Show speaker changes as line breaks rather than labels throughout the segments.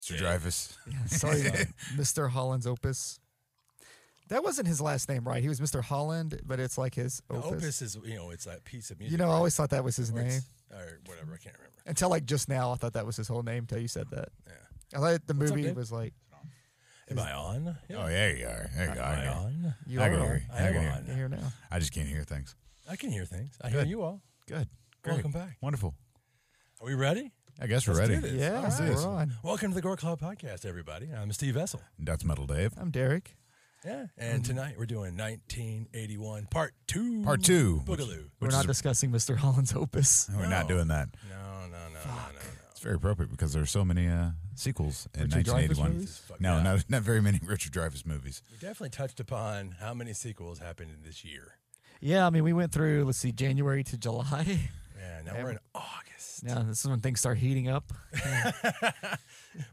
Sir Drivers.
Yeah, sorry, about it. Mr. Holland's Opus. That wasn't his last name, right? He was Mr. Holland, but it's like his opus.
Opus. is you know it's that piece of music.
you know, I
right?
always thought that was his
Or
name.
it's- or whatever. I can't remember.
Until like just now, I thought that was his whole name. Till you said that,
Yeah.
I thought the
What's up,
movie
Dave?
was like
Am I on?
Oh, there you are. There you go.
Am I
I, know.
on?
you
I
are
can hear you.
I
I,
am
can hear
on.
you.
You're here now.
I just can't hear things.
I can hear things. I hear
Good.
you all.
Good.
Welcome back.
Wonderful.
Are we ready?
I guess we're
Let's do
ready.
this.
Yeah,
All right.
we're on.
Welcome to the Gore Club Podcast, everybody. I'm Steve Vessel.
That's Metal Dave.
I'm Derek.
Yeah.
Mm-hmm.
And tonight we're doing 1981 Part Two.
Part two.
Boogaloo.
We're
Which
not
is-
discussing Mr. Holland's Opus.
We're not
No.
doing that.
No, no, no, no, no, no.
It's very appropriate because there are so many uh, sequels in
Richard Dreyfuss
1981.
movies?
No, not, not very many Richard Dreyfuss movies.
We definitely touched upon how many sequels happened in this year.
Yeah, I mean, we went through. Let's see, January to July.
Yeah, now we're in August.
Now this is when things start heating up.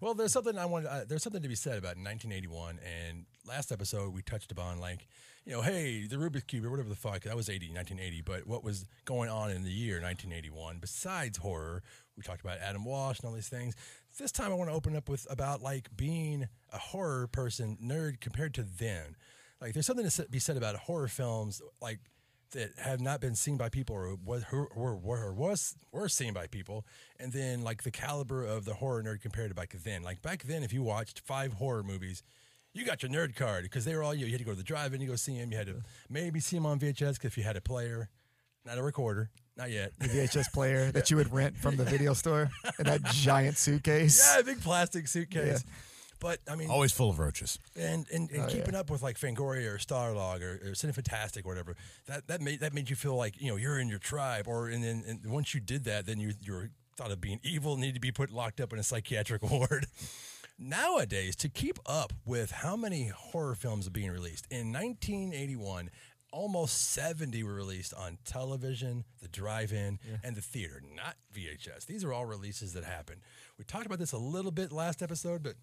Well, there's something I wanted. Uh, there's something to be said about 1981. And last episode we touched upon, like, you know, hey, the Rubik's cube or whatever the fuck that was 80, 1980. But what was going on in the year 1981 besides horror? We talked about Adam Walsh and all these things. This time I want to open up with about like being a horror person nerd compared to then. Like, there's something to sa- be said about horror films, like that have not been seen by people or was who were, were was were seen by people and then like the caliber of the horror nerd compared to back then like back then if you watched five horror movies you got your nerd card because they were all you you had to go to the drive-in you go see them you had to maybe see them on VHS if you had a player not a recorder not yet
The VHS player that you would rent from the video store in that giant suitcase.
yeah big plastic suitcase
Yeah.
but I mean
Always full of roaches.
and and, and keeping up with like Fangoria or Starlog or, or Cinefantastic or whatever that that made that made you feel like you know you're in your tribe or and then and once you did that then you you were thought of being evil and needed to be put locked up in a psychiatric ward. Nowadays, to keep up with how many horror films are being released in 1981. Almost 70 were released on television, the drive in, and the theater, not VHS. These are all releases that happened. We talked about this a little bit last episode, but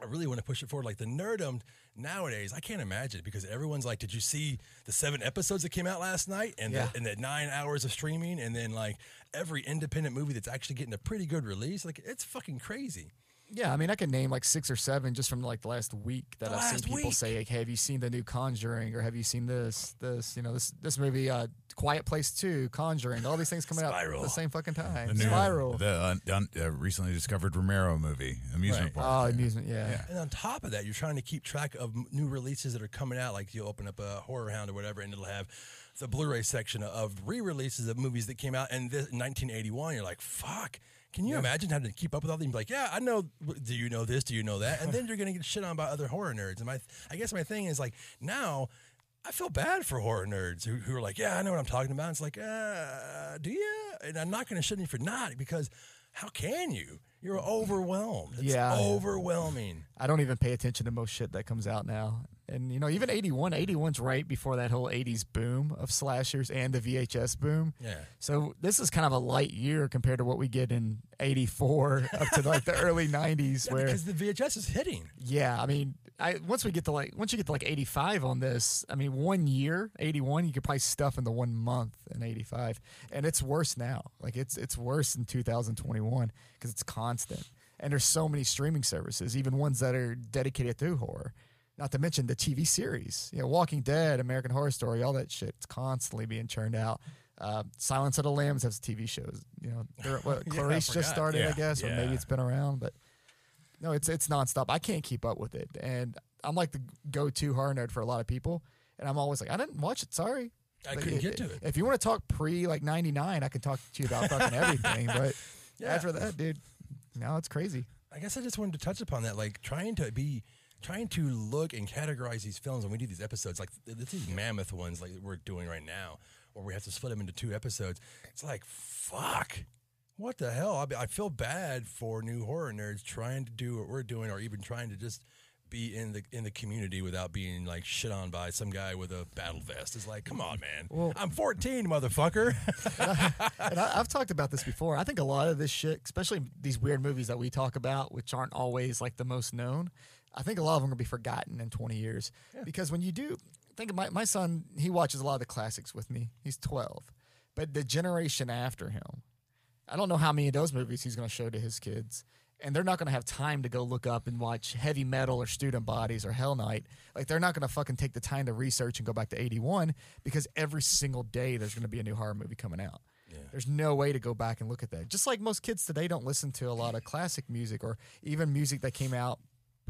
I really want to push it forward. Like the nerdum nowadays, I can't imagine because everyone's like, "Did you see the seven episodes that came out last night?" And
Yeah.
the, and the nine hours of streaming, and then like every independent movie that's actually getting a pretty good release. Like it's fucking crazy.
Yeah, I mean, I can name like six or seven just from like the last week that
The
I've
last
seen people
week.
say, like, "Hey, have you seen the new Conjuring?" or "Have you seen this, this, you know, this, this movie, uh, Quiet Place Two, Conjuring?" All these things coming out at
Spiral.
the same fucking time.
new-
Spiral.
The un, un, uh, recently discovered Romero movie, Amusement
Right.
oh,
Park.
amusement. Yeah.
And on top of that, you're trying to keep track of m- new releases that are coming out. Like you open up a Horror Hound or whatever, and it'll have the Blu-ray section of re-releases of movies that came out in this 1981. You're like, fuck. Can you imagine having to keep up with all these? Like, yeah, I know. Do you know this? Do you know that? And then you're gonna get shit on by other horror nerds. And my, I guess my thing is like now. I feel bad for horror nerds who, who are like, yeah, I know what I'm talking about. It's like, uh, do you? And I'm not going to shit on you for not because how can you? You're overwhelmed. It's
Yeah.
overwhelming.
I don't even pay attention to most shit that comes out now. And you know, even 81, 81's right before that whole 80s boom of slashers and the VHS boom.
Yeah.
So this is kind of a light year compared to what we get in 84 up to like the early 90s
Yeah,
where
because the VHS is hitting.
Yeah, I mean, I once we get to like once you get to like eighty five on this, I mean, one year eighty one, you could probably stuff into one month in eighty five, and it's worse now. Like it's it's worse in two thousand twenty one because it's constant, and there's so many streaming services, even ones that are dedicated to horror. Not to mention the TV series, you know, Walking Dead, American Horror Story, all that shit. It's constantly being churned out. Uh, Silence of the Lambs has TV shows. You know, they're- what,
Yeah, I
Clarice just
forgot.
started, I
Yeah,
guess, or
yeah.
maybe it's been around, but. No, it's it's nonstop. I can't keep up with it, and I'm like the go-to horror nerd for a lot of people. And I'm always like, I didn't watch it. Sorry,
I
Like,
couldn't
i-
get to it.
If you want to talk pre like '99, I can talk to you about fucking everything. But
Yeah.
after that, dude, now it's crazy.
I guess I just wanted to touch upon that, like trying to be, trying to look and categorize these films when we do these episodes, like th- th- these mammoth ones, like we're doing right now, where we have to split them into two episodes. It's like fuck, what the hell? I, be- I feel bad for new horror nerds trying to do what we're doing, or even trying to just be in the in the community without being like shit on by some guy with a battle vest. It's like, come on, man, I'm 14, motherfucker.
and I, I've talked about this before. I think a lot of this shit, especially these weird movies that we talk about, which aren't always like the most known, I think a lot of them will be forgotten in 20 years. Because when you do, think of my, my son, he watches a lot of the classics with me. He's 12. But the generation after him, I don't know how many of those movies he's going to show to his kids. and they're not going to have time to go look up and watch heavy metal or student bodies or hell night like they're not going to fucking take the time to research and go back to 81 because every single day there's going to be a new horror movie coming out there's no way to go back and look at that just like most kids today don't listen to a lot of classic music or even music that came out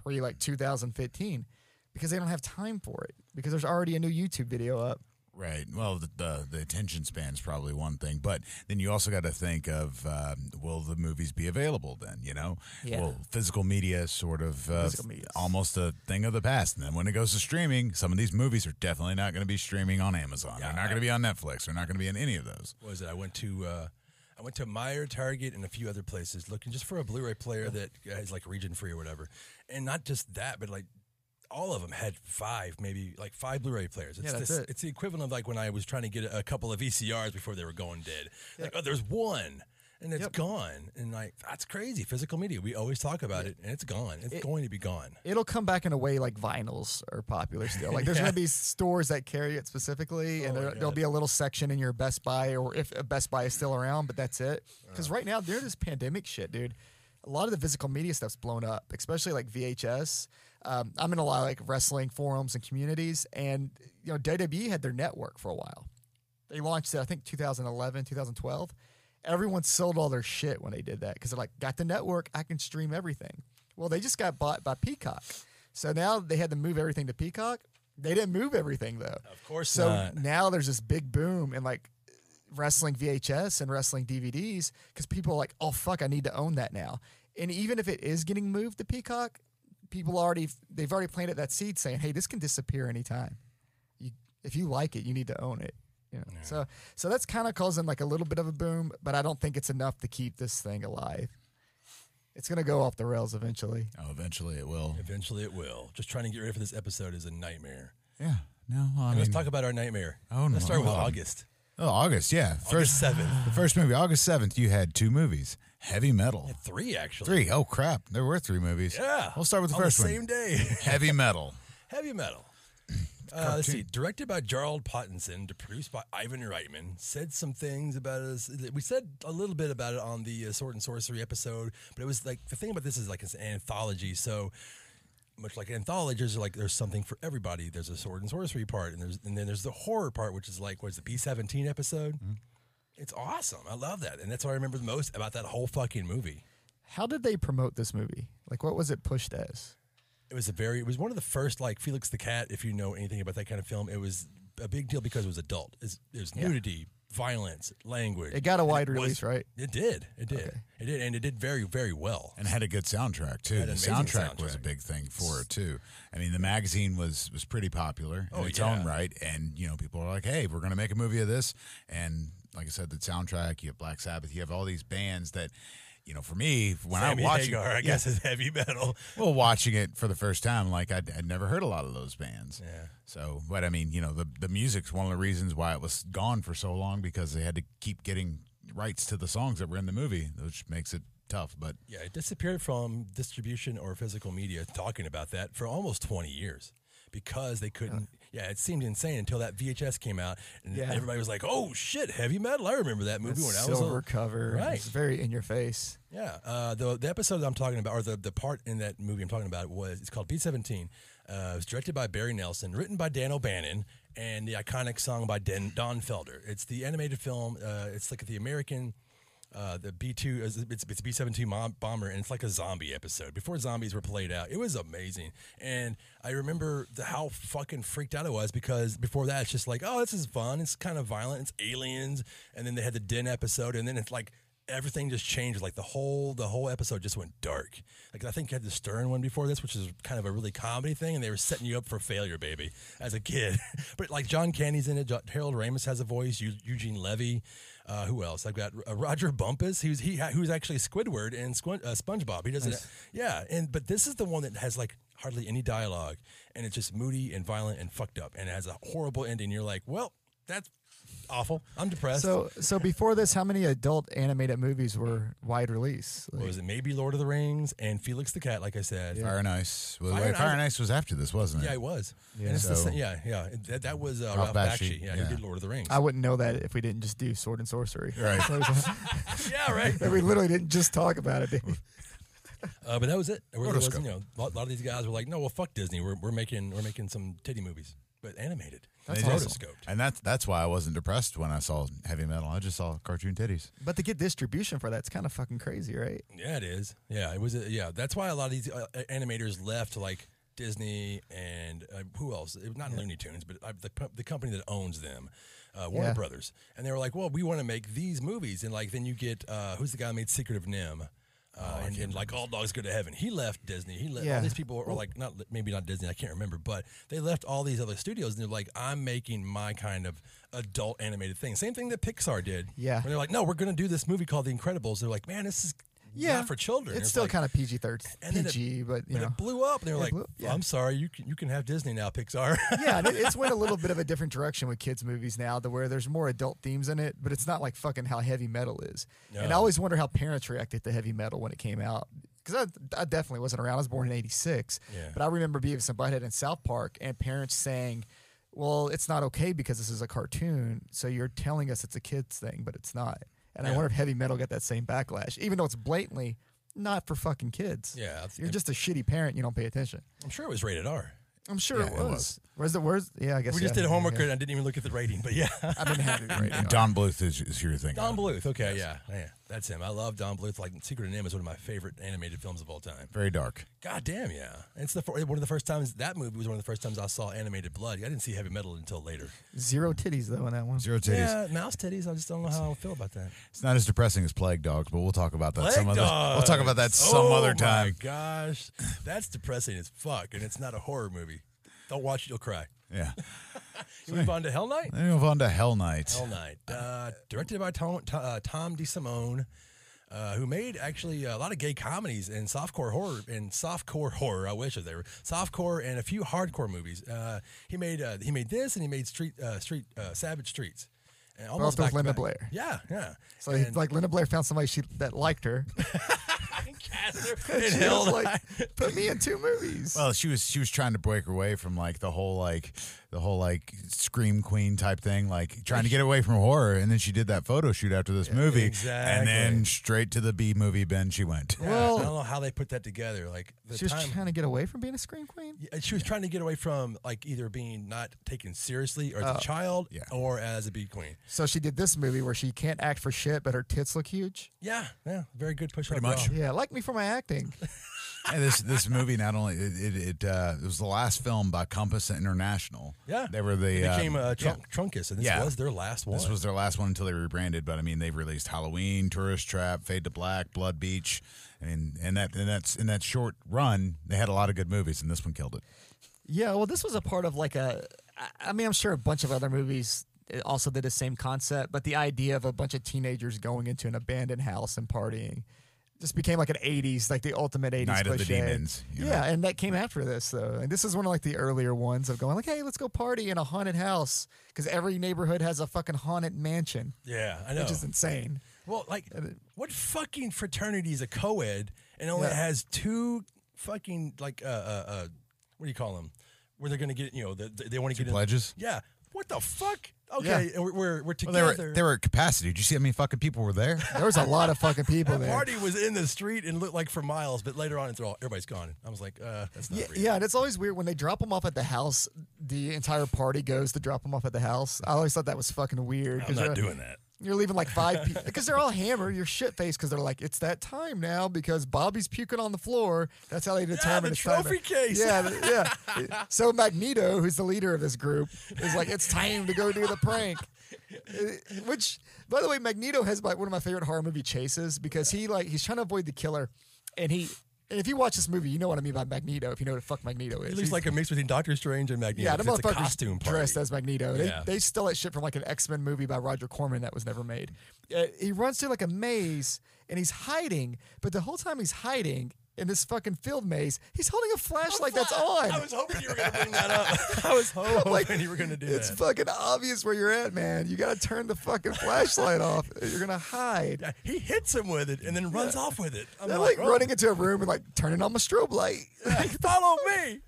pre like 2015 because they don't have time for it because there's already a new youtube video up
Right. Well, the, the the attention span's probably one thing, but then you also got to think of um, will the movies be available then? You know,
Yeah.
will physical media sort of uh,
Physical media.
almost a thing of the past? And then when it goes to streaming, some of these movies are definitely not going to be streaming on Amazon. They're not going to be on Netflix. They're not going to be in any of those.
What was it? I went to uh, I went to Meyer, Target, and a few other places looking just for a Blu-ray player that is like region free or whatever. And not just that, but like all of them had five, maybe like five Blu-ray players. It's
Yeah, that's
this,
it.
It's the equivalent of like when I was trying to get a, a couple of VCRs before they were going dead. Like, oh, there's one. And it's gone, and like that's crazy. Physical media, we always talk about it, and it's gone. It's going to be gone.
it'll come back in a way like vinyls are popular still. Like there's gonna be stores that carry it specifically, and there, there'll be a little section in your Best Buy or if a Best Buy is still around, but that's it. Because right now during this pandemic shit, dude, a lot of the physical media stuff's blown up, especially like VHS. Um, I'm in a lot of like wrestling forums and communities, and you know WWE had their network for a while. They launched it, I think 2011, 2012. Everyone sold all their shit when they did that because they're like, got the network, I can stream everything. Well, they just got bought by Peacock, so now they had to move everything to Peacock. They didn't move everything though.
Of course
So
not.
now there's this big boom in like wrestling VHS and wrestling DVDs because people are like, oh fuck, I need to own that now. And even if it is getting moved to Peacock, people already they've already planted that seed saying, hey, this can disappear anytime. You, if you like it, you need to own it. You know? So so that's kind of causing like a little bit of a boom, but I don't think it's enough to keep this thing alive. It's gonna go off the rails eventually.
Oh, eventually it will.
Eventually, it will. Just trying to get ready for this episode is a nightmare.
Yeah. No. I
And
mean,
let's talk about our nightmare.
Oh, no.
Let's start with
Hold on.
August.
oh, August. Yeah.
First
first
seventh.
the first movie, August seventh. You had two movies, heavy metal.
Three actually.
Three. Oh crap! There were three movies.
Yeah.
We'll start with the
On
first
the
one.
Same day.
Heavy metal.
Heavy metal. Uh, let's see. Directed by Gerald Pottinson, to produced by Ivan Reitman, said some things about us. We said a little bit about it on the uh, Sword and Sorcery episode, but it was like the thing about this is like it's an anthology. So much like anthologies, are like there's something for everybody. There's a Sword and Sorcery part, and there's and then there's the horror part, which is like what's the P seventeen episode.
Mm-hmm.
It's awesome. I love that, and that's what I remember the most about that whole fucking movie.
How did they promote this movie? Like what was it pushed as?
it was a very it was one of the first like Felix the Cat if you know anything about that kind of film it was a big deal because it was adult it's, it was nudity violence language
It got a wide
was-
release, right?
it did it did it did and it did very very well
and had a good soundtrack too.
Had
The
an amazing
soundtrack, was a
soundtrack.
big thing for it too. I mean, the magazine was was pretty popular in
Oh,
its
yeah.
own right, and you know, people are like, "Hey, we're going to make a movie of this." And like I said, the soundtrack. You have Black Sabbath. You have all these bands that, you know, for me, when
Sammy
I watch
Hagar I
it,
guess is heavy metal
well, watching it for the first time, like I'd, I'd never heard a lot of those bands.
Yeah.
So, but I mean, you know, the the music's one of the reasons why it was gone for so long because they had to keep getting rights to the songs that were in the movie, which makes it tough. But
yeah it disappeared from distribution or physical media talking about that for almost 20 years because they couldn't yeah it seemed insane until that VHS came out and
Yeah.
everybody was like oh shit heavy metal I remember that movie when I was a-
silver cover.
Right.
It's very in your face.
Yeah, uh, the the episode that I'm talking about, or the, the part in that movie I'm talking about, was it's called B17. Uh, it was directed by Barry Nelson, written by Dan O'Bannon, and the iconic song by Dan, Don Felder. It's the animated film. Uh, it's like the American, uh, the B2. is- It's it's B17 mom, bomber, and it's like a zombie episode before zombies were played out. It was amazing, and I remember the, how fucking freaked out I was because before that it's just like, oh, this is fun. It's kind of violent. It's aliens, and then they had the Den episode, and then it's like everything just changed. Like the whole the whole episode just went dark. Like I think you had the Stern one before this, which is kind of a really comedy thing, and they were setting you up for failure, baby, as a kid. but like John Candy's in it. Jo- Harold Ramis has a voice. Eu- Eugene Levy. Uh, who else? I've got uh, Roger Bumpus, who's he who's actually Squidward and Squid, uh, SpongeBob. He doesn't. Yeah, and but this is the one that has like hardly any dialogue, and it's just moody and violent and fucked up, and it has a horrible ending. You're like, well, that's awful. I'm depressed.
So so before this, how many adult animated movies were wide release?
what
Like,
was it maybe Lord of the Rings and Felix the Cat? Like I said,
Fire and Ice. Well,
Fire
wait,
and
Fire
Ice-
and Ice was after this, wasn't it?
yeah, it was. Yeah, and it's the
So-
same, yeah, yeah. And That, that was uh, Ralph,
Ralph
Bakshi.
Bakshi,
Yeah,
yeah.
who did Lord of the Rings.
I wouldn't know that if we didn't just do Sword and Sorcery.
Right.
So it was-
yeah, right.
we literally didn't just talk about it. did we?
Uh, but that was it. There was- there was,
Rotoscope.
you know, a lot, lot of these guys were like, "No, well, fuck Disney. We're, we're making we're making some titty movies, but animated."
That's
They did.
awesome.
Rotoscoped.
And that's that's why I wasn't depressed when I saw heavy metal. I just saw cartoon titties.
But to get distribution for that's kind of fucking crazy, right?
Yeah, it is. Yeah, it was. A, yeah, that's why a lot of these uh, animators left, like Disney and uh, who else? It, not Looney Tunes, but uh, the co- the company that owns them, uh, Warner
Yeah.
Brothers, and they were like, "Well, we want to make these movies," and like then you get uh, who's the guy who made Secret of Nim.
Oh,
Uh, and, and like all dogs go to heaven. He left Disney. He left
Yeah.
all these people, or like not maybe not Disney. I can't remember, but they left all these other studios, and they're like, "I'm making my kind of adult animated thing." Same thing that Pixar did.
Yeah.
where they're like, "No, we're going to do this movie called The Incredibles." They're like, "Man, this is not for children.
It's still
like,
kind of PG third,
and then it-
PG, but you
but
know,
it blew up. And they were
It
like, "Oh,
blew- yeah.
"I'm sorry, you can you can have Disney now, Pixar."
yeah, and it, it's went a little bit of a different direction with kids movies now, to where there's more adult themes in it, but it's not like fucking how heavy metal is. And I
No.
always wonder how parents reacted to heavy metal when it came out. Because I, I definitely wasn't around. I was born in '86,
Yeah.
but I remember being some butthead in South Park and parents saying, "Well, it's not okay because this is a cartoon, so you're telling us it's a kids thing, but it's not." And I
Yeah.
wonder if heavy metal got that same backlash, even though it's blatantly not for fucking kids.
Yeah, I th-
you're just a shitty parent. You don't pay attention.
I'm sure it was rated R.
I'm sure
Yeah,
it,
it
was.
was.
Where's the where's? Yeah, I guess
We
yeah,
just did
yeah,
homework
yeah.
and I didn't even look at the rating, but yeah.
I've been happy with radio.
Don Bluth is, is who you're thinking.
Don
of.
Bluth. Okay, yeah, yeah, that's him. I love Don Bluth. Like Secret of Nim is one of my favorite animated films of all time.
Very dark.
God damn, yeah. It's the fir- one of the first times that movie was one of the first times I saw animated blood. I didn't see heavy metal until later.
Zero titties though in that one.
Zero titties.
Yeah, mouse titties. I just don't know how I feel about that.
It's not as depressing as Plague Dogs, but we'll talk about that some other. We'll talk about that
Dogs.
some
Oh
other
my
time.
gosh, that's depressing as fuck, and it's not a horror movie. Don't watch it; you'll cry.
Yeah.
Can we move on to Hell Night?
Then we move on to Hell Night.
Hell Night, uh, directed by Tom, Tom- uh, Tom DeSimone, uh, who made actually a lot of gay comedies and softcore horror and softcore horror. I wish they were softcore and a few hardcore movies. Uh, he made uh, he made this and he made Street uh, Street uh, Savage Streets. And almost
with
back to
Linda
back.
Blair.
Yeah, yeah.
So he,
And-
like Linda Blair found somebody she that liked her.
cast her in
She
Hell
was
Night.
like, put me in two movies.
Well, she was she was trying to break away from like the whole like the whole like scream queen type thing, like trying to get away from horror, and then she did that photo shoot after this movie, and then
exactly.
straight to the B movie bin she went.
Yeah,
Well-
I don't know how they put that together. Like the
she was
time,
trying to get away from being a scream queen.
Yeah, she was trying to get away from like either being not taken seriously or
Oh.
as a child
Yeah.
or as a bee queen.
So she did this movie where she can't act for shit, but her tits look huge.
Yeah, yeah, very good push.
Pretty much.
Yeah, like me for my acting.
And this this movie not only it it, it, uh, it was the last film by Compass International.
Yeah,
they were the
They became
um,
uh,
yeah.
Trunk, Trunkus, and this
Yeah.
was their last one.
This was their last one until they rebranded, but I mean they've released Halloween, Tourist Trap, Fade to Black, Blood Beach, and and that and that's in that short run they had a lot of good movies, and this one killed it.
Yeah, well, this was a part of like a. I- I mean, I'm sure a bunch of other movies uh, also did the same concept, but the idea of a bunch of teenagers going into an abandoned house and partying just became like an 80s, like the ultimate 80s
Night of the
cliche.
Demons, you know?
Yeah, and that came after this though. And this is one of like the earlier ones of going like, hey, let's go party in a haunted house because every neighborhood has a fucking haunted mansion,
yeah, I know.
which
Oh.
is insane.
well, like, what fucking fraternity is a co-ed and only
Yeah.
has two fucking like uh, uh uh what do you call them? Where they're gonna get you know the, the- they want to get in-
Pledges.
Yeah. What the fuck? Okay,
Yeah.
and we're, we're we're
Well,
together.
they were they were at capacity. Did you see how many fucking people were there?
There was a lot of fucking people
The
there.
party was in the street and looked like for miles, but later on, it's all everybody's gone. I was like, uh, that's not
Yeah,
real.
yeah, and it's always weird when they drop them off at the house. The entire party goes to drop them off at the house. I always thought that was fucking weird. 'cause
I'm not
you're,
doing that.
You're leaving like five people because they're all hammered. You're shit faced because they're like, it's that time now because Bobby's puking on the floor. That's how they determine
the
it's time to-
trophy case.
Yeah, th- yeah. So Magneto, who's the leader of this group, is like, it's time to go do the prank. Uh, Which, by the way, Magneto has my, one of my favorite horror movie chases because he like he's trying to avoid the killer, and he. And if you watch this movie, you know what I mean by Magneto. If you know what the fuck Magneto is,
It
He's-
looks like a mix between Doctor Strange and Magneto.
yeah, the
'cause it's a
motherfucker's
costume party.
dressed as Magneto. They,
Yeah.
they stole that shit from like an X Men movie by Roger Corman that was never made. Uh, he runs through like a maze and he's hiding, but the whole time he's hiding in this fucking field maze, he's holding a flashlight that's on.
I was hoping you were going to bring that up. I was ho- hoping
Like,
you were going to do
it's
that.
fucking obvious where you're at, man. You gotta turn the fucking flashlight off. You're gonna hide.
Yeah, he hits him with it and then runs off with it. I'm
They're like
"Oh,
running into a room and like turning on my strobe light.
follow me.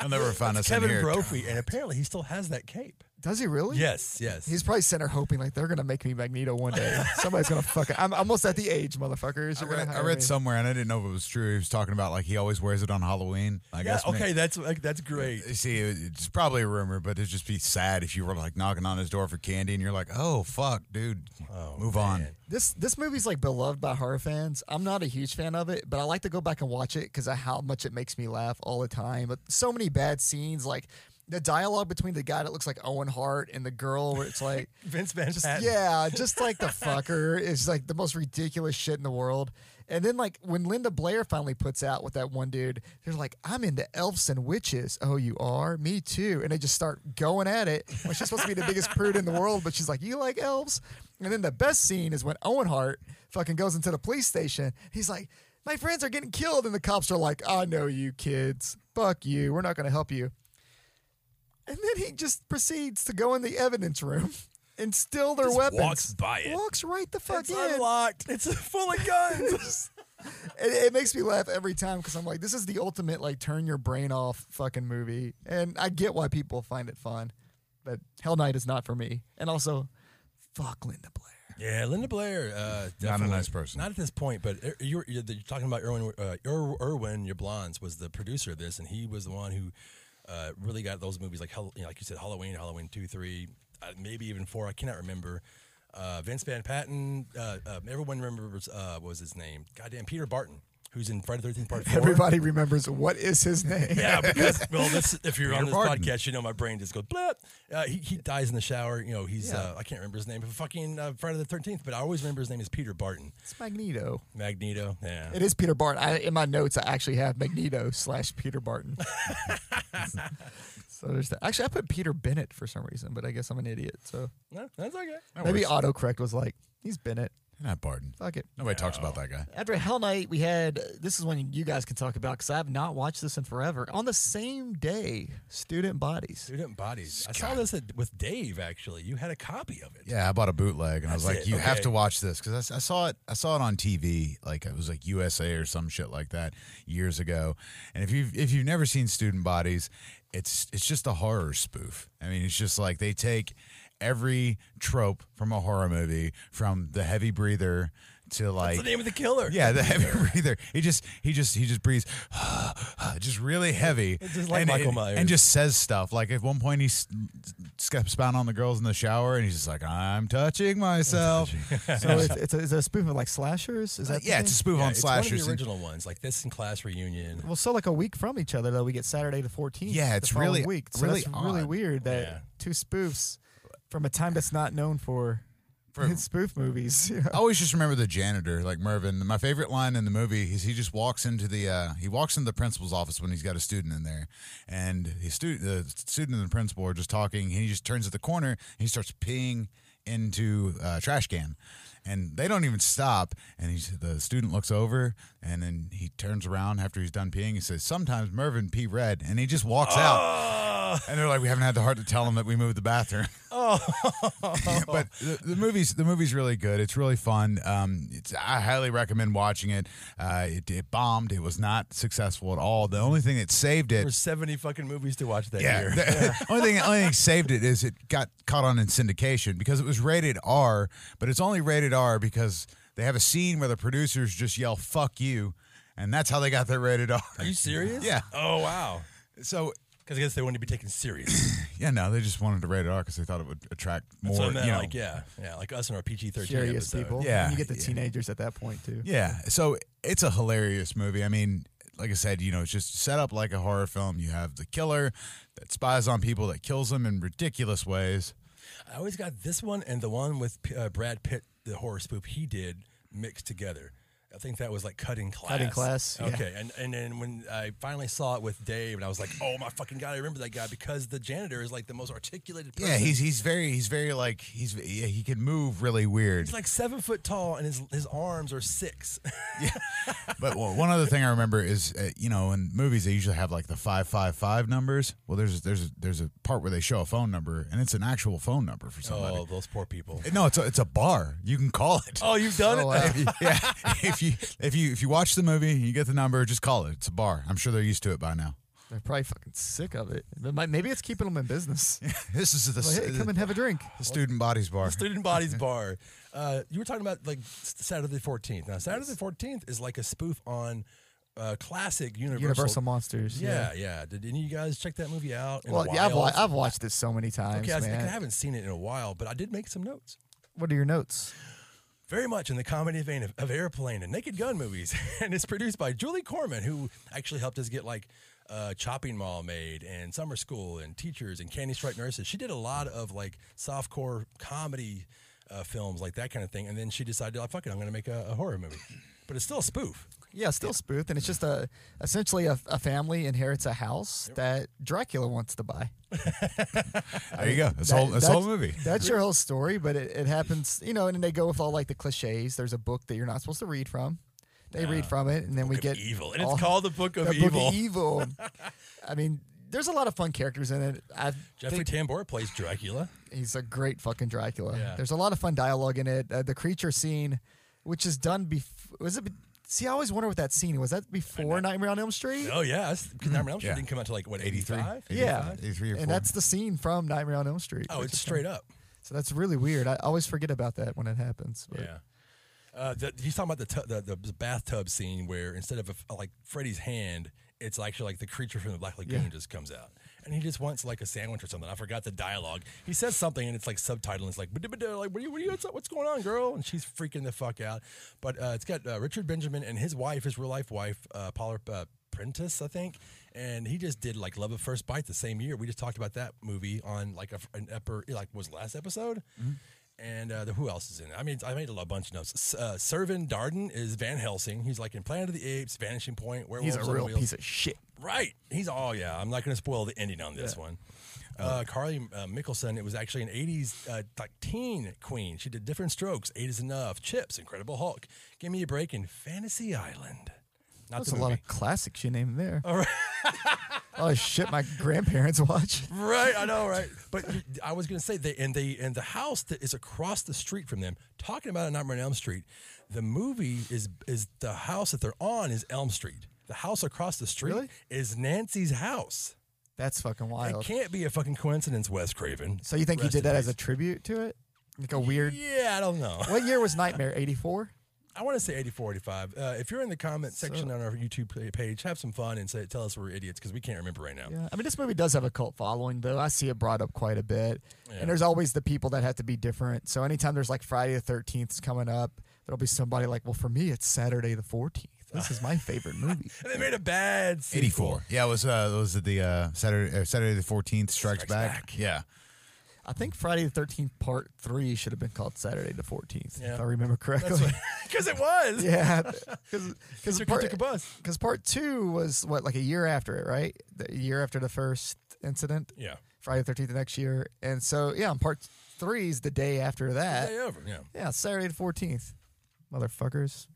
They'll never find us
Kevin
in here.
Brophy, and apparently he still has that cape.
Does he really?
Yes, yes.
He's probably sitting there hoping like they're gonna make me Magneto one day. Somebody's gonna fuck it. I'm almost at the age, motherfuckers.
I
You're gonna
read, I
hire
read
me.
somewhere and I didn't know if it was true. He was talking about like he always wears it on Halloween. I
yeah,
guess. ma-
okay, that's like, that's great.
You See, it- it's probably a rumor, but it'd just be sad if you were like knocking on his door for candy and you're like, oh, fuck, dude. Move on.
Oh, man.
This this movie's like beloved by horror fans. I'm not a huge fan of it, but I like to go back and watch it because of how much it makes me laugh all the time. But so many bad scenes, like the dialogue between the guy that looks like Owen Hart and the girl, where it's like,
Vince Van
just
Patten.
yeah, just like the fucker is like the most ridiculous shit in the world. And then like when Linda Blair finally puts out with that one dude, they're like, "I'm into elves and witches." Oh, you are? Me too. And they just start going at it. Well, she's supposed to be the biggest prude in the world, but she's like, "You like elves?" And then the best scene is when Owen Hart fucking goes into the police station. He's like, "My friends are getting killed," and the cops are like, "I know you kids. Fuck you. We're not going to help you." And then he just proceeds to go in the evidence room and steal their
Just
weapons.
walks by it.
Walks right the fuck
It's
in.
unlocked. It's full of guns.
It, it makes me laugh every time because I'm like, this is the ultimate like turn your brain off fucking movie. And I get why people find it fun, but Hell Night is not for me. And also, fuck Linda Blair.
yeah, Linda Blair. Uh,
Not a
definitely-
nice person.
Not at this point, but er- you're, you're, you're talking about Irwin. Uh, Ir- Irwin, your blondes, was the producer of this, and he was the one who uh, really got those movies like, Hall- you know, like you said, Halloween, Halloween two, three, uh, maybe even four. I cannot remember. Uh, Vince Van Patten. Uh, uh, everyone remembers uh, what was his name? Goddamn, Peter Barton, who's in Friday the Thirteenth Part Four.
Everybody remembers what is his name.
Yeah, because well, this, if you're
Peter
on this
Barton.
podcast, you know my brain just goes blah. Uh, he, he dies in the shower. You know he's uh, I can't remember his name, but fucking uh, Friday the Thirteenth. But I always remember his name is Peter Barton,
It's Magneto.
Magneto. Yeah,
It is Peter Barton. I, in my notes, I actually have Magneto slash Peter Barton. so there's that. Actually, I put Peter Bennett for some reason, but I guess I'm an idiot. So
no, that's okay.
maybe autocorrect was like, he's Bennett.
Not Barton.
Fuck it.
Nobody talks about that guy.
After Hell Night, we had this is one you guys can talk about because I have not watched this in forever. On the same day, Student Bodies.
Student bodies. I saw this at, with Dave actually. You had a copy of it.
Yeah, I bought a bootleg, and I was
That's
like,
it,
"You have
okay.
to watch this" because I, saw it. I saw it on TV, like it was like USA or some shit like that years ago. And if you've if you've never seen Student Bodies, it's it's just a horror spoof. I mean, it's just like they take every trope from a horror movie, from the heavy breather to like
What's the name of the killer?
yeah, the heavy breather. He just he just he just breathes, just really heavy,
just like
and,
Michael
and-
Myers.
and just says stuff. Like at one point he s- skips down on the girls in the shower, and he's just like, "I'm touching myself."
So it's, it's, a, it's a spoof of like slashers. Is that the
Uh, yeah,
thing?
it's a spoof
Yeah,
on
it's
slashers.
one of the
and-
original ones, like this in class reunion.
well, so like a week from each other though, we get Saturday the fourteenth.
Yeah, it's really-
week. So
really
that's really
odd.
weird that
Yeah.
two spoofs from a time that's not known for, spoof movies. you know?
I always just remember the janitor, like Mervin. My favorite line in the movie is he just walks into the uh, he walks into the principal's office when he's got a student in there, and his stu- the student and the principal are just talking, and he just turns at the corner and he starts peeing into a trash can, and they don't even stop. And he's, the student looks over, and then he turns around after he's done peeing. He says, "Sometimes Mervin pee red," and he just walks out.
Oh,
And they're like, we haven't had the heart to tell them that we moved the bathroom. Oh, but the, the movie's the movie's really good. It's really fun. Um, it's I highly recommend watching it. Uh, it. It bombed. It was not successful at all. The only thing that saved it
there's 70 fucking movies to watch that
yeah.
year.
The only thing only thing saved it is it got caught on in syndication because it was rated R, but it's only rated R because they have a scene where the producers just yell "fuck you," and that's how they got their rated R.
Are you serious?
Yeah.
Oh wow.
So
Because I guess they wanted to be taken serious.
yeah, no, they just wanted to rated R because they thought it would attract more.
so I meant,
you know,
like yeah, yeah, like us in our PG thirteen
Curious
episode.
people.
Yeah,
And you get the
yeah.
teenagers at that point too.
Yeah. So it's a hilarious movie. I mean, like I said, you know, it's just set up like a horror film. You have the killer that spies on people, that kills them in ridiculous ways.
I always got this one and the one with uh, Brad Pitt, the horror spoof he did, mixed together. I think that was like cutting class.
Cutting Class, yeah.
Okay, and and then when I finally saw it with Dave, and I was like, oh my fucking god, I remember that guy because the janitor is like the most articulated. Person.
Yeah, he's he's very he's very like he's yeah, he can move really weird.
He's like seven foot tall, and his his arms are six.
but well, one other thing I remember is, uh, you know, in movies they usually have like the five five five numbers. Well, there's there's a, there's a part where they show a phone number, and it's an actual phone number for somebody.
oh, those poor people.
No, it's a, it's a bar. You can call it.
Oh, you've done it.
yeah. If you if you if you watch the movie, you get the number, just call it. It's a bar. I'm sure they're used to it by now.
They're probably fucking sick of it. But mi- maybe it's keeping them in business.
This is the,
Like, hey,
the-
come and have a drink.
the student bodies bar.
Student Bodies Bar. Uh, you were talking about like s- Saturday the 14th. Now, Saturday the 14th is like a spoof on uh, classic Universal.
Universal Monsters.
Yeah, yeah. Did any of you guys check that movie out? in a
Well, yeah, I've, wa-
while?
I've watched this so many times,
Okay, I was
man.
thinking I haven't seen it in a while, but I did make some notes.
what are your notes?
very much in the comedy vein of, of Airplane and Naked Gun movies, and it's produced by Julie Corman, who actually helped us get like uh, Chopping Mall made, and Summer School, and Teachers, and Candy Stripe Nurses. She did a lot of like softcore comedy uh, films, like that kind of thing, and then she decided, like, fuck it, I'm going to make a, a horror movie, but it's still a spoof.
Yeah, still spoofed, and it's just a essentially a, a family inherits a house that Dracula wants to buy.
There you go. That's
That-
whole. That's whole
that's-
movie.
That's your whole story, but it, it happens, you know, and then they go with all like the cliches. There's a book that you're not supposed to read from. They read from it, and then we
Book of
get
evil, and
all-
it's called the Book of
the
Evil.
Book of Evil. I mean, there's a lot of fun characters in it. I
Jeffrey
think
Tambor plays Dracula.
he's a great fucking Dracula.
Yeah.
There's a lot of fun dialogue in it. Uh, the creature scene, which is done before, was it? Be- See, I always wonder what that scene was. That before Nightmare on Elm Street?
Oh yeah, that's, because Nightmare on Elm Street
Yeah.
didn't come out to like what
83?
85?
Yeah,
83 or
and
4.
that's the scene from Nightmare on Elm Street.
Oh,
which
it's
is-
straight up.
So that's really weird. I always forget about that when it happens. But
Yeah. Uh, the, he's talking about the, tu- the the bathtub scene where instead of a f like Freddy's hand, it's actually like the creature from the Black Lagoon
Yeah.
just comes out, and he just wants like a sandwich or something. I forgot the dialogue. He says something and it's like subtitled. And it's like, "Ba-da-ba-da," like what are you, what are you, what's, up- what's going on, girl? And she's freaking the fuck out. But uh, it's got uh, Richard Benjamin and his wife, his real life wife, uh, Paula uh, Prentice, I think. And he just did like Love at First Bite the same year. We just talked about that movie on like a, f- an upper like was it last episode.
Mm-hmm.
And uh, the, who else is in it? I mean, I made a lo- bunch of notes. S- Uh, Servan Darden is Van Helsing. He's like in Planet of the Apes, Vanishing Point, Werewolves
he's a
on
real
Wheels.
piece of shit.
Right. He's all yeah. I'm not going to spoil the ending on this one.
Oh.
Uh, Carly uh, Mickelson. It was actually an '80s uh, like teen queen. She did different strokes. Eight is enough. Chips. Incredible Hulk. Give me a break in Fantasy Island. Not
That's a
the
lot
movie.
of classics you named there. All right. oh shit, my grandparents watch.
Right, I know, right. But I was going to say they and they and the house that is across the street from them. Talking about a Nightmare on Elm Street, the movie is is the house that they're on is Elm Street. The house across the street
Really?
is Nancy's house.
That's fucking
It
wild.
can't be a fucking coincidence, Wes Craven.
So you think he
Rest in
did that as
peace.
a tribute to it? Like a weird.
Yeah, I don't know.
What year was Nightmare? Eighty four.
I want to say 84, 85. Uh, if you're in the comment section on our YouTube pa- page, have some fun and say, tell us we're idiots because we can't remember right now.
Yeah. I mean, this movie does have a cult following, though. I see it brought up quite a bit.
Yeah.
And there's always the people that have to be different. So anytime there's like Friday the Thirteenth coming up, there'll be somebody like, well, for me, it's Saturday the Fourteenth. This is my favorite movie.
And they made a bad sequel.
84. Yeah, it was uh, was it the uh, Saturday uh, Saturday the 14th Strikes,
Strikes
back.
Back.
Yeah.
I think Friday the Thirteenth Part Three should have been called Saturday the Fourteenth,
Yeah.
if I remember correctly.
Because it was.
yeah,
Because
because
took,
part,
took a bus.
'cause part two was what like a year after it, right? The year after the first incident,
Yeah.
Friday the Thirteenth the next year, and so yeah, and part three is the day after that.
Day over. Yeah.
Yeah, Saturday the Fourteenth, motherfuckers.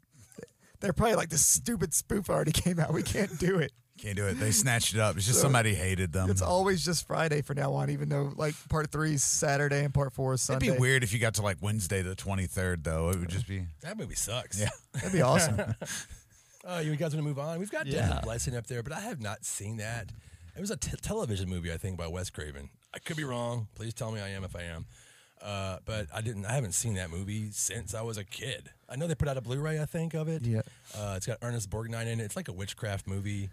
They're probably like this stupid spoof already came out. We can't do it.
Can't do it. They snatched it up. It's just somebody hated them.
It's always just Friday for now on, even though like part three is Saturday and part four is
It'd
Sunday.
be weird if you got to like Wednesday the 23rd though. It would just be
That movie sucks.
Yeah.
That'd be awesome.
Uh, you guys want to move on? We've got
Yeah.
Death Blessing up there, but I have not seen that. It was a t- television movie, I think, by Wes Craven. I could be wrong. Please tell me I am if I am. Uh, but I didn't. I haven't seen that movie since I was a kid. I know they put out a Blu-ray, I think, of it.
Yeah.
Uh, it's got Ernest Borgnine in it. It's like a witchcraft movie.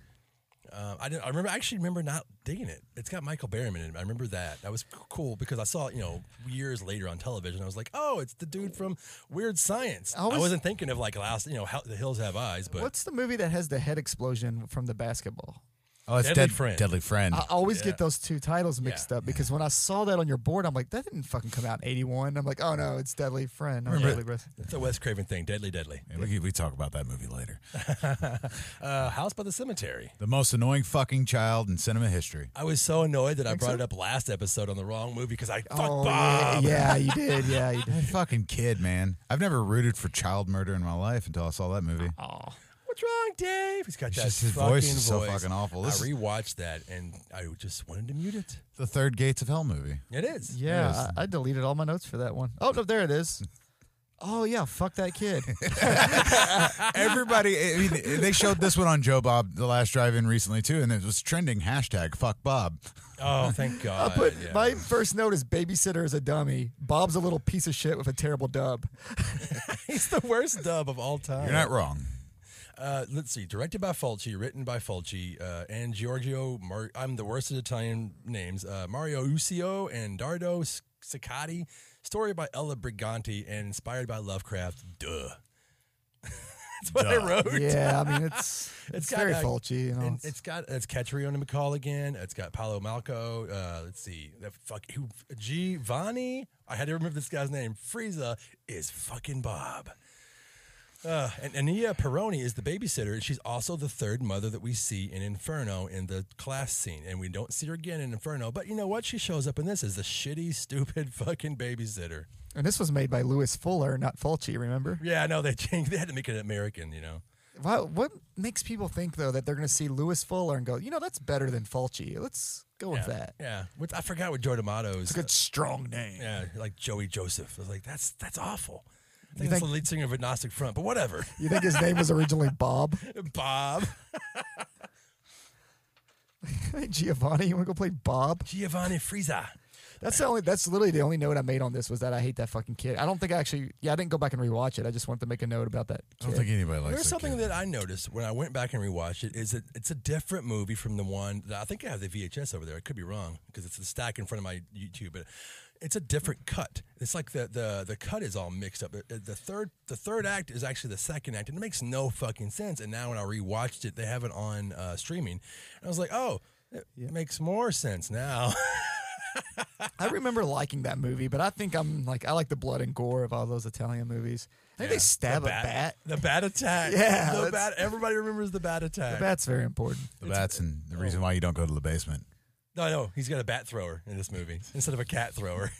Um, I didn't. I remember. I actually remember not digging it. It's got Michael Berryman in it. I remember that. That was c- cool because I saw it, you know, years later on television. I was like, oh, it's the dude from Weird Science.
I
I,
always-
wasn't thinking of like last, you know, how the hills have eyes, but
What's the movie that has the head explosion from the basketball?
Oh, it's
Deadly
Dead-
Friend.
Deadly Friend.
I always
Yeah.
get those two titles mixed
Yeah.
up because when I saw that on your board, I'm like, that didn't fucking come out in '81. I'm like, oh no, it's Deadly Friend. Oh, Not Deadly Breath.
It's a Wes Craven thing, Deadly Deadly.
Yeah, we, could- we talk about that movie later.
Uh, House by the Cemetery.
The most annoying fucking child in cinema history.
I was so annoyed that I brought
so?
it up last episode on the wrong movie because I fucked
Oh yeah,
Bob.
yeah, you did. Yeah, you did.
Fucking kid, man. I've never rooted for child murder in my life until I saw that movie.
What's wrong, Dave? He's got that
just his
fucking
voice is so fucking awful. This
I
is-
rewatched that and I just wanted to mute it.
The Third Gates of Hell movie.
It is.
Yeah, I, I deleted all my notes for that one. Oh no, there it is. oh yeah, fuck that kid.
Everybody, I mean, they showed this one on Joe Bob the last drive-in recently too, and it was trending hashtag Fuck Bob.
Oh, thank God.
But
yeah.
my first note is babysitter is a dummy. Bob's a little piece of shit with a terrible dub.
He's the worst dub of all time.
You're not wrong.
Uh, let's see. Directed by Fulci, written by Fulci, uh, and Giorgio. Mar- I'm the worst at Italian names. Uh, Mario Uscio and Dardo S- Siccati. Story by Ella Briganti and inspired by Lovecraft. Duh. That's what I wrote.
yeah, I mean it's it's,
got
very
a-
Fulci. You know,
and
it's-
it's got it's Catriona McCall again. It's got Paolo Malco. Uh, let's see, that fuck who Giovanni. I had to remember this guy's name. Frieza is fucking Bob. Uh, and Ania Peroni is the babysitter, and she's also the third mother that we see in Inferno in the class scene. And we don't see her again in Inferno, but you know what? She shows up in this as the shitty, stupid fucking babysitter.
and this was made by Lewis Fuller, not Fulci. Remember?
Yeah, I know they changed. They had to make it American, you know.
Why, what makes people think though that they're going to see Lewis Fuller and go, you know, that's better than Fulci. Let's go
Yeah,
with that.
yeah. What- I forgot what Joe D'Amato's.
It's a good strong name.
Yeah, like Joey Joseph. I was like, that's that's awful. I think
You
that's
think-
the lead singer of Agnostic Front, but whatever.
You think his name was originally Bob?
Bob
Hey, Giovanni, you want to go play Bob?
Giovanni Frieza.
That's the only. That's literally the only note I made on this was that I hate that fucking kid. I don't think I actually. Yeah, I didn't go back and rewatch it. I just wanted to make a note about that.
I don't
kid.
think anybody likes
There's
that
something
kid.
that I noticed when I went back and rewatched it is that it's a different movie from the one that I think I have the VHS over there. I could be wrong because it's the stack in front of my YouTube, but it's a different cut. It's like the the the cut is all mixed up. The- The third the third act is actually the second act, and it makes no fucking sense. And now when I rewatched it, they have it on uh, streaming, and I was like, oh, it makes more sense now.
I remember liking that movie, but I think I'm like I like the blood and gore of all those Italian movies. I think they
Yeah.
stab
The
a bat.
The bat attack.
Yeah,
The
that's-
bat. Everybody remembers the bat attack.
The bat's very important.
The bats and
Oh.
the reason why you don't go to the basement.
No, no. He's got a bat thrower in this movie instead of a cat thrower.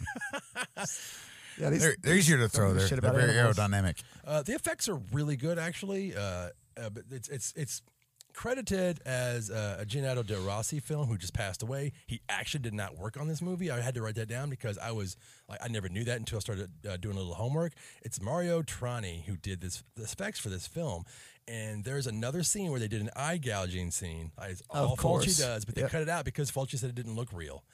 Yeah, these,
They're, they're easier to throw.
give a
They're,
shit
they're
about
very
animals.
aerodynamic.
Uh, the effects are really good, actually. Uh, uh, but it's it's it's credited as uh, a Giannato De Rossi film who just passed away. He actually did not work on this movie. I had to write that down because I was like I never knew that until I started uh, doing a little homework. It's Mario Trani who did this the specs for this film. And there's another scene where they did an eye gouging scene. Uh, It's all Fulci
course.
does, but they
Yep.
cut it out because Fulci said it didn't look real.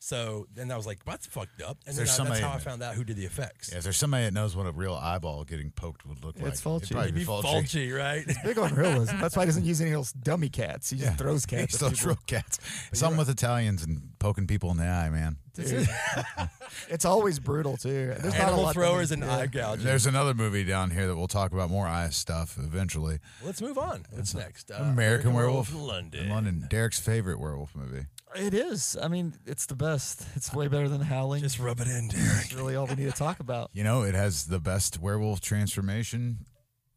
So then I was like, "That's fucked up." And then
There's
I, that's
somebody-
how I found out who did the effects.
Yeah, if there's somebody that knows what a real eyeball getting poked would look like,
It's
It'd
Fulci.
probably
It'd
be
Be
Fulci.
Fulci, right?
big on realism. That's why he doesn't use any of those dummy cats. He just throws
He
cats. at
still
people.
throw cats. Something with Italians and poking people in the eye, man.
Dude. it's always brutal too. There's not a
Animal
lot
throwers and
yeah.
eye gouging.
There's another movie down here that we'll talk about more eye stuff eventually.
Let's move on. What's next? Uh,
American, Werewolf,
in London.
in London. Derek's favorite werewolf movie.
It is. I mean, it's the best. It's way better than Howling.
Just rub it in, Derek.
It's really all we need to talk about.
You know, it has the best werewolf transformation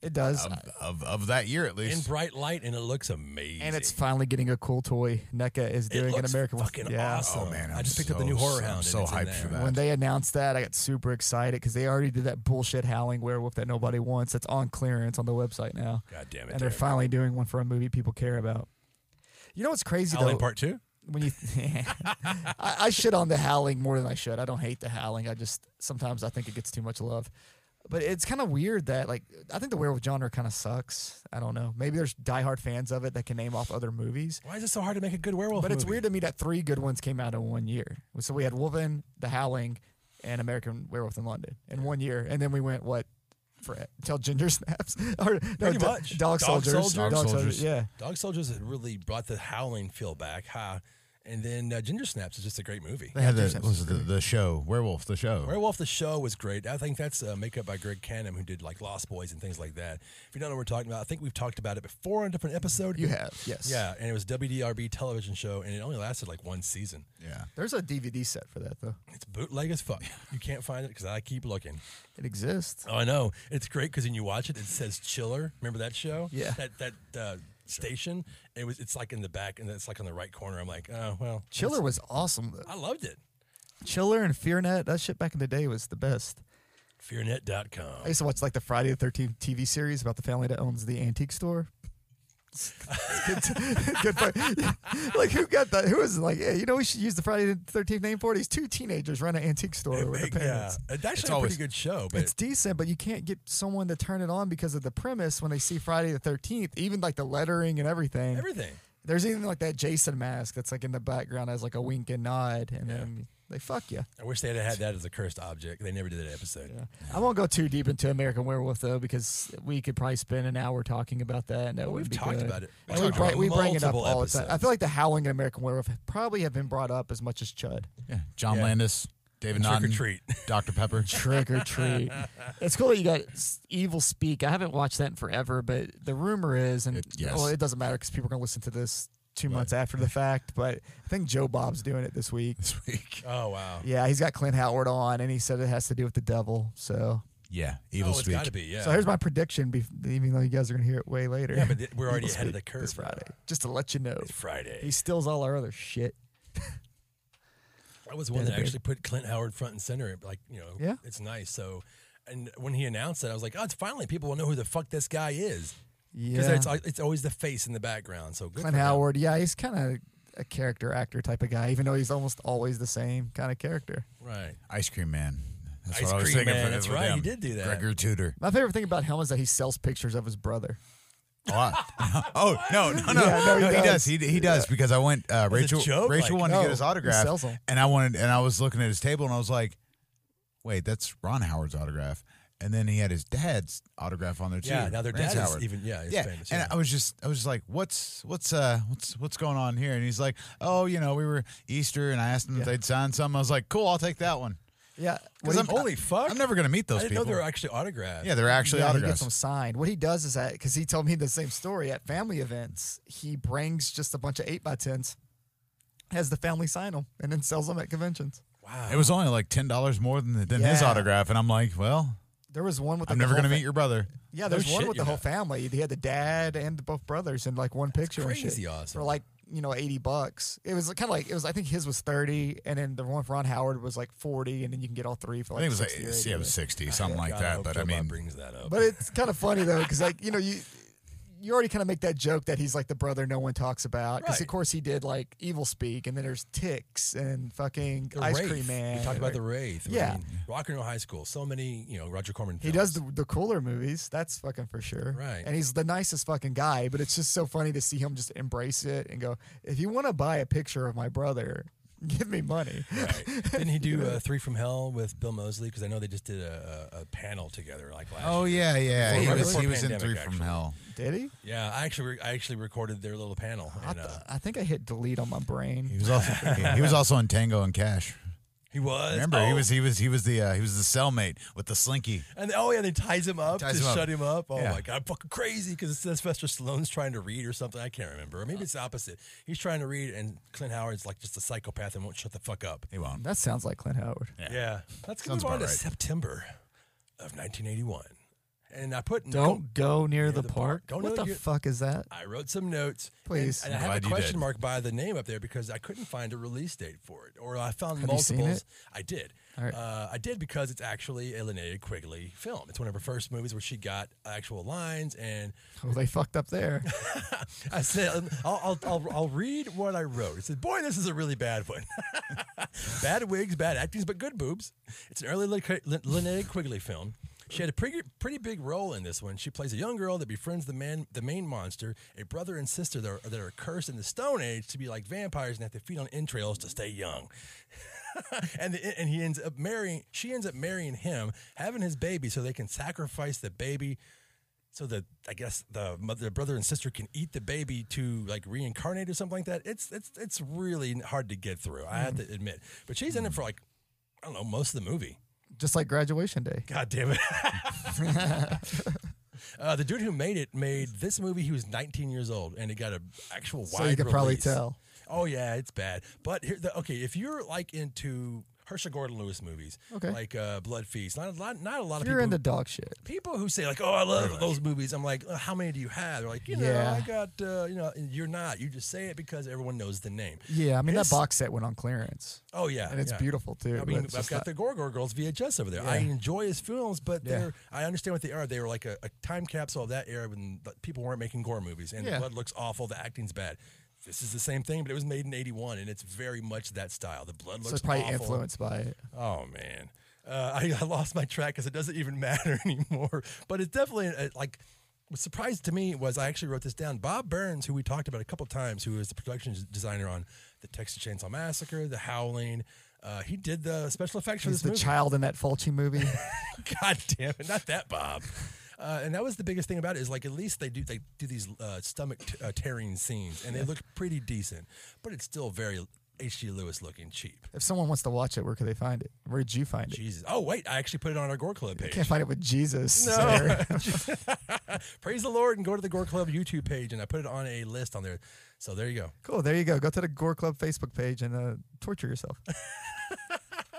It does.
of of, of that year at
In
least.
bright light, and it looks amazing.
and it's finally getting a cool toy. NECA is
It
doing
looks
an American
fucking
yeah.
awesome.
Oh, man,
I
I'm
just picked up the
so-
new horror
I'm
hound. and
so
it's in
hyped
there.
for that.
When they announced that, I got super excited because they already did that bullshit howling werewolf that nobody wants. That's on clearance on the website now,
God damn it,
and they're
Derek.
finally doing one for a movie people care about. You know what's crazy
Howling
though?
part two.
when you, I, I shit on the howling more than I should. I don't hate the howling. I just sometimes I think it gets too much love. But it's kind of weird that like I think the werewolf genre kind of sucks. I don't know. Maybe there's diehard fans of it that can name off other movies.
Why is it so hard to make a good werewolf?
But it's
movie?
weird to me that three good ones came out in one year. So we had Wolven, The Howling, and American Werewolf in London in one year, and then we went what for until Ginger Snaps or no,
Pretty
do-
much.
Dog,
Dog
Soldiers,
Soldiers.
Dog Soldiers.
yeah.
Dog Soldiers had really brought the howling feel back, huh? And then uh, Ginger Snaps is just a great movie.
They had the, what was it, the the show Werewolf the show.
Werewolf the Show was great. I think that's uh, makeup by Greg Canham, who did like Lost Boys and things like that. If you don't know what we're talking about, I think we've talked about it before on a different episode.
You have yes.
Yeah, and it was WDRB television show, and it only lasted like one season.
Yeah,
There's a DVD set for that though.
It's bootleg as fuck. You can't find it because I keep looking.
It exists.
Oh, I know. It's great because when you watch it, it says Chiller. Remember that show?
Yeah.
That that uh, station. It was. It's like in the back, and it's like on the right corner. I'm like, oh well.
Chiller was awesome.
I loved it.
Chiller and FearNet, that shit back in the day was the best.
Fearnet.com.
I used to watch like the Friday the Thirteenth TV series about the family that owns the antique store. good, good point. like who got that? Who was like, hey, you know, we should use the Friday the Thirteenth name for it. These two teenagers run an antique store with their
yeah,
parents.
it's actually
It's
a
always-
pretty good show, but
It's decent, but you can't get someone to turn it on because of the premise when they see Friday the Thirteenth, even like the lettering and everything.
everything.
There's even like that Jason mask that's like in the background as like a wink and nod, and
Yeah.
then they fuck you.
I wish they had had that as a cursed object. They never did that episode.
Yeah. I won't go too deep into American Werewolf though, because we could probably spend an hour talking about that. And that
Well,
would
we've
be
talked
good.
about it.
And we,
talked
bring,
about
we bring it up
multiple
all the time. I
episodes.
feel like the howling and American Werewolf probably have been brought up as much as Chud.
Yeah. John
Yeah.
Landis, David
Trick or
Naughton,
treat.
Dr. Pepper.
Trick or treat. it's cool that you got s- Evil Speak. I haven't watched that in forever, but the rumor is, and
It- yes.
well, it doesn't matter because people are going to listen to this two months after the fact. But I think Joe Bob's doing it this week.
this week.
Oh wow.
Yeah, he's got Clint Howard on, and he said it has to do with the devil. So,
Yeah. Evil
oh, it's
Speak.
got to be. Yeah.
so here's my prediction. bef- Even though you guys are going to hear it way later.
yeah, but th- we're already
Evil
ahead of the
Speak
curve.
this Friday. Just to let you know,
It's Friday.
he steals all our other shit.
I was the one
Yeah,
that
the big-
actually put Clint Howard front and center. Like, you know,
Yeah.
it's nice. So, and when he announced it, I was like, oh, it's finally people will know who the fuck this guy is. Because
Yeah,
it's, al- it's always the face in the background. So, good
Clint
for him.
Howard. Yeah, he's kind of a character actor type of guy, even though he's almost always the same kind of character.
Right.
Ice Cream Man. That's
Ice
what I was
Cream
thinking.
Man,
for-
that's
for
right, he
them.
did do that.
Gregor Tudor.
My favorite thing about him is that he sells pictures of his brother.
Oh, I- oh no, no, no,
Yeah, no, he
no, he
does.
does. He, he does because I went. Uh,
As a
Rachel
joke,
Rachel
like, oh,
wanted to
no,
get his
he
autograph,
sells 'em.
and I wanted, and I was looking at his table, and I was like, "Wait, that's Ron Howard's autograph." And then he had his dad's autograph on there too.
Yeah. Now their
Rance
dad is
Howard.
even, yeah, he's
yeah,
famous.
and
yeah.
I was just, I was just like, "What's, what's, uh, what's, what's going on here?" And he's like, "Oh, you know, we were Easter, and I asked them if
Yeah.
they'd sign something." I was like, "Cool, I'll take that one."
Yeah,
Because I'm
holy fuck.
I'm never gonna meet
I
those
didn't
people.
know they were actually autographed.
yeah, they're actually
yeah, He
autographs.
gets them signed. What he does is that because he told me the same story at family events, he brings just a bunch of eight by tens, has the family sign them, and then sells them at conventions.
Wow.
It was only like ten dollars more than than his
Yeah.
autograph, and I'm like, well,
There was one with
I'm
like,
never
the
gonna
whole
meet
fa-
your brother.
Yeah, there's
No
one
shit,
with the
you're
whole
not.
family. He had the dad and both brothers in like one picture. and shit
crazy awesome.
For like you know eighty bucks. It was kind of like it was. I think his was thirty, and then the one for Ron Howard was like forty, and then you can get all three for
I think it
like.
was
60
like yeah,
or
it
80.
was sixty, something like
God, I
that.
hope
But
Joe
I
Bob
mean,
brings that up.
But it's kind of funny though, because like you know you you already kind of make that joke that he's like the brother no one talks about, because of
Right.
course he did like evil speak, and then there's ticks and fucking
the
ice
Wraith.
cream man.
We talked about the Wraith. I
Yeah.
mean, Rock and Roll High School. So many, you know, Roger Corman
He does
films.
the, the cooler movies. That's fucking for sure.
Right.
And he's the nicest fucking guy, but it's just so funny to see him just embrace it and go, if you want to buy a picture of my brother, give me money.
Right. Didn't he do uh, Three from Hell with Bill Mosley? Because I know they just did a, a, a panel together like last.
oh
year.
yeah, yeah,
Before-
he
right
was
before
he was in
pandemic,
Three from
actually.
Hell.
Did he?
yeah. I actually re- I actually recorded their little panel.
I,
And,
th-
uh,
I think I hit delete on my
He
brain.
was also he was also in Tango and Cash.
he was.
Remember, he
oh,
was he was he was the uh, he was the cellmate with the slinky.
And oh yeah, they ties him up
Ties
to
him up.
shut him up. Oh
Yeah.
my god, fucking crazy! Because it's Sylvester Stallone's trying to read or something. I can't remember. Or maybe it's the opposite. He's trying to read, and Clint Howard's like just a psychopath and won't shut the fuck up.
He won't.
That sounds like Clint Howard.
Yeah.
Yeah, that's gonna
Sounds
move on
about
to
right.
September of 1981, and I put note-
Don't go near the,
the
park.
park. Don't
what
know
the
you-
fuck is that?
I wrote some notes. and-
Please.
And,
I'm
I have
glad
a
you
question
did.
mark by the name up there because I couldn't find a release date for it. Or I found
Have you
multiples.
seen it?
I did.
All right.
Uh, I did because it's actually a Linnea Quigley film. It's one of her first movies where she got actual lines. And
Oh, they fucked up there.
I said, um, I'll, I'll, I'll, I'll read what I wrote. It said, Boy, this is a really bad one. bad wigs, bad actings, but good boobs. It's an early Lin- Lin- Linnea Quigley film. She had a pretty, pretty big role in this one. She plays a young girl that befriends the man, the main monster, a brother and sister that are, that are cursed in the Stone Age to be like vampires and have to feed on entrails to stay young. and the, and he ends up marrying. She ends up marrying him, having his baby, so they can sacrifice the baby so that I guess the mother, brother, and sister can eat the baby to like reincarnate or something like that. It's it's it's really hard to get through. I have to
Mm-hmm.
admit, but she's in it for like I don't know most of the movie.
Just like graduation day.
God damn it! uh, the dude who made it made this movie. He was 19 years old, and it got a actual wide.
So you could probably
release.
tell.
Oh yeah, it's bad. But here, the, okay, if you're like into Herschel Gordon Lewis movies,
Okay.
like uh, Blood Feast. Not a lot, not a lot of
You're
people.
into dog shit.
people who say like, "Oh, I love those movies," I'm like, "Uh, "How many do you have?" They're like, "You know,
Yeah.
I got." Uh, you know, and you're not. You just say it because everyone knows the name.
Yeah, I mean
It's-
that box set went on clearance,
Oh yeah,
and it's
yeah.
beautiful too.
I
but
mean,
it's
I've
just
got
not-
the Gorgor Girls VHS over there. I
Yeah.
enjoy his films, but
Yeah.
they're I understand what they are. They were like a, a time capsule of that era when the- people weren't making gore movies, and the
Yeah.
blood looks awful, the acting's bad. This is the same thing, but it was made in '81, and it's very much that style. The blood looks
so it's probably
awful.
influenced by it.
Oh man, uh, I, I lost my track because it doesn't even matter anymore. But it's definitely uh, like. What surprised to me was I actually wrote this down. Bob Burns, who we talked about a couple times, who is the production designer on the Texas Chainsaw Massacre, The Howling, uh, he did the special effects for
He's
this
the
movie.
child in that Fulci movie.
God damn it, not that Bob. Uh, and that was the biggest thing about it is like at least they do they do these uh, stomach t- uh, tearing scenes and they look pretty decent, but it's still very H.G. Lewis looking cheap.
if someone wants to watch it, where could they find it? Where did you find it?
Jesus. Oh wait, I actually put it on our Gore Club page.
Can't find it with Jesus.
No.
there.
Praise the Lord and go to the Gore Club YouTube page and I put it on a list on there. So there you go.
Cool. There you go. Go to the Gore Club Facebook page and uh, torture yourself.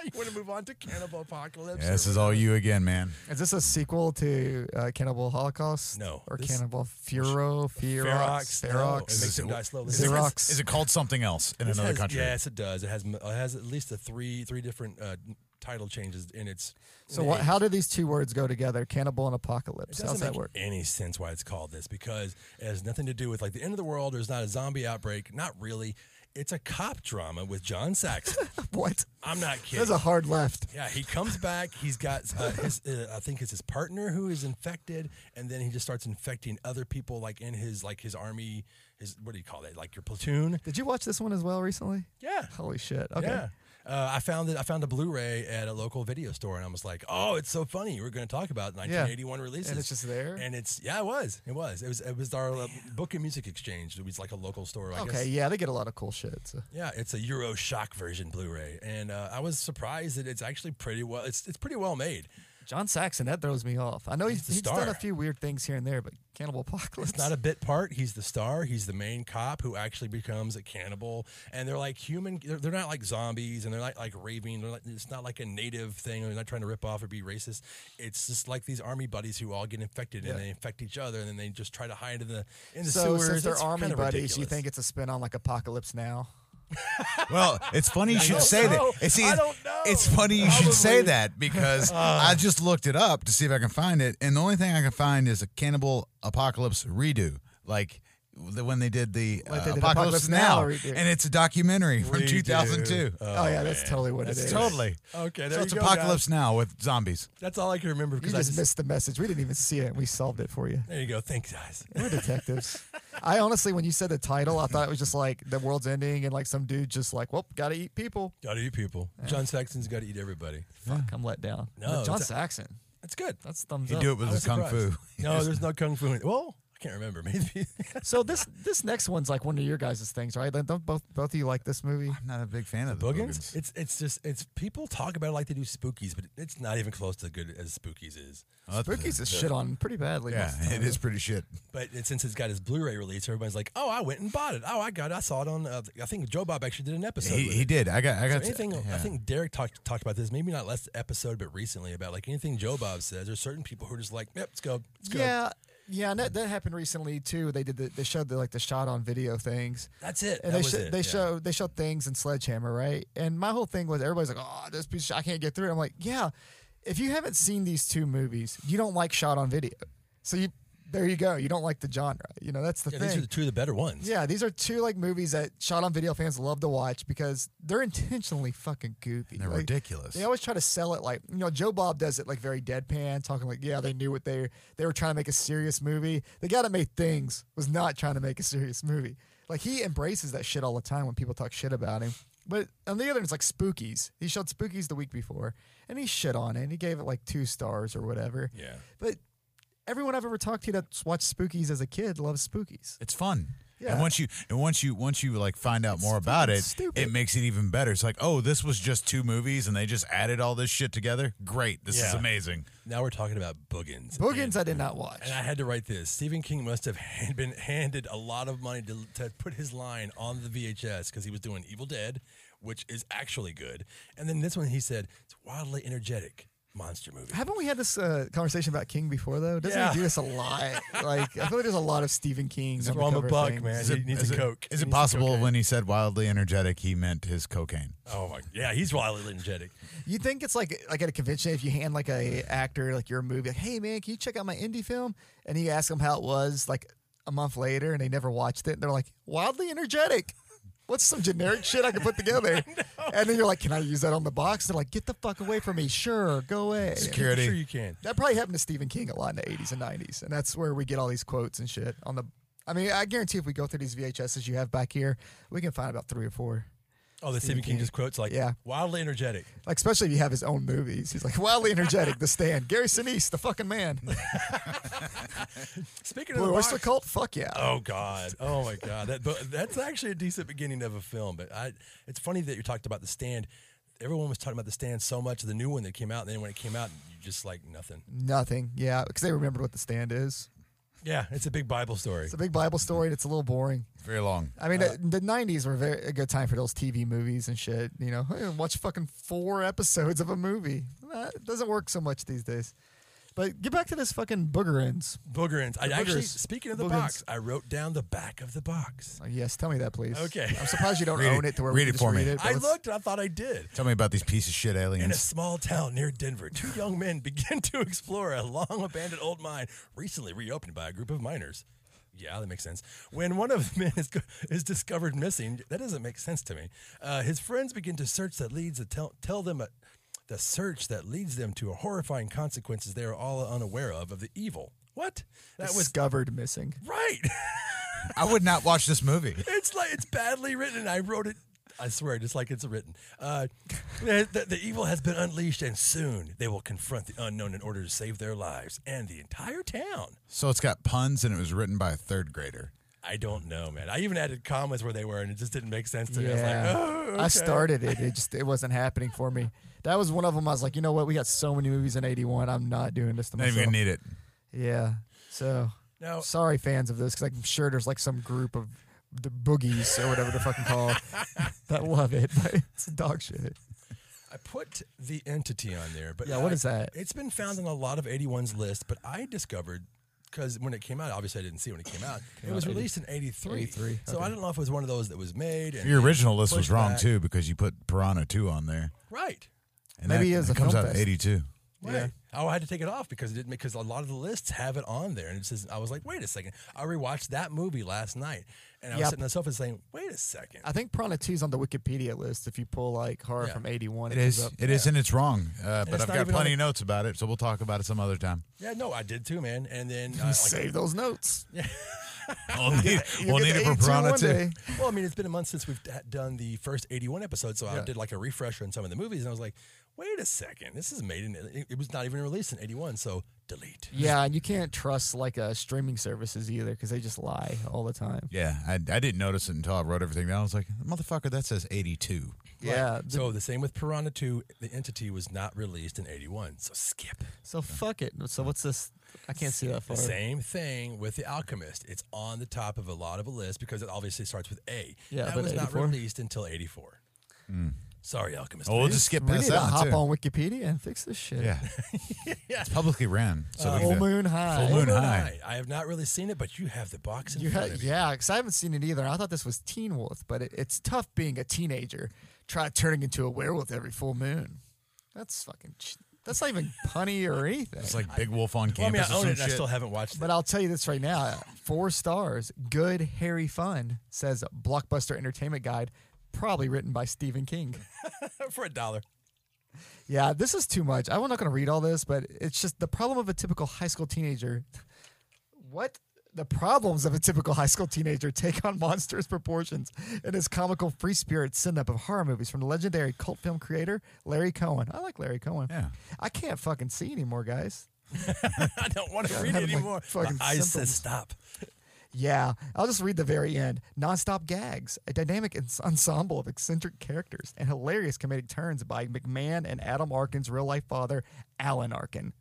you want to move on to Cannibal Apocalypse?
Yeah, this is all you again, man.
Is this a sequel to uh, Cannibal Holocaust?
No,
Or
this-
Cannibal Furo, Ferox,
Ferox. No, it
Ferox.
makes him die slowly.
Is it-
Xerox.
Is it called something else in
This
another
has-
country?
Yes, it does. It has m- it has at least a three three different uh, title changes in its.
So
in
what,
its-
how do these two words go together? Cannibal and
It
apocalypse.
doesn't
How's
make
that work?
any sense why it's called this because it has nothing to do with like the end of the world. There's not a zombie outbreak. Not really. It's a cop drama with John Saxon.
What?
I'm not kidding.
That's a hard left.
Yeah, he comes back. He's got, uh, his, uh, I think it's his partner who is infected, and then he just starts infecting other people, like in his like his army, his what do you call it, like your platoon.
Did you watch this one as well recently?
Yeah,
Holy shit. Okay.
yeah. Uh, I found it. I found a Blu-ray at a local video store, and I was like, "Oh, it's so funny! We're going to talk about 1981 releases."
And it's just there?
And it's yeah, it was, it was, it was, it was our uh, book and music exchange. It was like a local store. I guess.
Okay. Yeah, they get a lot of cool shit. So.
Yeah, it's a Euro Shock version Blu-ray, and uh, I was surprised that it's actually pretty well. It's it's pretty well made.
John Saxon, that throws me off. I know he's,
the
he's done
star.
a few weird things here and there, but Cannibal Apocalypse.
It's not a bit part. He's the star. He's the main cop who actually becomes a cannibal. And they're like human. They're, they're not like zombies, and they're not like raving. They're like, it's not like a native thing. They're not trying to rip off or be racist. It's just like these army buddies who all get infected and
Yeah.
they infect each other, and then they just try to hide in the in the
so
sewers.
since they're
It's
army
kind of
buddies, you
ridiculous.
think it's a spin on like Apocalypse Now?
Well, it's funny you should
don't
say
know.
that. It's,
I don't know.
it's funny you should say
Probably. Uh.
that because I just looked it up to see if I can find it, and the only thing I can find is a Cannibal Apocalypse redo, like the, when they did the
Like
uh,
they did
Apocalypse,
Apocalypse
Now,
Now redo.
and it's a documentary from
Redo. Uh,
2002.
Oh, yeah, that's totally what it
It's
is.
totally.
Okay, there
So it's
you go,
Apocalypse Now with zombies.
That's all I can remember
You
because I
just
just
missed the message. We didn't even see it. We solved it for you.
There you go. Thanks, guys.
We're detectives. I honestly, when you said the title, I thought it was just like the world's ending and like some dude just like, well, gotta eat people.
Gotta eat people. John Saxon's gotta eat everybody.
Fuck, I'm let down.
No,
But John
it's a-
Saxon.
That's good.
That's thumbs
He
up.
do it with
Oh, I
his
was
kung fu.
surprised. No, there's no kung fu. In it. Well, I can't remember. Maybe.
so this this next one's like one of your guys' things, right? Like, Don't both both of you like this movie?
I'm not a big fan of the
Boogans?
Boogans.
It's it's just it's people talk about it like they do spookies, but it's not even close to good as spookies is.
Oh, that's-
Spooky's is shit on pretty badly.
Yeah,
most of the time.
it is pretty shit.
But it, since it's got his Blu-ray release, everybody's like, "Oh, I went and bought it. Oh, I got. It. I saw it on. Uh, I think Joe Bob actually did an episode.
He,
with
he
it.
did. I got. I got. to-
Anything I
yeah.
think Derek talked talked about this maybe not last episode but recently about like anything Joe Bob says there's certain people who are just like yep let's go let's go
Yeah, yeah, and that, that happened recently too. They did the, they showed the like the shot on video things,
that's it
and
That
they
was
sho-
it.
they
Yeah.
show they showed things in Sledgehammer, right? And my whole thing was everybody's like, oh, this piece, of shit, I can't get through. it. I'm like, yeah, if you haven't seen these two movies, you don't like shot on video, so you there you go, you don't like the genre. You know that's the
yeah,
thing.
these are the two of the better ones
yeah, these are two like movies that shot on video fans love to watch because they're intentionally fucking goofy.
They're
Like,
ridiculous.
they always try to sell it like you know Joe Bob does it like very deadpan, talking like yeah they knew what they they were trying to make a serious movie. The guy that made Things was not trying to make a serious movie. Like he embraces that shit all the time when people talk shit about him. But on the other, it's like Spookies. He showed Spookies the week before, and he shit on it. and He gave it like two stars or whatever.
yeah
But everyone I've ever talked to that's watched Spookies as a kid loves Spookies.
It's fun. And once you and once you once you like find out more about
fucking
it,
stupid.
it makes it even better. It's like, oh, this was just two movies and they just added all this shit together. Great. This is
Yeah.
amazing.
Now we're talking about Boogans.
Boogans,
And,
I did not watch.
and I had to write this. Stephen King must have hand, been handed a lot of money to, to put his line on the VHS because he was doing Evil Dead, which is actually good. And then this one, he said, it's wildly energetic monster movie.
Haven't we had this uh, conversation about King before though? Doesn't
Yeah.
he do this a lot? like I feel like there's a lot of Stephen King.
He's wrong with
undercover
Buck,
things.
man. He needs
is
a
it-
Coke.
Is
He
it
needs
possible
cocaine.
when he said wildly energetic, he meant his cocaine?
Oh my! Yeah, he's wildly energetic.
You think it's like like at a convention if you hand like a actor like your movie like hey man can you check out my indie film and you ask them how it was like a month later and they never watched it and they're like wildly energetic. What's some generic shit I can put together? And then you're like, can I use that on the box? They're like, get the fuck away from me. Sure, go away.
Security.
Sure, you can.
That probably happened to Stephen King a lot in the 80s and 90s, and that's where we get all these quotes and shit on the. I mean, I guarantee if we go through these VHSs you have back here, we can find about three or four.
Oh, the Stephen King just quotes like,
Yeah.
wildly energetic."
Like, especially if you have his own movies. He's like wildly energetic, The Stand, Gary Sinise, the fucking man,
Speaking of
Blue
the
Oyster
box,
Cult, fuck yeah.
oh god, oh my god, that but that's actually a decent beginning of a film. But I, it's funny that you talked about the stand. Everyone was talking about the stand so much. The new one that came out, and then when it came out, you just like nothing.
Nothing, yeah, because they remembered what The Stand is.
Yeah, it's a big Bible story.
It's a big Bible story, and it's a little boring.
Very long.
I mean, the, the 90s were very, a good time for those TV movies and shit. You know, Hey, watch fucking four episodes of a movie. Nah, It doesn't work so much these days. But get back to this fucking boogerins.
Boogerins. I actually,
boogers.
speaking of the
Boogers.
box, I wrote down the back of the box.
Oh, yes, tell me that, please.
Okay.
I'm surprised you don't
Read it.
own it to where
Read
we can
it
just
for me.
read it. but
I
let's-
looked and I thought I did.
Tell me about these piece of shit
In a
aliens.
small town near Denver, two young men begin to explore a long abandoned old mine recently reopened by a group of miners. Yeah, that makes sense. When one of the men is, is discovered missing, that doesn't make sense to me. Uh, his friends begin to search that leads to tell, tell them a, the search that leads them to horrifying consequences they are all unaware of of the evil. What? That was
discovered missing.
right.
I would not watch this movie.
It's like it's badly written. and I wrote it. I swear, just like it's written. Uh, the, the, the evil has been unleashed, and soon they will confront the unknown in order to save their lives and the entire town.
So it's got puns and it was written by a third grader.
I don't know, man. I even added commas where they were, and it just didn't make sense to me. I was like,
Yeah.
oh,
I
okay."
started it. It just it wasn't happening for me. That was one of them. I was like, you know what? We got so many movies in '81. I'm not doing this to
Not
myself.
even gonna need Oh. it.
yeah. So
Now-
sorry, fans of this, because I'm sure there's like some group of the boogies or whatever they're fucking called that love it, but it's dog shit.
I put the entity on there, but
Yeah, what
I-
is that?
It's been found on a lot of 81's list, but I discovered because when it came out, obviously I didn't see it when it came out. it was released in '83.
83,
So I don't know if it was one of those that was made. And
Your original list was
pushed
wrong
back.
too because you put Piranha two on there.
right?
And
Maybe
that,
it is
that
a
comes
film
out in
fest.
eighty two.
Right. Oh, I had to take it off because it didn't because a lot of the lists have it on there, and it says I was like, wait a second. I rewatched that movie last night, and I was
Yep. Uh,
sitting on the sofa saying, wait a second.
I think Prana 2 is on the Wikipedia list. If you pull like horror
Yeah.
from '81,
It is. It is, and it's wrong. Uh, but
it's
I've
not
got
even on
plenty
the-
of notes about it, so we'll talk about it some other time.
yeah, no, I did too, man. And then, uh, like,
Save those notes.
We'll need, we'll
get
need
the
it for
82
Piranha
one
too.
day.
well, I mean, it's been a month since we've d- done the first eighty-one episode, so I did like a refresher on some of the movies, and I was like, wait a second, this is made in it, it was not even released in eighty-one, so delete.
Yeah, and you can't trust like uh, streaming services either because they just lie all the time.
Yeah, I, I didn't notice it until I wrote everything down. I was like, motherfucker, that says eighty two.
Yeah. th-
So the same with Piranha Two. The entity was not released in eighty-one, so skip.
So fuck it. So what's this? I can't see that far.
The same thing with The Alchemist. It's on the top of a lot of a list because it obviously starts with A.
Yeah,
that
but Mm.
was not
84?
released until 84. Sorry, Alchemist.
Oh, we'll just skip
We need
past
to
that
hop
one too.
on Wikipedia and fix this shit.
Yeah, it's publicly ran.
Uh,
So we
Full
can do-
moon high.
Full Moon
Moon
High.
High. I have not really seen it, but you have the box in
You ha-
front of you.
yeah, because I haven't seen it either. I thought this was Teen Wolf, but it, it's tough being a teenager. Try turning into a werewolf every full moon. That's fucking. Ch- that's not even punny or anything.
It's like Big Wolf on
Well, I mean,
campus.
I own
or
it,
some
and I
shit.
still haven't watched it.
But I'll tell you this right now: four stars, good hairy fun, says Blockbuster Entertainment Guide, probably written by Stephen King.
For a dollar.
Yeah, this is too much. I'm not going to read all this, but it's just the problem of a typical high school teenager. What the problems of a typical high school teenager take on monstrous proportions in his comical free spirit send up of horror movies from the legendary cult film creator Larry Cohen. I like Larry Cohen.
Yeah.
I can't fucking see anymore, guys.
I don't want to read it
having, like,
anymore.
fucking
My eyes said
symptoms.
stop.
Yeah, I'll just read the very end. Nonstop gags, a dynamic ens- ensemble of eccentric characters, and hilarious comedic turns by McMahon and Adam Arkin's real life father, Alan Arkin.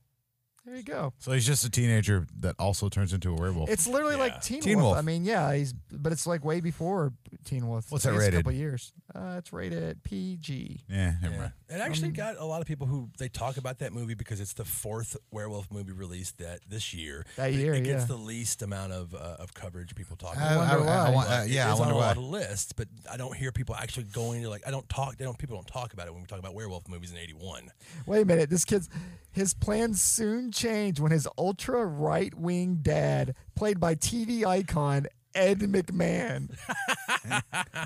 There you go.
So he's just a teenager that also turns into a werewolf.
It's literally
Yeah.
like Teen,
Teen
Wolf.
Wolf.
I mean, yeah, he's but it's like way before Teen Wolf.
What's that
It's
rated?
A couple years. Uh, it's rated PG.
yeah, never
Yeah.
mind.
It actually
Um,
got a lot of people who they talk about that movie because it's the fourth werewolf movie released that this year.
That
But it-
year,
it gets
yeah. Ah,
the least amount of uh, of coverage. People talk
I-
about.
I-
wonder
I- I
why.
want- uh,
It
yeah, I
is on
wonder
a
why.
lot of lists, but I don't hear people actually going to like. I don't talk. They don't. People don't talk about it when we talk about werewolf movies in '81.
Wait a minute. This kid's his plans soon change when his ultra right wing dad, played by TV icon Ed McMahon.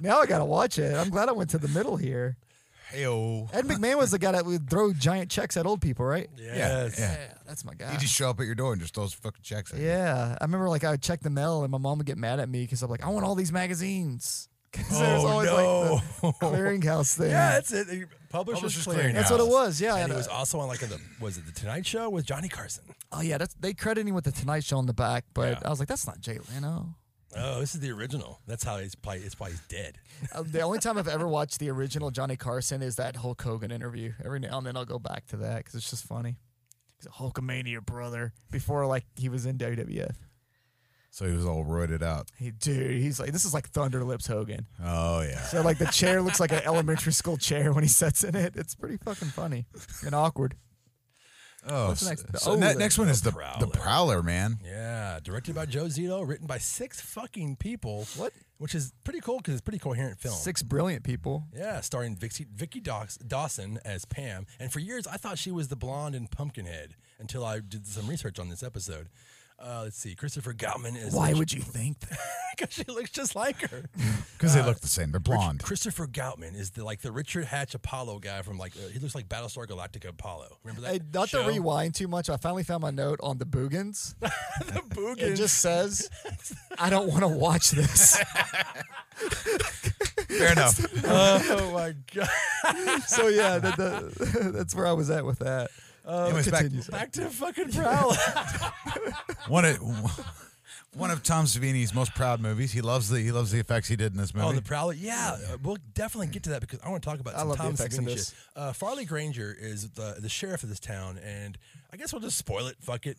now I gotta watch it. I'm glad I went to the middle here.
Heyo.
Ed McMahon was the guy that would throw giant checks at old people, right?
Yeah, yeah.
Yeah, that's my guy.
He just show up at your door and just throws fucking checks. At you.
Yeah, I remember like I would check the mail and my mom would get mad at me because I'm like, I want all these magazines. Because there's
Oh,
always
no.
like the clearinghouse thing.
Yeah, that's it. The Publishers,
Publishers
Clearinghouse.
That's what it was, yeah.
and
And,
it was
uh,
also on like the was it the Tonight Show with Johnny Carson?
oh yeah, that's they credit him with the Tonight Show on the back, but
Yeah.
I was like, that's not Jay Leno.
Oh, this is the original. That's how it's probably it's probably dead.
Uh, the only time I've ever watched the original Johnny Carson is that Hulk Hogan interview. Every now and then I'll go back to that because it's just funny. He's a Hulkamania brother before like he was in WWF.
So he was all roided out.
He, dude, he's like this is like Thunder Lips Hogan.
Oh yeah.
So like the chair looks like an elementary school chair when he sits in it. It's pretty fucking funny and awkward.
Oh.
What's
So,
next?
so
Oh,
ne-
the-
next one is the
Prowler.
the Prowler, man.
Yeah, directed by Joe Zito, written by six fucking people.
What?
Which is pretty cool because it's a pretty coherent film.
Six brilliant people.
Yeah, starring Vicky, Vicky Daws- Dawson as Pam. And for years, I thought she was the blonde in Pumpkinhead until I did some research on this episode. Uh, let's see, Christopher Gottman is
Why would you think that?
because she looks just like her.
Because
Uh,
they look the same. They're blonde.
Christopher Goutman is the like the Richard Hatch Apollo guy from like uh, he looks like Battlestar Galactica Apollo. Remember that?
Hey, not
show?
to rewind too much, I finally found my note on the Boogans.
the Boogans.
It just says, I don't want to watch this.
Fair enough.
oh my god!
so yeah, that, that, that's where I was at with that.
Anyways, back,
uh, continues.
Back to fucking Prowler.
one of one of Tom Savini's most proud movies. He loves the he loves the effects he did in this movie.
Oh, the Prowler. Yeah, uh, we'll definitely get to that because I want to talk about
I
some
love the
Tom
effects in
Savini
this.
shit. Uh, Farley Granger is the the sheriff of this town, and I guess we'll just spoil it. Fuck it.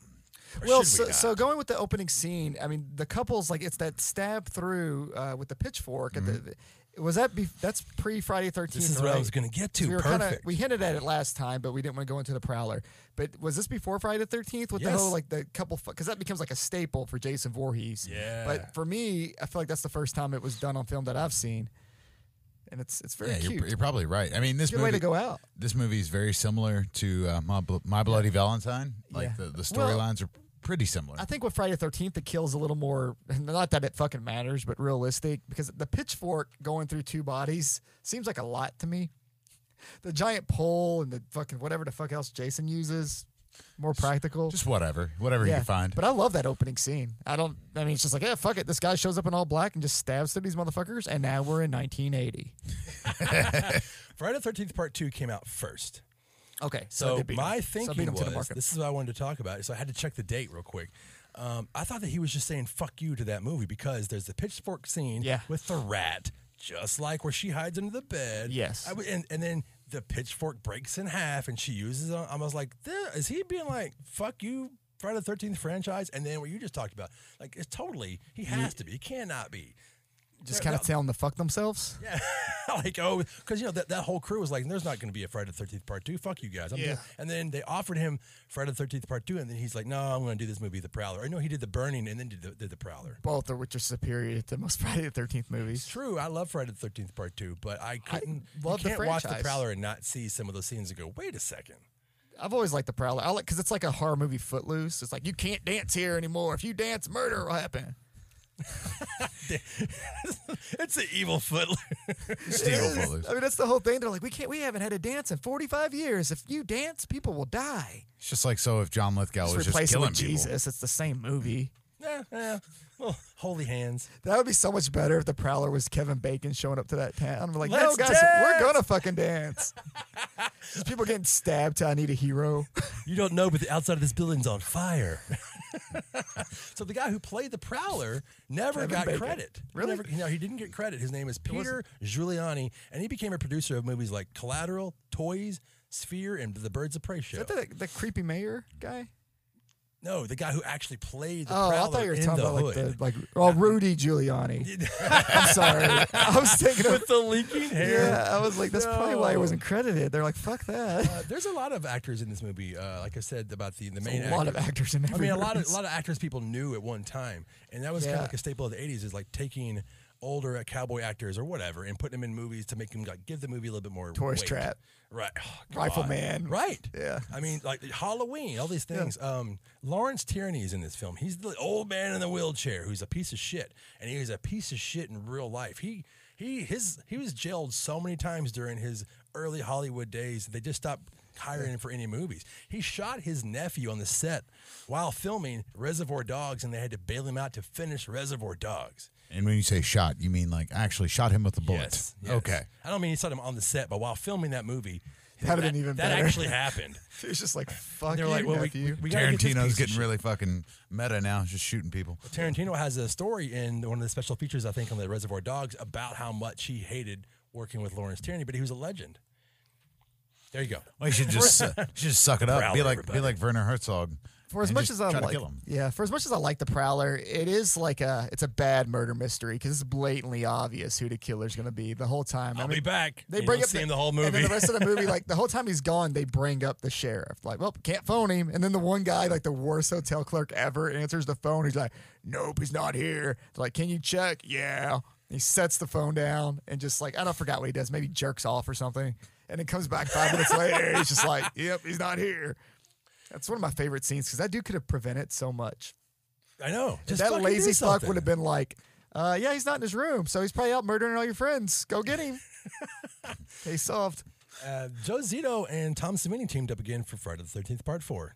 Or
Well,
should we
so,
not?
so going with the opening scene, I mean, the couple's like it's that stab through uh, with the pitchfork. At the, was that be, that's pre Friday Thirteenth?
this is what I was going to get to.
we were
Perfect.
Kinda, we hinted at it last time, but we didn't want to go into the Prowler. But was this before Friday the Thirteenth with the
Yes.
whole like the couple? Because that becomes like a staple for Jason Voorhees.
Yeah.
But for me, I feel like that's the first time it was done on film that I've seen, and it's it's very
yeah,
cute.
you're, you're probably right. I mean, this
Good
movie,
way to go out.
This movie is very similar to uh, My, Blo- My Bloody Valentine. Like the,
Yeah.
the
Well,
storylines are pretty similar.
I think with Friday the Thirteenth, the kill's a little more. Not that it fucking matters, but realistic because the pitchfork going through two bodies seems like a lot to me. The giant pole and the fucking whatever the fuck else Jason uses, more practical.
Just whatever, whatever you
yeah,
can find.
but I love that opening scene. I don't. I mean, it's just like, yeah, fuck it. This guy shows up in all black and just stabs through these motherfuckers, and now we're in 1980.
Friday the Thirteenth Part Two came out first.
Okay, I
So
did beat him.
my
So I beat
thinking
him
was
to the market.
this is what I wanted to talk about. So I had to check the date real quick. Um, I thought that he was just saying "fuck you" to that movie because there's the pitchfork scene
Yeah.
with the rat, just like where she hides under the bed.
Yes.
I w- and and then the pitchfork breaks in half and she uses it. I was like, "There- is he being like "fuck you"? Friday the Thirteenth franchise, and then what you just talked about, like it's totally he has to be, he cannot be.
just kind of telling them to fuck themselves.
Yeah, like oh, because you know that, that whole crew was like, "There's not going to be a Friday the Thirteenth Part Two. Fuck you guys." I'm
Yeah.
yeah. And then they offered him Friday the Thirteenth Part Two, and then he's like, "No, I'm going to do this movie, The Prowler." I know he did The Burning, and then did The, did the Prowler.
Both are which are superior to most Friday the Thirteenth movies.
True, I love Friday the Thirteenth Part Two, but I couldn't.
love the
you can't watch The
franchise.
Prowler and not see some of those scenes and go, "Wait a second.
I've always liked the Prowler. I like because it's like a horror movie Footloose. It's like you can't dance here anymore. If you dance, murder will happen.
it's the evil Footloose."
Steve will pull this.
I mean, that's the whole thing. They're like, we can't. We haven't had a dance in 45 years. If you dance, people will die.
It's just like so if John Lithgow was
Just
just
replace it
killing
with
people.
Jesus. It's the same movie.
yeah, yeah. Well, holy hands.
That would be so much better if the Prowler was Kevin Bacon showing up to that town. I'm like, no,
Let's
guys,
dance!"
we're gonna fucking dance. Just people getting stabbed. To I need a hero.
You don't know, but the outside of this building's on fire. so the guy who played the Prowler never
Kevin
got
Bacon.
credit.
Really?
He never, no, he didn't get credit. His name is Peter Giuliani, and he became a producer of movies like Collateral, Toys, Sphere, and The Birds of Prey Show.
Is that the, the creepy mayor guy?
no, the guy who actually played the
Oh,
Prowler
I thought you were
in
talking
the
about like
hood.
the like. Oh, Rudy Giuliani. I'm sorry. I was thinking of.
with the leaking hair.
Yeah, I was like, that's probably why he
No.
wasn't credited. They're like, fuck that.
Uh, there's a lot of actors in this movie. Uh, like I said about the the main
There's a lot
actor.
of actors in
I
every
mean, a lot of
movie.
a lot of actors people knew at one time, and that was kind
Yeah.
of like a staple of the '80s is like taking older uh, cowboy actors or whatever and putting them in movies to make them like give the movie a little bit more.
Tourist
weight.
Trap.
right? Oh, God.
Rifleman.
right?
Yeah.
I mean, like Halloween, all these things. Um, Lawrence Tierney is in this film. He's the old man in the wheelchair who's a piece of shit, and he was a piece of shit in real life. He he his he was jailed so many times during his early Hollywood days. They just stopped hiring him for any movies. He shot his nephew on the set while filming Reservoir Dogs, and they had to bail him out to finish Reservoir Dogs.
And when you say shot, you mean like actually shot him with a bullet.
Yes, yes.
Okay.
I don't mean he shot him on the set, but while filming that movie,
That'd have
that,
been even
that
better.
actually happened.
It was just like, fuck
They're
you,
like, well, we,
nephew.
we- we gotta get this piece
Tarantino's
of
getting
shit.
really fucking meta now, just shooting people.
Tarantino has a story in one of the special features, I think, on the Reservoir Dogs about how much he hated working with Lawrence Tierney, but he was a legend. There you go.
Well, you should just you should just suck it up.
Prowl
be like
everybody.
be like Werner Herzog.
for as
and
much
just
as I
try to
like,
kill him.
yeah, for as much as I like the Prowler, it is like a it's a bad murder mystery because it's blatantly obvious who the killer's going to be the whole time. I
I'll be
mean,
back.
They
You
bring
don't
up
see him the whole
and then
movie.
the rest of the movie, like the whole time he's gone, they bring up the sheriff. Like, well, can't phone him. And then the one guy, like the worst hotel clerk ever, answers the phone. He's like, "Nope, he's not here." They're like, "Can you check?" Yeah. And he sets the phone down and just like I don't forgot what he does. Maybe jerks off or something, and then comes back five minutes later. and He's just like, "Yep, he's not here." That's one of my favorite scenes because that dude could have prevented so much.
I know. Just
that
fucking
lazy
do
fuck
something.
would have been like, uh, "Yeah, he's not in his room, so he's probably out murdering all your friends. Go get him." Case solved.
Uh, Joe Zito and Tom Savini teamed up again for Friday the 13th, Part 4.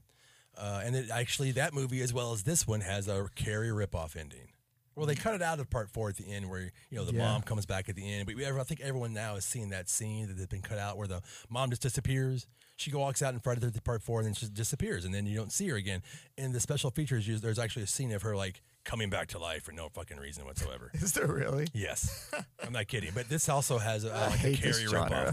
Uh, and it, actually, that movie, as well as this one, has a Carrie ripoff ending. Well, they cut it out of Part 4 at the end where, you know, the
Yeah.
mom comes back at the end. But we, I think everyone now has seen that scene that has been cut out where the mom just disappears. She walks out in Friday the 13th, Part 4, and then she disappears. And then you don't see her again. In the special features, you- there's actually a scene of her, like, coming back to life for no fucking reason whatsoever.
Is there really?
Yes, I'm not kidding. But this also has a,
I
like a
hate this
carry
genre.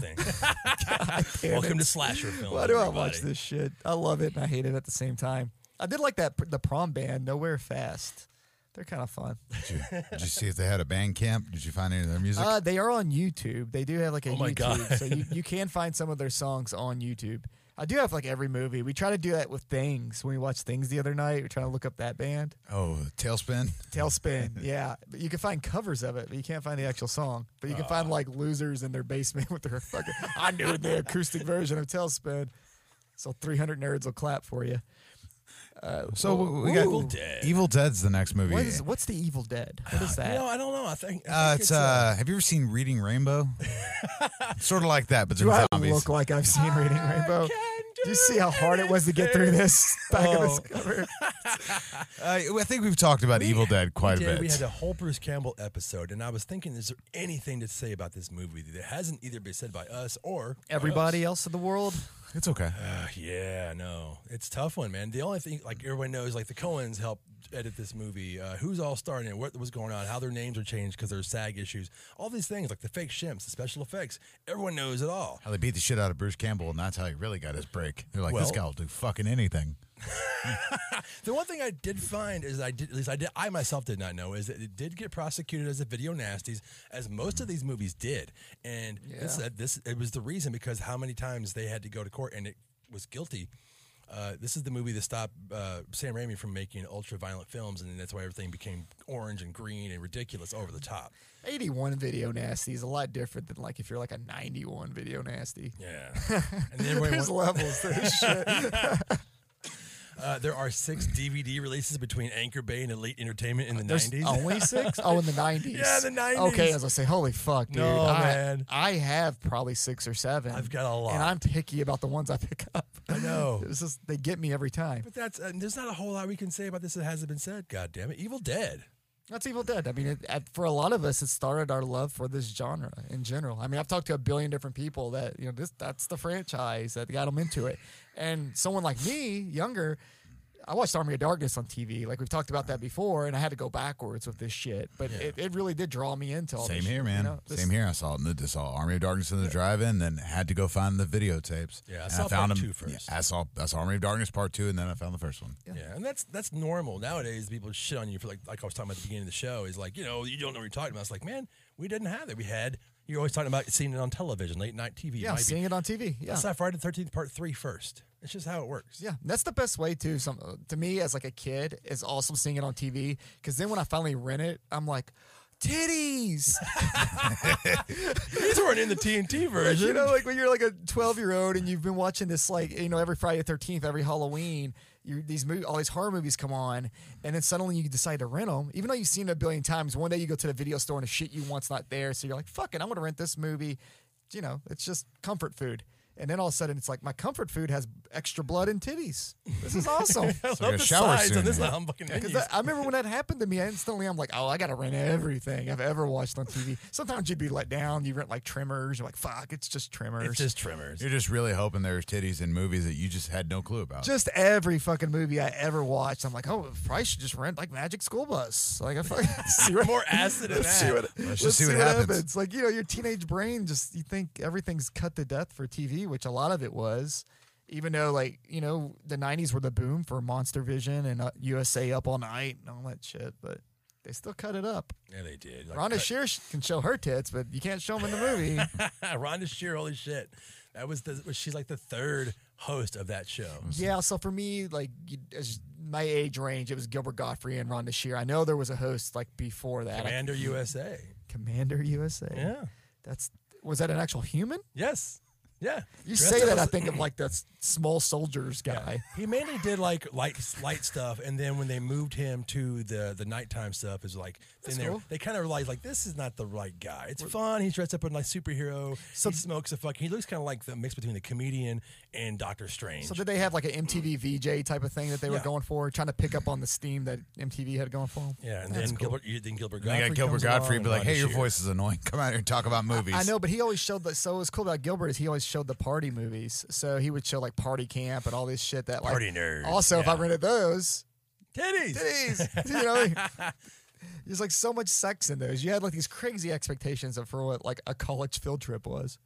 ripoff thing. Welcome to slasher films.
Why do I
everybody.
watch this shit? I love it and I hate it at the same time. I did like that the prom band, Nowhere Fast. They're kind of fun.
Did you, did you see if they had a band camp? Did you find any of their music?
Uh, they are on YouTube. They do have like a
Oh my
YouTube,
God.
so you, you can find some of their songs on YouTube. I do have like every movie. We try to do that with Things when we watched Things the other night. We're trying to look up that band,
oh, Tailspin.
Tailspin. yeah, but you can find covers of it, but you can't find the actual song. But you can find like losers in their basement with their fucking. I knew the acoustic version of Tailspin. So 300 nerds will clap for you.
So
Oh,
we- we got
Evil Dead.
Evil Dead's the next movie.
What is, what's the Evil Dead? What is that?
You know, I don't know. I think, I
uh,
think
it's uh, have you ever seen Reading Rainbow? sort of like that, but
do
there's
I
zombies.
look like I've seen Reading Rainbow?
can
Do you see how hard it was to get through this back of this cover?
Uh, I think we've talked about Evil Dead quite
we
a
did-
bit.
We had a whole Bruce Campbell episode, and I was thinking, is there anything to say about this movie that hasn't either been said by us or
Everybody else in the world?
it's okay.
Uh, yeah, no, it's a tough one, man. The only thing, like everyone knows, like the Coens helped edit this movie. Uh, who's all starring it? What was going on? How their names are changed because there's SAG issues. All these things, like the fake shims, the special effects. Everyone knows it all.
How they beat the shit out of Bruce Campbell, and that's how he really got his break. They're like, this
Well-
guy will do fucking anything.
The one thing I did find is I did at least I did I myself did not know is that it did get prosecuted as a video nasties as most of these movies did, and this uh, this it was the reason because how many times they had to go to court and it was guilty. Uh, this is the movie that stopped uh, Sam Raimi from making ultra violent films, and that's why everything became orange and green and ridiculous over the top.
81 video nasty is a lot different than like if you're like a 91 video nasty.
Yeah, and then everyone
There's
went-
levels to this shit.
uh, there are six DVD releases between Anchor Bay and Elite Entertainment in the
There's
nineties.
only six? Oh, in the 90s.
Yeah, the 90s.
Okay, as I say, holy fuck, dude.
No,
I,
man.
I have probably six or seven.
I've got a lot.
And I'm picky about the ones I pick up.
I know.
It was just, they get me every time.
But that's uh, there's not a whole lot we can say about this that hasn't been said. God damn it, Evil Dead.
That's Evil Dead. I mean, it, at, for a lot of us, it started our love for this genre in general. I mean, I've talked to a billion different people that you know this that's the franchise that got them into it, and someone like me, younger, I watched Army of Darkness on TV. Like we've talked about that before, and I had to go backwards with this shit. But it, it really did draw me into all
Same
this
here,
shit,
man.
You know? This-
Same here. I saw it in the I saw Army of Darkness in the drive-in, then had to go find the videotapes.
Yeah, I
And
saw part two
yeah,
first.
I saw I saw Army of Darkness part two, and then I found the first one.
Yeah, and that's that's normal nowadays. People shit on you for like like I was talking about at the beginning of the show. Is like you know you don't know what you're talking about. It's like man, we didn't have that. We had you're always talking about seeing it on television, late night TV.
Yeah,
might be-
seeing it on TV. Yeah,
Let's have Friday the Thirteenth Part Three first. It's just how it works.
Yeah, that's the best way too. Some to me as like a kid is awesome seeing it on TV because then when I finally rent it, I'm like, titties.
these weren't in the TNT version.
you know, like when you're like a 12 year old and you've been watching this like you know every Friday the 13th, every Halloween, you these movie, all these horror movies come on, and then suddenly you decide to rent them, even though you've seen it a billion times. One day you go to the video store and the shit you want's not there, so you're like, fuck it, I'm gonna rent this movie. You know, it's just comfort food. And then all of a sudden, it's like my comfort food has extra blood and titties. This is awesome.
I love
like a
the
shower
size
soon,
on this
yeah.
I'm fucking
Because
menus.
I remember when that happened to me, instantly I'm like, oh, I got to rent everything I've ever watched on TV. Sometimes you'd be let down. You rent like Tremors. You're like, fuck, it's just Tremors.
It's just trimmers.
You're just really hoping there's titties in movies that you just had no clue about.
Just every fucking movie I ever watched. I'm like, oh, probably should just rent like Magic School Bus. Like, I fucking see what,
More acid than
let's see
that.
what,
Let's just
let's
see what happens.
Like, you know, your teenage brain just, you think everything's cut to death for TV, which a lot of it was. Even though, like, you know, the 90s were the boom for Monster Vision and uh, USA Up All Night and all that shit, but they still cut it up.
Yeah, they did. Like,
Rhonda
cut-
Shear sh- can show her tits, but you can't show them in the movie.
Rhonda Shear, holy shit. That was the was- she's like the third host of that show.
yeah, so for me, like you- as my age range, it was Gilbert Godfrey and Rhonda Shear. I know there was a host like before that, I-
Commander USA.
Commander USA.
Yeah.
that's was that an actual human?
Yes. Yeah.
You
Dressed
say
up
that, I
as-
think of like that s- small soldiers guy.
He mainly did like light light stuff, and then when they moved him to the the nighttime stuff, is like
That's
then they,
cool.
they kind of realized like this is not the right guy. It's fun. He's dressed up in like superhero. he smokes a fucking. He looks kind of like the mix between the comedian and Doctor Strange.
So did they have like an MTV VJ type of thing that they were
Yeah.
going for, trying to pick up on the steam that MTV had going for them?
yeah, and then Gilbert you- then Gilbert
I
Godfrey.
got Gilbert
comes along
Godfrey
and
be like,
Rhonda
"Hey, your
Shear.
voice is annoying. Come out here and talk about movies."
I know, but he always showed that. So what's cool about Gilbert is he always showed the party movies. So he would show like Party Camp and all this shit that like
Party nerds,
Also, if I
yeah.
rented those,
titties.
titties, you know, like, there's like so much sex in those. You had like these crazy expectations of for what like a college field trip was.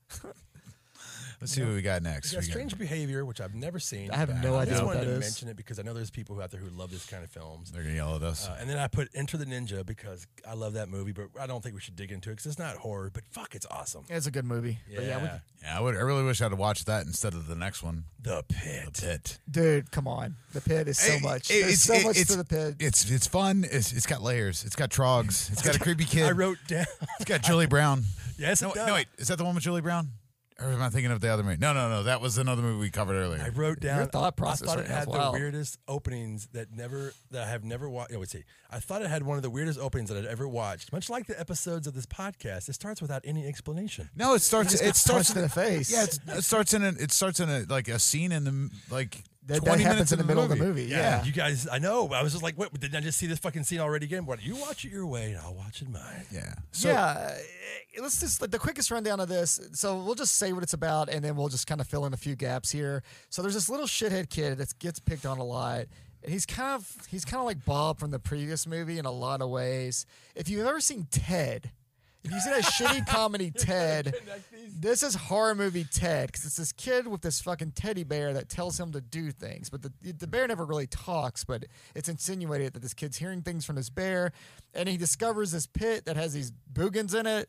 Let's see what we got next.
Yeah,
We got-
strange behavior, which I've never seen.
I have
but
no
I
idea
just
what
wanted
that
to
is.
mention it because I know there's people out there who love this kind of films.
They're gonna yell at us.
Uh, and then I put Enter the Ninja because I love that movie, but I don't think we should dig into it because it's not horror, but fuck, it's awesome.
It's a good movie.
Yeah,
But yeah, we,
yeah, I would. I really wish I'd have watched that instead of the next one.
the pit.
Pit.
dude, come on. The pit is so
It-
much.
it-
There's so
it-
much
it's,
to the pit.
It's it's fun. It's, it's got layers. It's got trogs. It's got a creepy kid.
I wrote down.
it's got Julie Brown.
yes,
No,
it does.
no, wait. Is that the one with Julie Brown? Or am I thinking of the other movie? No, no, no. That was another movie we covered earlier.
I wrote down.
thought process
I thought
right
it
now is
had the
wild.
weirdest openings that never that I have never watched. Oh, wait, see, I thought it had one of the weirdest openings that I'd ever watched. Much like the episodes of this podcast, it starts without any explanation.
no, it starts. It starts
Punched
in
in
the
the face.
Yeah, it's, it starts in a. It starts in a like a scene in the like
that, that
twenty
happens
minutes
in the middle of the movie. yeah.
you guys, I know. I was just like, what? Didn't I just see this fucking scene already again? What? You watch it your way, and I'll watch it mine.
Yeah.
yeah, eh, let's just like the quickest rundown of this. So we'll just say what it's about, and then we'll just kind of fill in a few gaps here. So there's this little shithead kid that gets picked on a lot, and he's kind of he's kind of like Bob from the previous movie in a lot of ways. If you've ever seen Ted, if you've seen that shitty comedy Ted, this is horror movie Ted because it's this kid with this fucking teddy bear that tells him to do things, but the the bear never really talks. But it's insinuated that this kid's hearing things from this bear, and he discovers this pit that has these boogans in it.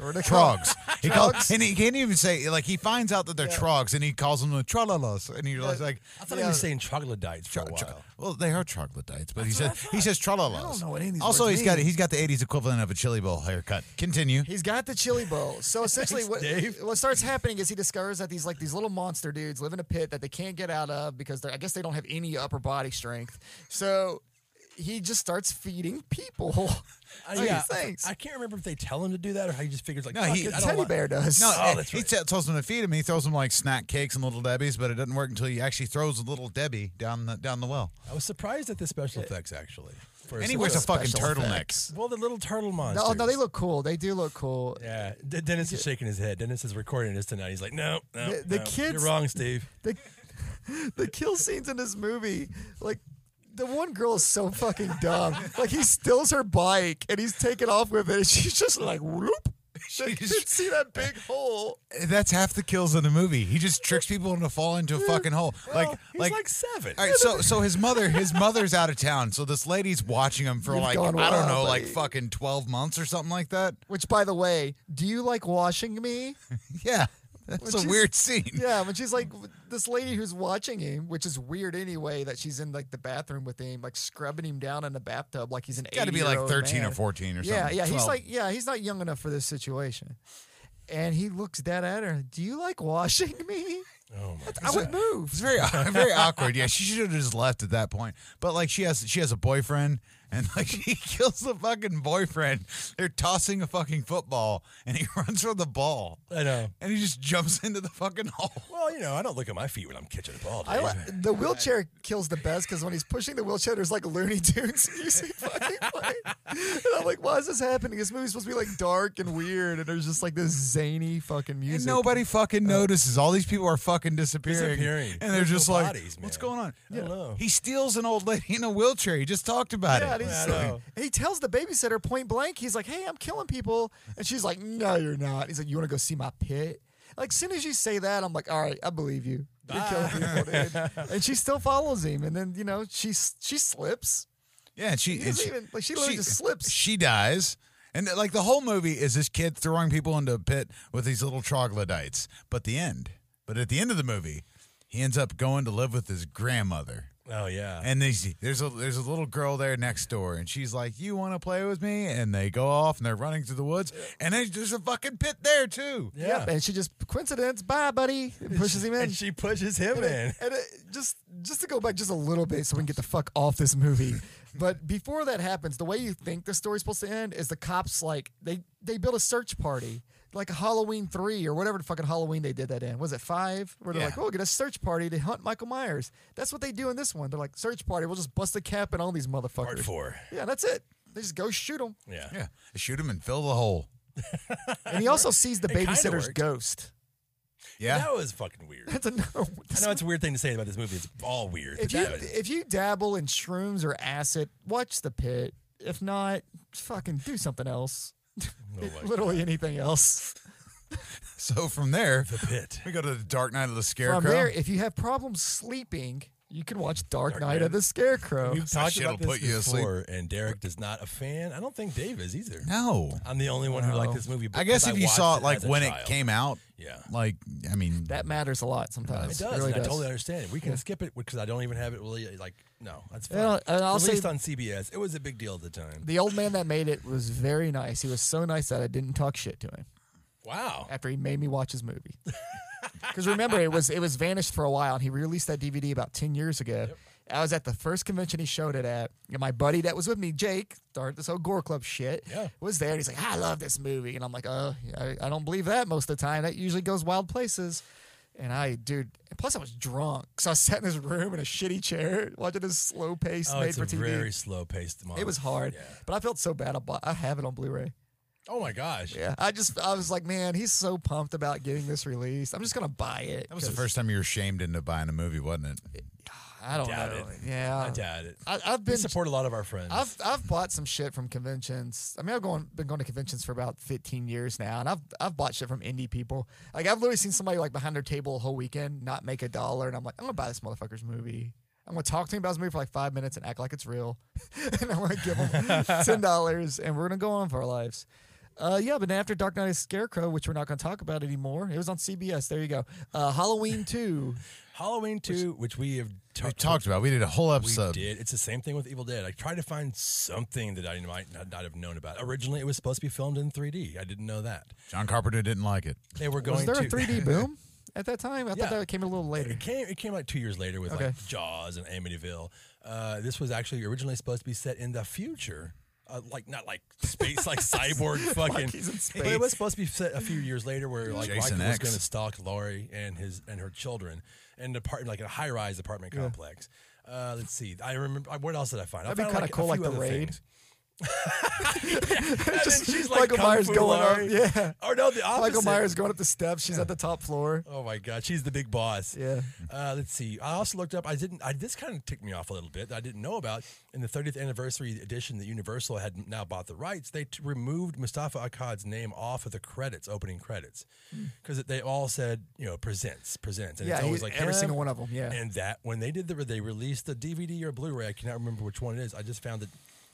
Or the
Trogs. He calls, and he can't even say like he finds out that they're trogs, and he calls them the tralalas, and you're like, like,
I thought
Yeah.
he was saying troglodytes for a
tro-
while.
well, they are troglodytes, but he says he says tralalas. I
don't know what any of these
Also,
words
he's got
mean.
he's got the '80s equivalent of a chili bowl haircut. Continue.
He's got the chili bowl. So essentially, what, what starts happening is he discovers that these like these little monster dudes live in a pit that they can't get out of because they're, I guess they don't have any upper body strength. So he just starts feeding people.
I,
Like,
Uh, yeah,
thanks.
I can't remember if they tell him to do that or how he just figures like,
No,
fuck
he-
it, I don't
Teddy
want-
bear does.
No,
Oh,
eh,
that's
he
right.
t- tells them to feed him. He throws them like snack cakes and little debbies, but it doesn't work until he actually throws a little debbie down the down the well.
I was surprised at the special effects actually. For
And he
some-
wears a fucking
special
turtleneck.
effects.
well, the little turtle monster.
Oh no, they look cool. They do look cool.
Yeah, D- Dennis is shaking his head. Dennis is recording this tonight. He's like, no, no,
The- the
no.
kids-
You're wrong, Steve.
The, the kill scenes in this movie, like the one girl is so fucking dumb. Like he steals her bike and he's taking off with it, and she's just like whoop. She
She's-
didn't see that big hole.
Eh, That's half the kills in the movie. He just tricks people into falling into a fucking hole. Like,
he's
like,
like, seven.
all right. So, so his mother, his mother's out of town. So this lady's watching him for
You've
like,
gone
I don't
wild,
know, like
buddy.
fucking twelve months or something like that.
Which, by the way, do you like washing me?
Yeah, that's
Which
a
is-
weird scene.
Yeah, when she's like this lady who's watching him, which is weird anyway, that she's in like the bathroom with him, like scrubbing him down in the bathtub, like he's an.
Got to be like
80-year-old
thirteen
man.
or fourteen or
Yeah,
something.
yeah, he's
12.
like, yeah, he's not young enough for this situation. And he looks dead at her. Do you like washing me?
oh my
I would move.
It's very very awkward. Yeah, she should have just left at that point. But like she has she has a boyfriend and like he kills the fucking boyfriend. They're tossing a fucking football and he runs for the ball
I know.
and he just jumps into the fucking hole.
Well, you know, I don't look at my feet when I'm catching a ball.
I
dude.
li- the wheelchair kills the best because when he's pushing the wheelchair, there's like Looney Tunes music fucking playing. And I'm like, why is this happening? This movie's supposed to be like dark and weird, and there's just like this zany fucking music.
And nobody fucking notices. All these people are fucking disappearing.
uh, Disappearing.
And they're
There's
just
no
like,
bodies,
what's
man.
going on?
I don't know.
He steals an old lady in a wheelchair. He just talked about
Yeah,
it.
and he's
I
like-
know.
and he tells the babysitter point blank, he's like, "Hey, I'm killing people," and she's like, "No, you're not." He's like, "You want to go see my pit?" Like, as soon as you say that, I'm like, "All right, I believe you. You're
Ah.
killing people." Dude. and she still follows him, and then you know she s- she slips.
Yeah, and she
He
and
doesn't
she,
even- like, she literally just slips.
She dies. And like the whole movie is this kid throwing people into a pit with these little troglodytes. But the end. But at the end of the movie, he ends up going to live with his grandmother.
oh yeah.
And they, there's a there's a little girl there next door, and she's like, "You want to play with me?" And they go off, and they're running through the woods, and there's just a fucking pit there too.
yeah.
Yep, and she just coincidence. Bye, buddy. and pushes him in.
And she pushes him in.
And it, just just to go back just a little bit, so we can get the fuck off this movie. but before that happens, the way you think the story's supposed to end is the cops like they they build a search party. Like Halloween three or whatever the fucking Halloween they did that in was it five where they're
Yeah.
like oh get a search party to hunt Michael Myers that's what they do in this one they're like search party we'll just bust a cap and all these motherfuckers
Part four.
yeah that's it they just go shoot him
Yeah.
Yeah, shoot him and fill the hole.
and he also sees the
It kinda
babysitter's
worked.
ghost
Yeah,
That was fucking weird.
that's another one.
I know it's a weird thing to say about this movie. It's all weird. but
if you
that was-
if you dabble in shrooms or acid, watch the pit. If not, fucking do something else.
my
Literally anything else.
so from there
the pit.
we go to the Dark Knight of the Scarecrow.
From there, if you have problems sleeping, you can watch Dark, Knight of the Scarecrow.
We've talked
shit'll
about this
put you to sleep.
before, and Derek is not a fan. I don't think Dave is either.
no,
I'm the only one who liked
No.
this movie.
I guess
because
if you
watched
saw it like
as a
when it
child.
came out,
Yeah.
like I mean,
that matters a lot
It
sometimes.
does.
really
and I
does.
totally understand it. We can skip it because I don't even have it really like no. That's fine.
Well, and I'll say-
Released on CBS, it was a big deal at the time.
the old man that made it was very nice. He was so nice that I didn't talk shit to him
Wow.
after he made me watch his movie. Because remember, it was it was vanished for a while, and he released that DVD about ten years ago. I was at the first convention he showed it at, and my buddy that was with me, Jake, started this whole Gore Club shit,
Yeah.
was there. And he's like, "I love this movie," and I'm like, "Oh, I, I don't believe that most of the time. That usually goes wild places." And I, dude, plus I was drunk, so I sat in this room in a shitty chair watching this slow pace
Oh,
made
it's
for
a
TV.
very slow paced model.
it was hard,
Yeah.
but I felt so bad. I, bought, I have it on Blu-ray.
Oh my gosh.
Yeah, I just I was like, man, he's so pumped about getting this released. I'm just gonna buy it.
That was the first time you were shamed into buying a movie, wasn't it?
I don't
Doubt
know.
it.
Yeah,
I doubt it.
I, have
we
been
support a lot of our friends.
I've I've bought some shit from conventions. I mean, I've gone been going to conventions for about 15 years now, and I've I've bought shit from indie people. Like I've literally seen somebody like behind their table a whole weekend not make a dollar, and I'm like, I'm gonna buy this motherfucker's movie. I'm gonna talk to him about his movie for like five minutes and act like it's real, and I'm gonna give him ten dollars, and we're gonna go on with our lives. Uh, yeah, but then after Dark Knight of the Scarecrow, which we're not going to talk about anymore, it was on CBS. There you go. Uh, Halloween 2.
Halloween two, which, we have
We talked about. it. We did a whole
We
episode.
did. It's the same thing with Evil Dead. I tried to find something that I might not, not have known about. Originally, it was supposed to be filmed in 3D. I didn't know that.
John Carpenter didn't like it.
They were going
Was there
to
a 3D boom at that time? I
Yeah.
thought that came a little later.
It came. It came like two years later with
Okay.
like Jaws and Amityville. Uh, this was actually originally supposed to be set in the future, uh, like not like space, like cyborg fucking.
he's in
But it
space.
was supposed to be set a few years later, where like
Jason
Michael was
X.
going to stalk Laurie and his and her children in an apartment, like a high rise apartment complex. Uh, let's see. I remember. I- What else did I find?
That'd be
I
kinda
found like a
cool, like The
few other
Raid.
things. And
Just
then she's
Michael
Kung
Myers
Fu
going up.
Larry.
Yeah.
Or no, the opposite.
Michael Myers going up the steps. She's at the top floor.
Oh my God, she's the big boss.
Yeah.
Uh, let's see. I also looked up. I didn't. I, this kind of ticked me off a little bit. that I didn't know about in the 30th anniversary edition that Universal had now bought the rights. They t- removed Mustafa Akkad's name off of the credits, opening credits, because they all said you know presents, presents, and
Hmm. yeah.
it's always
he-
like
every
him.
single one of them. Yeah.
And that when they did the they released the DVD or Blu-ray, I cannot remember which one it is. I just found it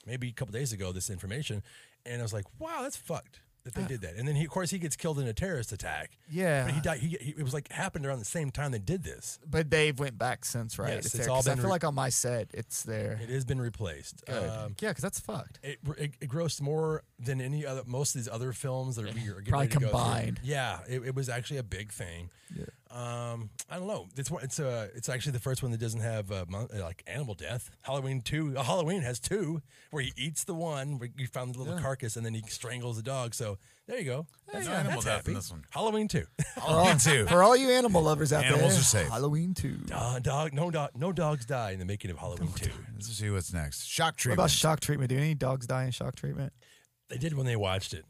maybe a couple days ago. This information, and I was like, wow, that's fucked that they did that. And then he, of course, he gets killed in a terrorist attack.
Uh. Yeah.
but he died. He, he- it was like happened around the same time they did this.
But they've went back since, right?
Yes, it's
there,
all
'cause I
been
feel
re-
like on my set, it's there.
It has been replaced.
Good.
Um,
yeah, because that's fucked.
it, it, it grossed more than any other most of these other films that are, we are getting
Probably
ready to go through.
combined.
yeah, it, it was actually a big thing.
Yeah.
Um, I don't know. It's one- it's uh, it's actually the first one that doesn't have uh, mon- uh, like animal death. Halloween two. uh, Halloween has two where he eats the one where you found the little carcass and then he strangles the dog. So there you go. That's,
no animal
that's
death
happy.
in this one.
Halloween two. Oh.
Halloween two.
For all you animal lovers out there,
Animals are safe.
Halloween too.
uh, dog. No dog. No dogs die in the making of Halloween two.
Let's see what's next. Shock
What
treatment.
about shock treatment? Do any dogs die in shock treatment?
They did when they watched it.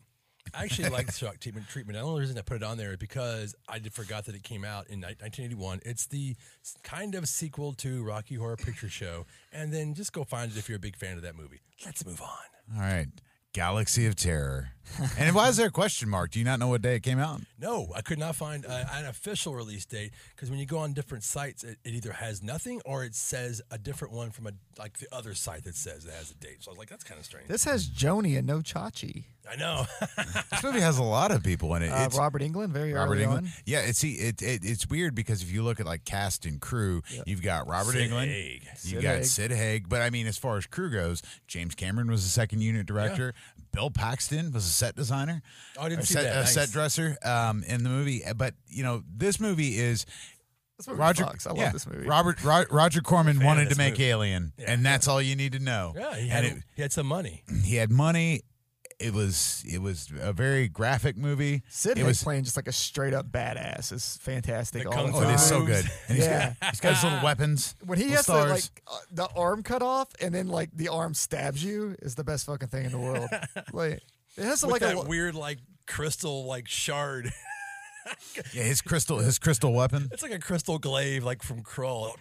I actually like the shock treatment. Treatment. The only reason I put it on there is because I did forgot that it came out in ni- 1981. It's the s- kind of sequel to Rocky Horror Picture Show, and then just go find it if you're a big fan of that movie. Let's move on.
All right. Galaxy of Terror. and why is there a question mark? Do you not know what day it came out?
No, I could not find uh, an official release date because when you go on different sites, it, it either has nothing or it says a different one from a like the other site that says it has a date. So I was like, that's kind of strange.
This has Joni and no Chachi.
I know.
This movie has a lot of people in it.
Uh,
It's-
Robert England, very
Robert
early
England.
on.
Yeah, it's he. It, it it's weird because if you look at like cast and crew, you've got Robert
Sid
England,
Haig.
you
Sid
got
Haig.
Sid Haig. But I mean, as far as crew goes, James Cameron was the second unit director. Bill Paxton was a set designer.
Oh, I didn't
or
see
set,
that.
A
Nice.
set dresser um, in the movie. But you know, this movie is.
This movie
Roger,
fucks. I love
yeah,
this movie.
Robert Ro- Roger Corman
of
wanted to
this
make
movie.
Alien, and that's all you need to know.
yeah, he
And
had
it-
he had some money.
he had money. It was it was a very graphic movie.
Sid
it
Haig
was
playing just like a straight up badass. It's fantastic.
The
all
Kung
the
oh, it is so
Moves.
good. And he's
Yeah.
got, he's got his little weapons.
When he
little
has
stars.
the, like uh, the arm cut off and then like the arm stabs you is the best fucking thing in the world. like it has
With
like
that
a
weird like crystal like shard.
yeah, his crystal his crystal weapon.
It's like a crystal glaive, like from Krull.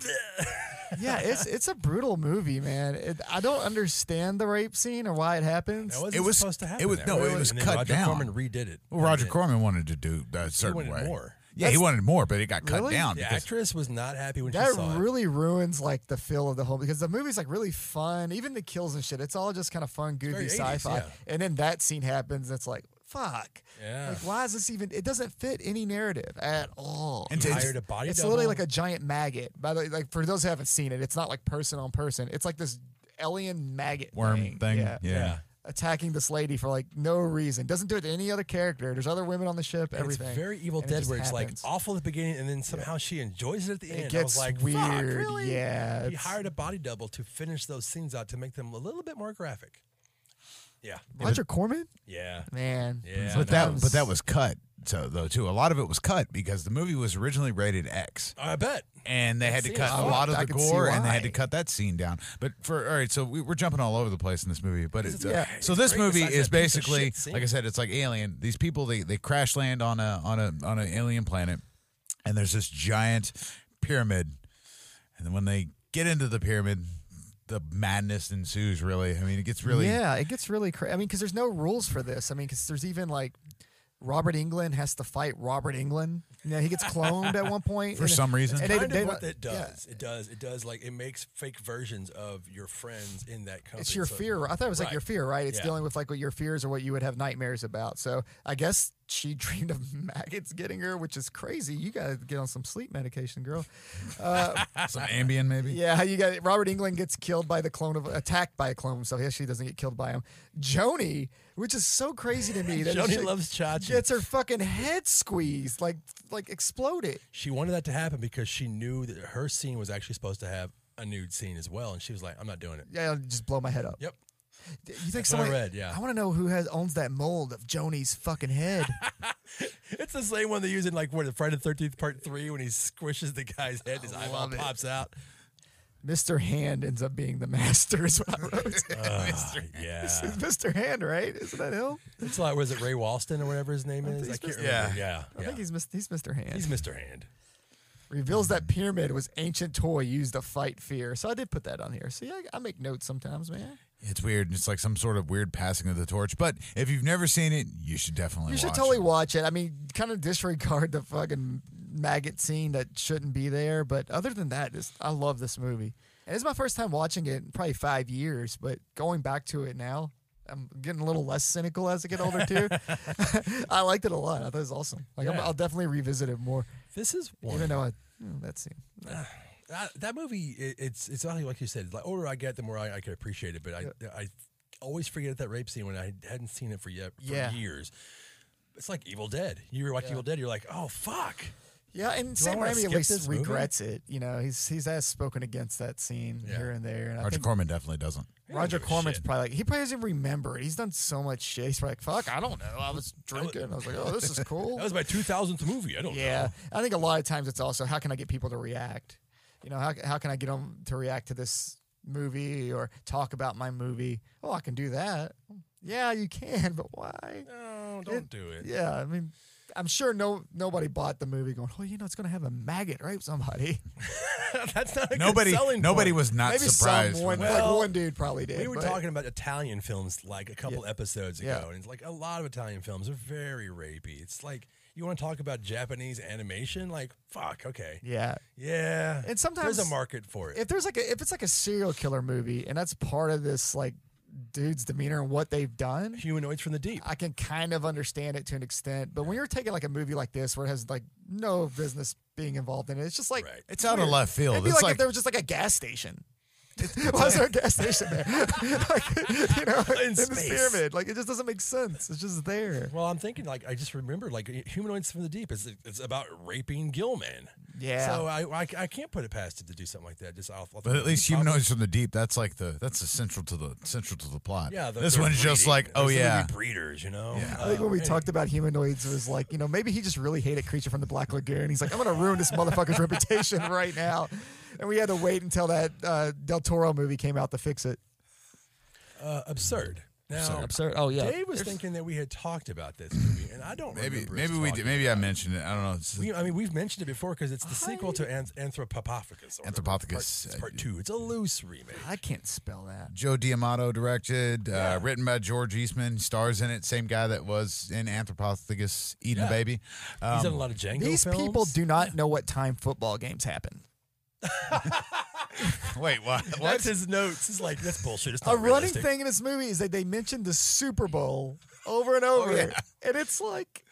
yeah. It's it's a brutal movie, man. It, I don't understand the rape scene or why it happens.
It was-
supposed to
it
happen.
was-
that
no,
way.
it was
and then
cut
Roger
down.
Corman redid it.
Well, Roger Corman wanted to do a certain
wanted
way.
more.
Yeah, he wanted more, but it got cut
Really?
down
The
because
actress was not happy when she
That
saw it.
really ruins like the feel of the whole because the movie's like really fun. Even the kills and shit, it's all just kind of fun, goofy
very 80s,
sci-fi.
yeah.
And then that scene happens, and it's like, fuck.
Yeah.
Like, why is this even? It doesn't fit any narrative at all.
And
He
it's-
hired a body
it's
double.
literally like a giant maggot. By the way, like for those who haven't seen it, it's not like person on person. It's like this alien maggot
worm thing. Yeah.
yeah.
Attacking this lady for like no reason. Doesn't do it to any other character. There's other women on the ship.
And It's
Everything.
very Evil
And it
Dead,
just
where it's
happens.
like awful at the beginning, and then somehow she enjoys it at the end.
It
I was
gets
like,
weird.
Fuck, really?
Yeah.
He
it's-
hired a body double to finish those scenes out to make them a little bit more graphic. Yeah,
Roger Corman.
yeah,
Man.
yeah.
but
no.
that but that was cut. So though too, a lot of it was cut because the movie was originally rated X,
I bet.
and they had to
see
cut
it.
a lot of
I
the
could see
gore, and they had to
why.
cut that scene down. But for all right, so we, we're jumping all over the place in this movie. But it's, uh,
Yeah.
so
It's
this
great
movie is
besides that piece of
basically
shit scene.
like I said, it's like Alien. These people they they crash land on a on a on an alien planet, and there's this giant pyramid, and then when they get into the pyramid, the madness ensues. Really, I mean, it gets really
Yeah, it gets really crazy. I mean, because there's no rules for this. I mean, because there's even like Robert England has to fight Robert England. You know, he gets cloned at one point
for
and-
some reason.
and
kind
they-
of
they-
what that
yeah.
does. It does. It does. Like it makes fake versions of your friends in that company.
It's your
So-
fear. I thought it was like your
Right.
fear, right? It's
Yeah.
dealing with like what your fears or what you would have nightmares about. So I guess she dreamed of maggots getting her, which is crazy. You got to get on some sleep medication, girl.
Some Ambien, maybe.
Yeah, you got Robert England gets killed by the clone of attacked by a clone, so he actually doesn't get killed by him. Joni, which is so crazy to me that
Joni
she
loves Chachi.
gets her fucking head squeezed, like like exploded.
She wanted that to happen because she knew that her scene was actually supposed to have a nude scene as well, and she was like, "I'm not doing it."
Yeah, it'll just blow my head up.
Yep.
You think
what I
someone?
read, yeah.
I want to know who has owns that mold of Joni's fucking head.
It's the same one they use in like what Friday the Thirteenth Part Three when he squishes the guy's head, his eyeball
love it.
pops out.
Mr. Hand ends up being the master, is what I wrote.
Ah, yeah.
It's Mr. Hand, right? Isn't that him?
It's like, was it Ray Walston or whatever his name is? I
he's
can't
Mr.
Yeah.
remember. Yeah.
I
yeah.
think he's, mis- he's Mr. Hand.
he's Mr. Hand.
Reveals that pyramid was ancient toy used to fight fear. So I did put that on here. See, I, I make notes sometimes, man.
It's weird. It's like some sort of weird passing of the torch. But if you've never seen it, you should definitely.
You should
watch
totally
it.
watch it. I mean, kind of disregard the fucking maggot scene that shouldn't be there, but other than that, just, I love this movie. And it's my first time watching it in probably five years, but going back to it now, I'm getting a little less cynical as I get older too. I liked it a lot. I thought it was awesome. Like I'm,
Yeah.
I'll definitely revisit it more,
This is one.
even though I you know, that scene.
that, that movie, it, it's it's not like you said. The older I get, the more I, I can appreciate it. But I I always forget that rape scene when I hadn't seen it for yet for
Yeah.
years. It's like Evil Dead. You watch Evil Dead, you're like, oh fuck.
Yeah, and Sam Raimi
wanna
at
skip
least
this movie?
regrets it. You know, he's he's has spoken against that scene
Yeah.
here and there, and I
Roger
think
Corman definitely doesn't.
I don't
Roger
give a
Corman's
shit.
probably like he probably doesn't even remember it. He's done so much shit. He's probably like, "Fuck, I don't know. I was drinking. I was like, oh, this is cool."
That was my 2000th movie. I don't
yeah, I think a lot of times it's also how can I get people to react? You know, how how can I get them to react to this movie or talk about my movie? Oh, I can do that. Yeah, you can, but why?
know. No, don't
It-
do it.
Yeah, I mean, I'm sure no nobody bought the movie going, "Oh, you know, it's going to have a maggot rape somebody."
That's not a
Nobody.
Good selling
Nobody
point.
was not
Maybe
surprised.
someone,
when that.
like
Well,
one dude probably did.
We were
but-
talking about Italian films like a couple episodes ago,
Yeah.
and it's like a lot of Italian films are very rapey. It's like you want to talk about Japanese animation, like fuck, okay,
Yeah,
yeah.
And sometimes-
there's a market for it.
if there's like a, if it's like a serial killer movie and that's part of this like dude's demeanor and what they've done
Humanoids from the deep.
i can kind of understand it to an extent but when you're taking like a movie like this where it has like no business being involved in it it's just like
Right.
It's out of left field.
it'd be
It's
like,
like,
if there was just like a gas station why is there a gas station there like, you know
In
in, this
space.
pyramid like it just doesn't make sense it's just there
Well, I'm thinking like I just remembered like humanoids from the deep. It's it's about raping Gilman.
Yeah.
So I, I, I can't put it past it to do something like that. Just off. off
but at least
off-
humanoids from the deep. That's like the that's the central to the central to the plot.
Yeah. they're-
this
they're
one's just
breeding.
like, oh
There's
yeah,
literally breeders. You know.
I think
Uh,
when we
anyway.
talked about humanoids, it was like, you know, maybe he just really hated Creature from the Black Lagoon. He's like, I'm going to ruin this motherfucker's reputation right now. And we had to wait until that uh, Del Toro movie came out to fix it.
uh, absurd. Now,
Absurd. Oh, yeah.
Dave was thinking that we had talked about this movie, and I don't
maybe
remember us
maybe we
talking
did, maybe I
about it.
mentioned it. I don't know. It's-
We, I mean, we've mentioned it before because it's the sequel to Anth- Anthropophagus. or whatever. It's part-
Anthropophagus. uh,
It's part two. It's a loose remake.
I can't spell that.
Joe Diamato directed, uh, written by George Eastman, stars in it. Same guy that was in Anthropophagus eating
Yeah.
a baby. Um,
He's done a lot of Django
These
films.
people do not know what time football games happen.
wait, what? what?
That's his notes. He's like, that's bullshit. It's
A
not
running
realistic.
thing in this movie is that they mentioned the Super Bowl over and over.
yeah.
And it's like.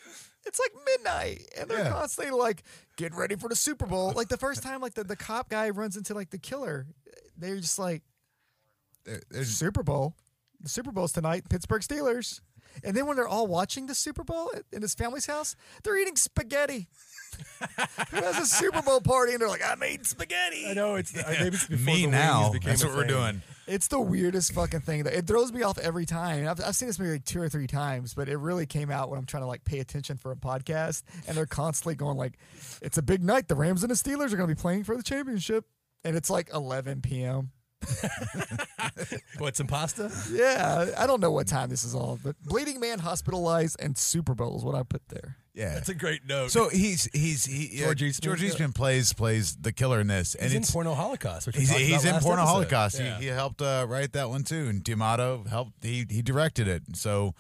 It's like midnight, and they're
Yeah.
constantly like getting ready for the Super Bowl. Like the first time, like the, the cop guy runs into like the killer, they're just like,
There- there's-
Super Bowl. The Super Bowl's tonight, Pittsburgh Steelers. And then when they're all watching the Super Bowl in his family's house, they're eating spaghetti. Who has a Super Bowl party and they're like, I made spaghetti.
I know it's I maybe it's before the
me
wings
now.
became
That's
a
what we're
thing.
doing.
It's the weirdest fucking thing. That it throws me off every time. And I've, I've seen this movie like two or three times, but it really came out when I'm trying to like pay attention for a podcast. And they're constantly going like, "It's a big night. The Rams and the Steelers are going to be playing for the championship." And it's like 11 p.m.
What some pasta?
Yeah, I don't know what time this is all, but Bleeding Man hospitalized and Super Bowl is what I put there.
Yeah.
That's a great note.
so he's he's he yeah,
George Eastman,
George
yeah.
Eastman plays plays the killer in this, and
he's in
it's
Porno Holocaust. Which we
he's
talked
he's
about
in
last
Porno
episode.
Holocaust.
Yeah.
He, he helped uh, write that one too, and Diamato helped. He he directed it. So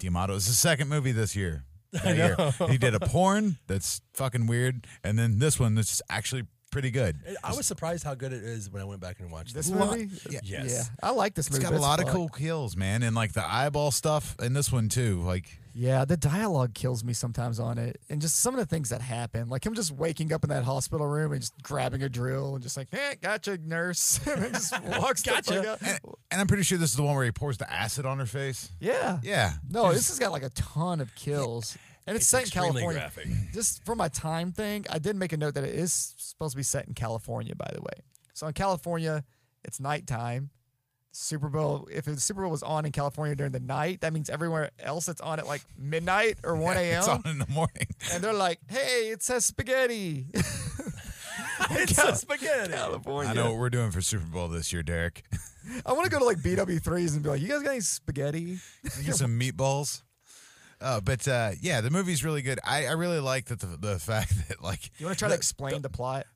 Diamato is the second movie this year. That year. He did a porn that's fucking weird, and then this one that's actually pretty good.
And I was surprised how good it is when I went back and watched
This
it.
movie,
yeah.
Yes.
yeah, I like this
It's
movie.
got a
but
lot of
fucked.
cool kills, man, and like the eyeball stuff in this one too. Like,
Yeah, the dialogue kills me sometimes on it, and just some of the things that happen, like him just waking up in that hospital room and just grabbing a drill and just like, "Eh, gotcha, nurse," and then just walks the fuck
Gotcha.
out.
and, and I'm pretty sure this is the one where he pours the acid on her face.
Yeah,
Yeah,
No, this has got like a ton of kills, and it's, set in
extremely
California.
graphic.
Just for my time thing, I did make a note that it is supposed to be set in California, by the way. So in California, it's nighttime. Super Bowl. If the Super Bowl was on in California during the night, that means everywhere else it's on at like midnight or one a.m.
It's on in the morning.
and they're like, "Hey, it says spaghetti."
it's a spaghetti.
California.
I know what we're doing for Super Bowl this year, Derek.
I want to go to like BW3s and be like, you guys got any spaghetti?
get some meatballs. Uh, but uh, yeah, the movie's really good. I, I really like that the, the fact that like
You want to try to explain the Oh. plot?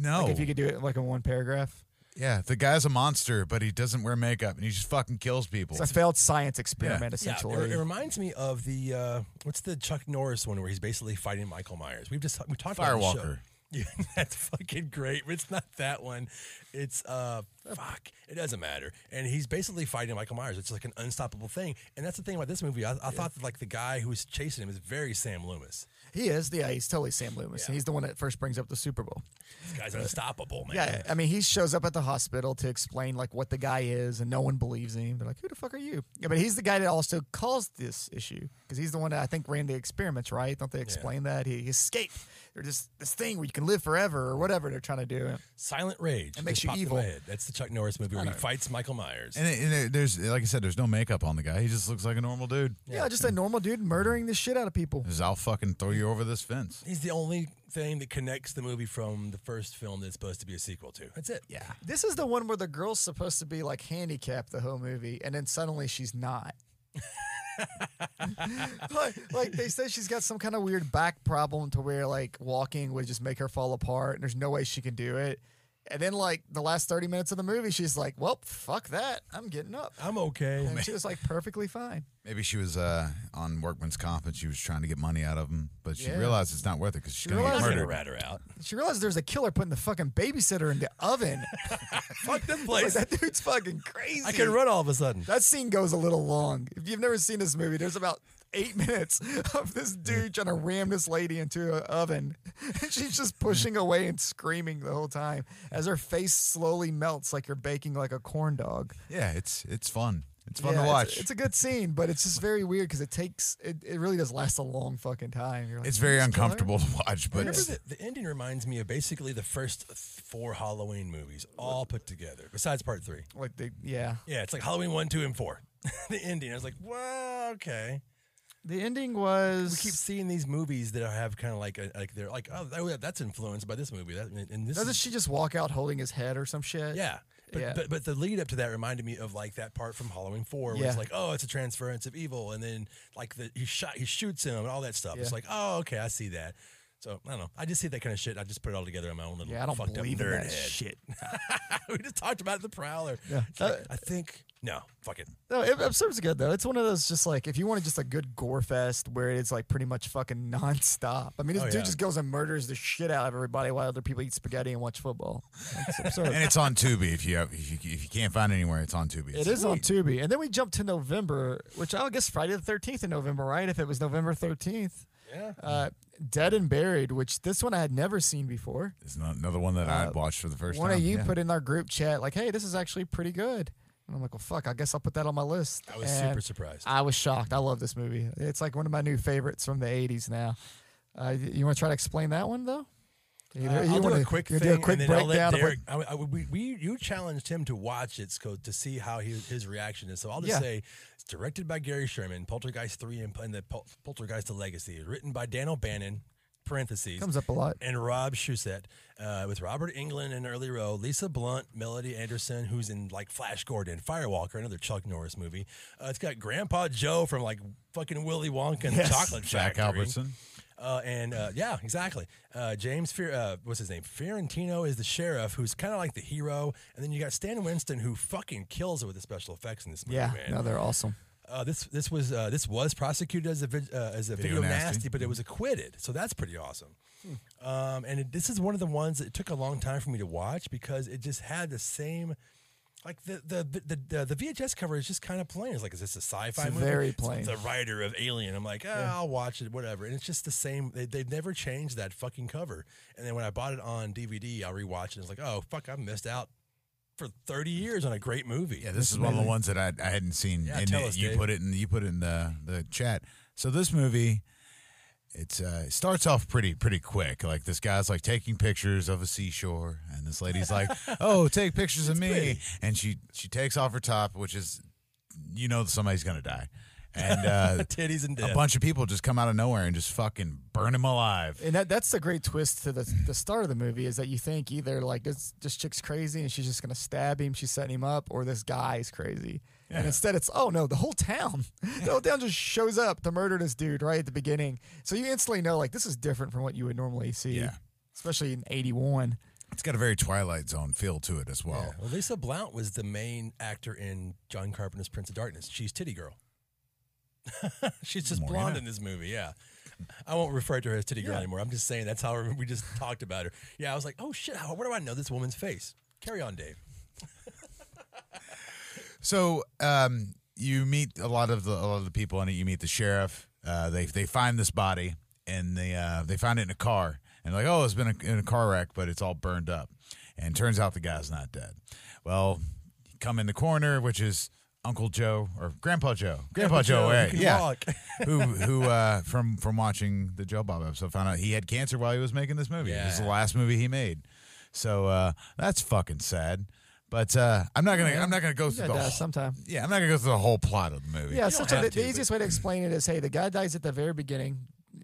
no,
Like if you could do it like in one paragraph.
yeah, the guy's a monster, but he doesn't wear makeup and he just fucking kills people.
It's a failed science experiment,
Yeah, it-
essentially.
it, reminds me of the uh, what's the Chuck Norris one where he's basically fighting Michael Myers. We've just we talked about the show.
Firewalker.
Yeah, that's fucking great. But it's not that one. It's uh, fuck. It doesn't matter. And he's basically fighting Michael Myers. It's like an unstoppable thing. And that's the thing about this movie. I, I thought that like the guy who was chasing him is very Sam Loomis.
he is. Yeah, he's totally Sam Loomis. And he's the one that first brings up the Super Bowl.
This guy's unstoppable, man.
Yeah, I mean, he shows up at the hospital to explain like what the guy is, and no one believes him. They're like, "Who the fuck are you?" Yeah, but he's the guy that also caused this issue because he's the one that I think ran the experiments, right? Don't they explain that he, he escaped? They're just this thing where you can live forever or whatever they're trying to do.
Silent Rage. It
makes you evil.
That's the Chuck Norris movie where he fights Michael Myers.
and it, and it- there's like I said, there's no makeup on the guy. He just looks like a normal dude.
Yeah, just a normal dude murdering the shit out of people.
Just, I'll fucking throw you over this fence.
He's the only thing that connects the movie from the first film that's supposed to be a sequel to. That's it.
Yeah, this is the one where the girl's supposed to be like handicapped the whole movie, and then suddenly she's not. like, like they say she's got some kind of weird back problem to where like walking would just make her fall apart, and there's no way she can do it. And then like the last thirty minutes of the movie, she's like, "Well, fuck that, I'm getting up,"
I'm okay.
and she was like perfectly fine.
Maybe she was uh, on workman's comp and she was trying to get money out of him, but she
Yeah.
realized it's not worth it because she's gonna get
realized
I'm
it.
murdered.
gonna rat her out.
She realized there's a killer putting the fucking babysitter in the oven.
Fuck this
like,
place.
that dude's fucking crazy.
I can run all of a sudden.
That scene goes a little long. If you've never seen this movie, there's about eight minutes of this dude trying to ram this lady into an oven. And she's just pushing away and screaming the whole time as her face slowly melts like you're baking like a corn dog.
Yeah, it's it's fun. It's fun
Yeah,
to
it's-
watch.
It's, a good scene, but it's just very weird because it takes, it, it really does last a long fucking time. You're like,
It's very
"This killer?"
uncomfortable to watch, but
Remember the, the ending reminds me of basically the first th- four Halloween movies all put together, besides part three.
Like the, yeah.
Yeah, it's like Halloween one, two, and four. the ending. I was like, wow, okay.
The ending was.
We keep seeing these movies that have kind of like a, like they're like oh that- that's influenced by this movie. That and this
doesn't
is-
she just walk out holding his head or some shit?
Yeah. But,
Yeah.
but but the lead up to that reminded me of like that part from Halloween Four, where it's
Yeah.
like, oh, it's a transference of evil, and then like the he shot, he shoots him, and all that stuff. It's
Yeah.
like, oh, okay, I see that. So I don't know. I just see that kind of shit. I just put it all together in my own little
Yeah, I don't
fucked
believe
up
in
nerd
that
head.
shit.
we just talked about the Prowler.
Yeah.
It's like,
Uh,
I think no, fuck it.
No, it, Absurd's good though. It's one of those just like if you want just a good gore fest where it's like pretty much fucking nonstop. I mean, this
Oh,
dude
yeah.
just goes and murders the shit out of everybody while other people eat spaghetti and watch football. It's
and
absurd.
it's on Tubi. If you have, if you if you can't find it anywhere, it's on Tubi.
It is on Tubi, and then we jump to November, which I guess Friday the Thirteenth in November, right? If it was November Thirteenth,
Yeah.
uh, Dead and Buried, which this one I had never seen before.
It's not another one that I'd watched for the first
Uh, One
time.
of you
yeah.
put in our group chat like, "Hey, this is actually pretty good," and I'm like, "Well, fuck, I guess I'll put that on my list."
I was
And
super surprised.
I was shocked. I love this movie. It's like one of my new favorites from the '80s now. Uh, y- you want to try to explain that one though? You,
Uh,
you
I'll do
wanna-
a quick
you
thing,
do a quick
and then I'll let
breakdown of what-
Derek. I, I, we, we, you challenged him to watch it so, to see how he, his reaction is. So I'll just
Yeah.
say it's directed by Gary Sherman, Poltergeist three, and, and the Pol- Poltergeist: The Legacy, written by Dan O'Bannon. Parentheses
comes up a lot.
and Rob Shusett, uh, with Robert England in early row, Lisa Blunt, Melody Anderson, who's in like Flash Gordon, Firewalker, another Chuck Norris movie. Uh, it's got Grandpa Joe from like fucking Willy Wonka and
Yes.
the Chocolate
Jack
Factory.
Albertson.
Uh, and uh, yeah, exactly. Uh, James, Fior- uh, what's his name? Fiorentino is the sheriff, who's kind of like the hero. And then you got Stan Winston, who fucking kills it with the special effects in this movie.
Yeah,
man.
no, they're awesome.
Uh, this this was uh, this was prosecuted as a vid- uh, as a video, nasty.
nasty,
but it was acquitted. So that's pretty awesome. Um, and it, this is one of the ones that took a long time for me to watch because it just had the same. Like the the the the, the VHS cover is just kind of plain. It's like, is this a sci-fi
It's
movie?
very
It's
plain.
the writer of Alien. I'm like, ah, I'll watch it, whatever. And it's just the same. They they've never changed that fucking cover. And then when I bought it on DVD, I rewatched it. It's like, oh fuck, I missed out for 30 years on a great movie.
Yeah, this is one of the ones that I, I hadn't seen.
Yeah,
and
tell
it-
us,
you
Dave.
put it in you put it in the the chat. So this movie, it's uh, it starts off pretty pretty quick. Like this guy's like taking pictures of a seashore, and this lady's like, "Oh, take pictures of me,"
pretty.
and she she takes off her top, which is you know somebody's gonna die. and uh,
Titties and
a
death.
bunch of people just come out of nowhere and just fucking burn him alive.
And that, that's the great twist to the, the start of the movie is that you think either like this, this chick's crazy and she's just going to stab him, she's setting him up, or this guy's crazy. And instead, it's oh no, the whole town, the whole town just shows up to murder this dude right at the beginning. So you instantly know like this is different from what you would normally see,
Yeah.
especially in '81.
It's got a very Twilight Zone feel to it as well.
Well, Lisa Blount was the main actor in John Carpenter's Prince of Darkness. She's Titty Girl. She's just
Morena.
blonde in this movie. Yeah. I won't refer to her as Titty Girl anymore. I'm just saying that's how we just talked about her. Yeah, I was like, oh shit, how, where do I know this woman's face? Carry on, Dave.
So um, you meet a lot of the a lot of the people in it. You meet the sheriff. Uh, they they find this body and they uh, they find it in a car and like oh it's been a, in a car wreck but it's all burned up and turns out the guy's not dead. Well, you come in the corner which is Uncle Joe or Grandpa Joe. Grandpa, Joe,
Joe, you
right,
can
yeah.
walk.
who who uh, from from watching the Joe Bob episode found out he had cancer while he was making this movie. It was the
Yeah.
last movie he made. So uh, that's fucking sad. But uh, I'm not gonna I'm not gonna go
Yeah,
through
it
the
does
whole,
sometime.
yeah, I'm not gonna go through the whole plot of the movie.
Yeah,
don't
essentially, the,
have
the
to, but-
easiest way to explain it is, hey, the guy dies at the very beginning,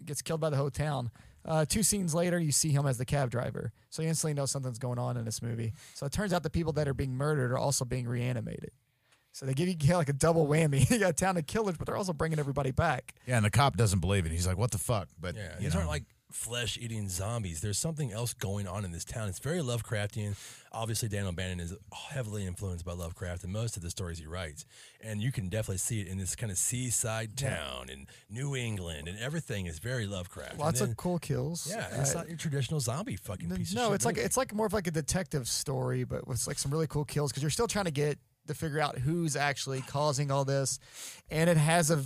gets killed by the whole town. Uh, two scenes later, you see him as the cab driver, so you instantly know something's going on in this movie. So it turns out the people that are being murdered are also being reanimated. So they give you yeah, like a double whammy. you got a town of killers, but they're also bringing everybody back.
Yeah, and the cop doesn't believe it. He's like, "What the fuck?" But
Yeah,
you
these
know,
aren't like flesh eating zombies. There's something else going on in this town. It's very Lovecraftian. Obviously, Daniel Bannon is heavily influenced by Lovecraft and most of the stories he writes. And you can definitely see it in this kind of seaside town in New England, and everything is very Lovecraft. And
Lots
then-
of cool kills.
Yeah, and it's
Uh,
not your traditional zombie fucking
Then-
piece of shit.
no, it's like
movie.
it's like more of like a detective story, but with like some really cool kills because you're still trying to get to figure out who's actually causing all this, and it has a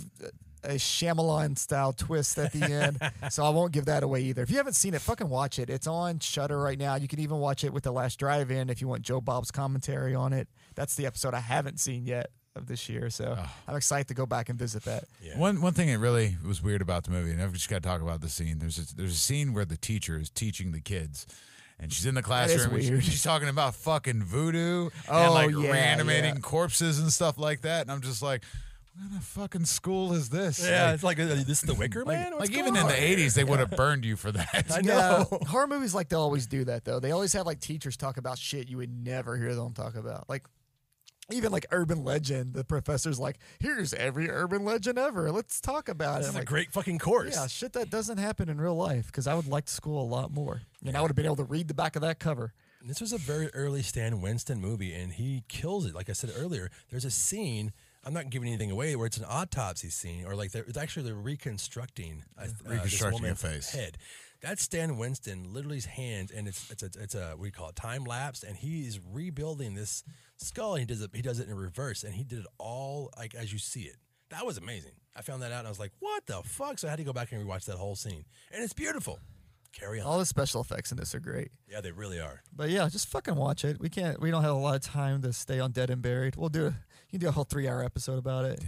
a Shyamalan style twist at the end. so I won't give that away either. If you haven't seen it, fucking watch it. It's on Shutter right now. You can even watch it with the Last Drive In if you want Joe Bob's commentary on it. That's the episode I haven't seen yet of this year, so I'm excited to go back and visit that.
Yeah.
One one thing that really was weird about the movie, and I've just got to talk about the scene. There's a, there's a scene where the teacher is teaching the kids, and she's in the
is
classroom. and she-
weird.
she's talking about fucking voodoo
Oh,
and like
yeah,
reanimating
yeah.
corpses and stuff like that. And I'm just like, what kind of fucking school is this?
yeah,
Like-
it's like uh, this is the Wicker Man.
like,
What's
even
going
in the
on here?
'80s, they would have burned you for
I
that.
know.
No, horror movies like they always do that though. They always have like teachers talk about shit you would never hear them talk about. Like even like urban legend, the professor's like, "Here's every urban legend ever. Let's talk about
This
it."
is
I'm
a
like,
great fucking course.
yeah, shit that doesn't happen in real life because I would like to school a lot more, and I would have been able to read the back of that cover.
This was a very early Stan Winston movie, and he kills it. Like I said earlier, there's a scene. I'm not giving anything away where it's an autopsy scene, or like they're, it's actually they're reconstructing uh, th- uh, this
Reconstructing a
woman's
face.
head. That's Stan Winston, literally his hands, and it's it's a, it's a what do you call it time lapse, and he's rebuilding this skull. And he does it he does it in reverse, and he did it all like as you see it. That was amazing. I found that out, and I was like, "What the fuck?" So I had to go back and rewatch that whole scene, and it's beautiful. Carry on.
All the special effects in this are great.
Yeah, they really are.
But yeah, just fucking watch it. We can't. We don't have a lot of time to stay on Dead and Buried. We'll do. You can do a whole three-hour episode about it.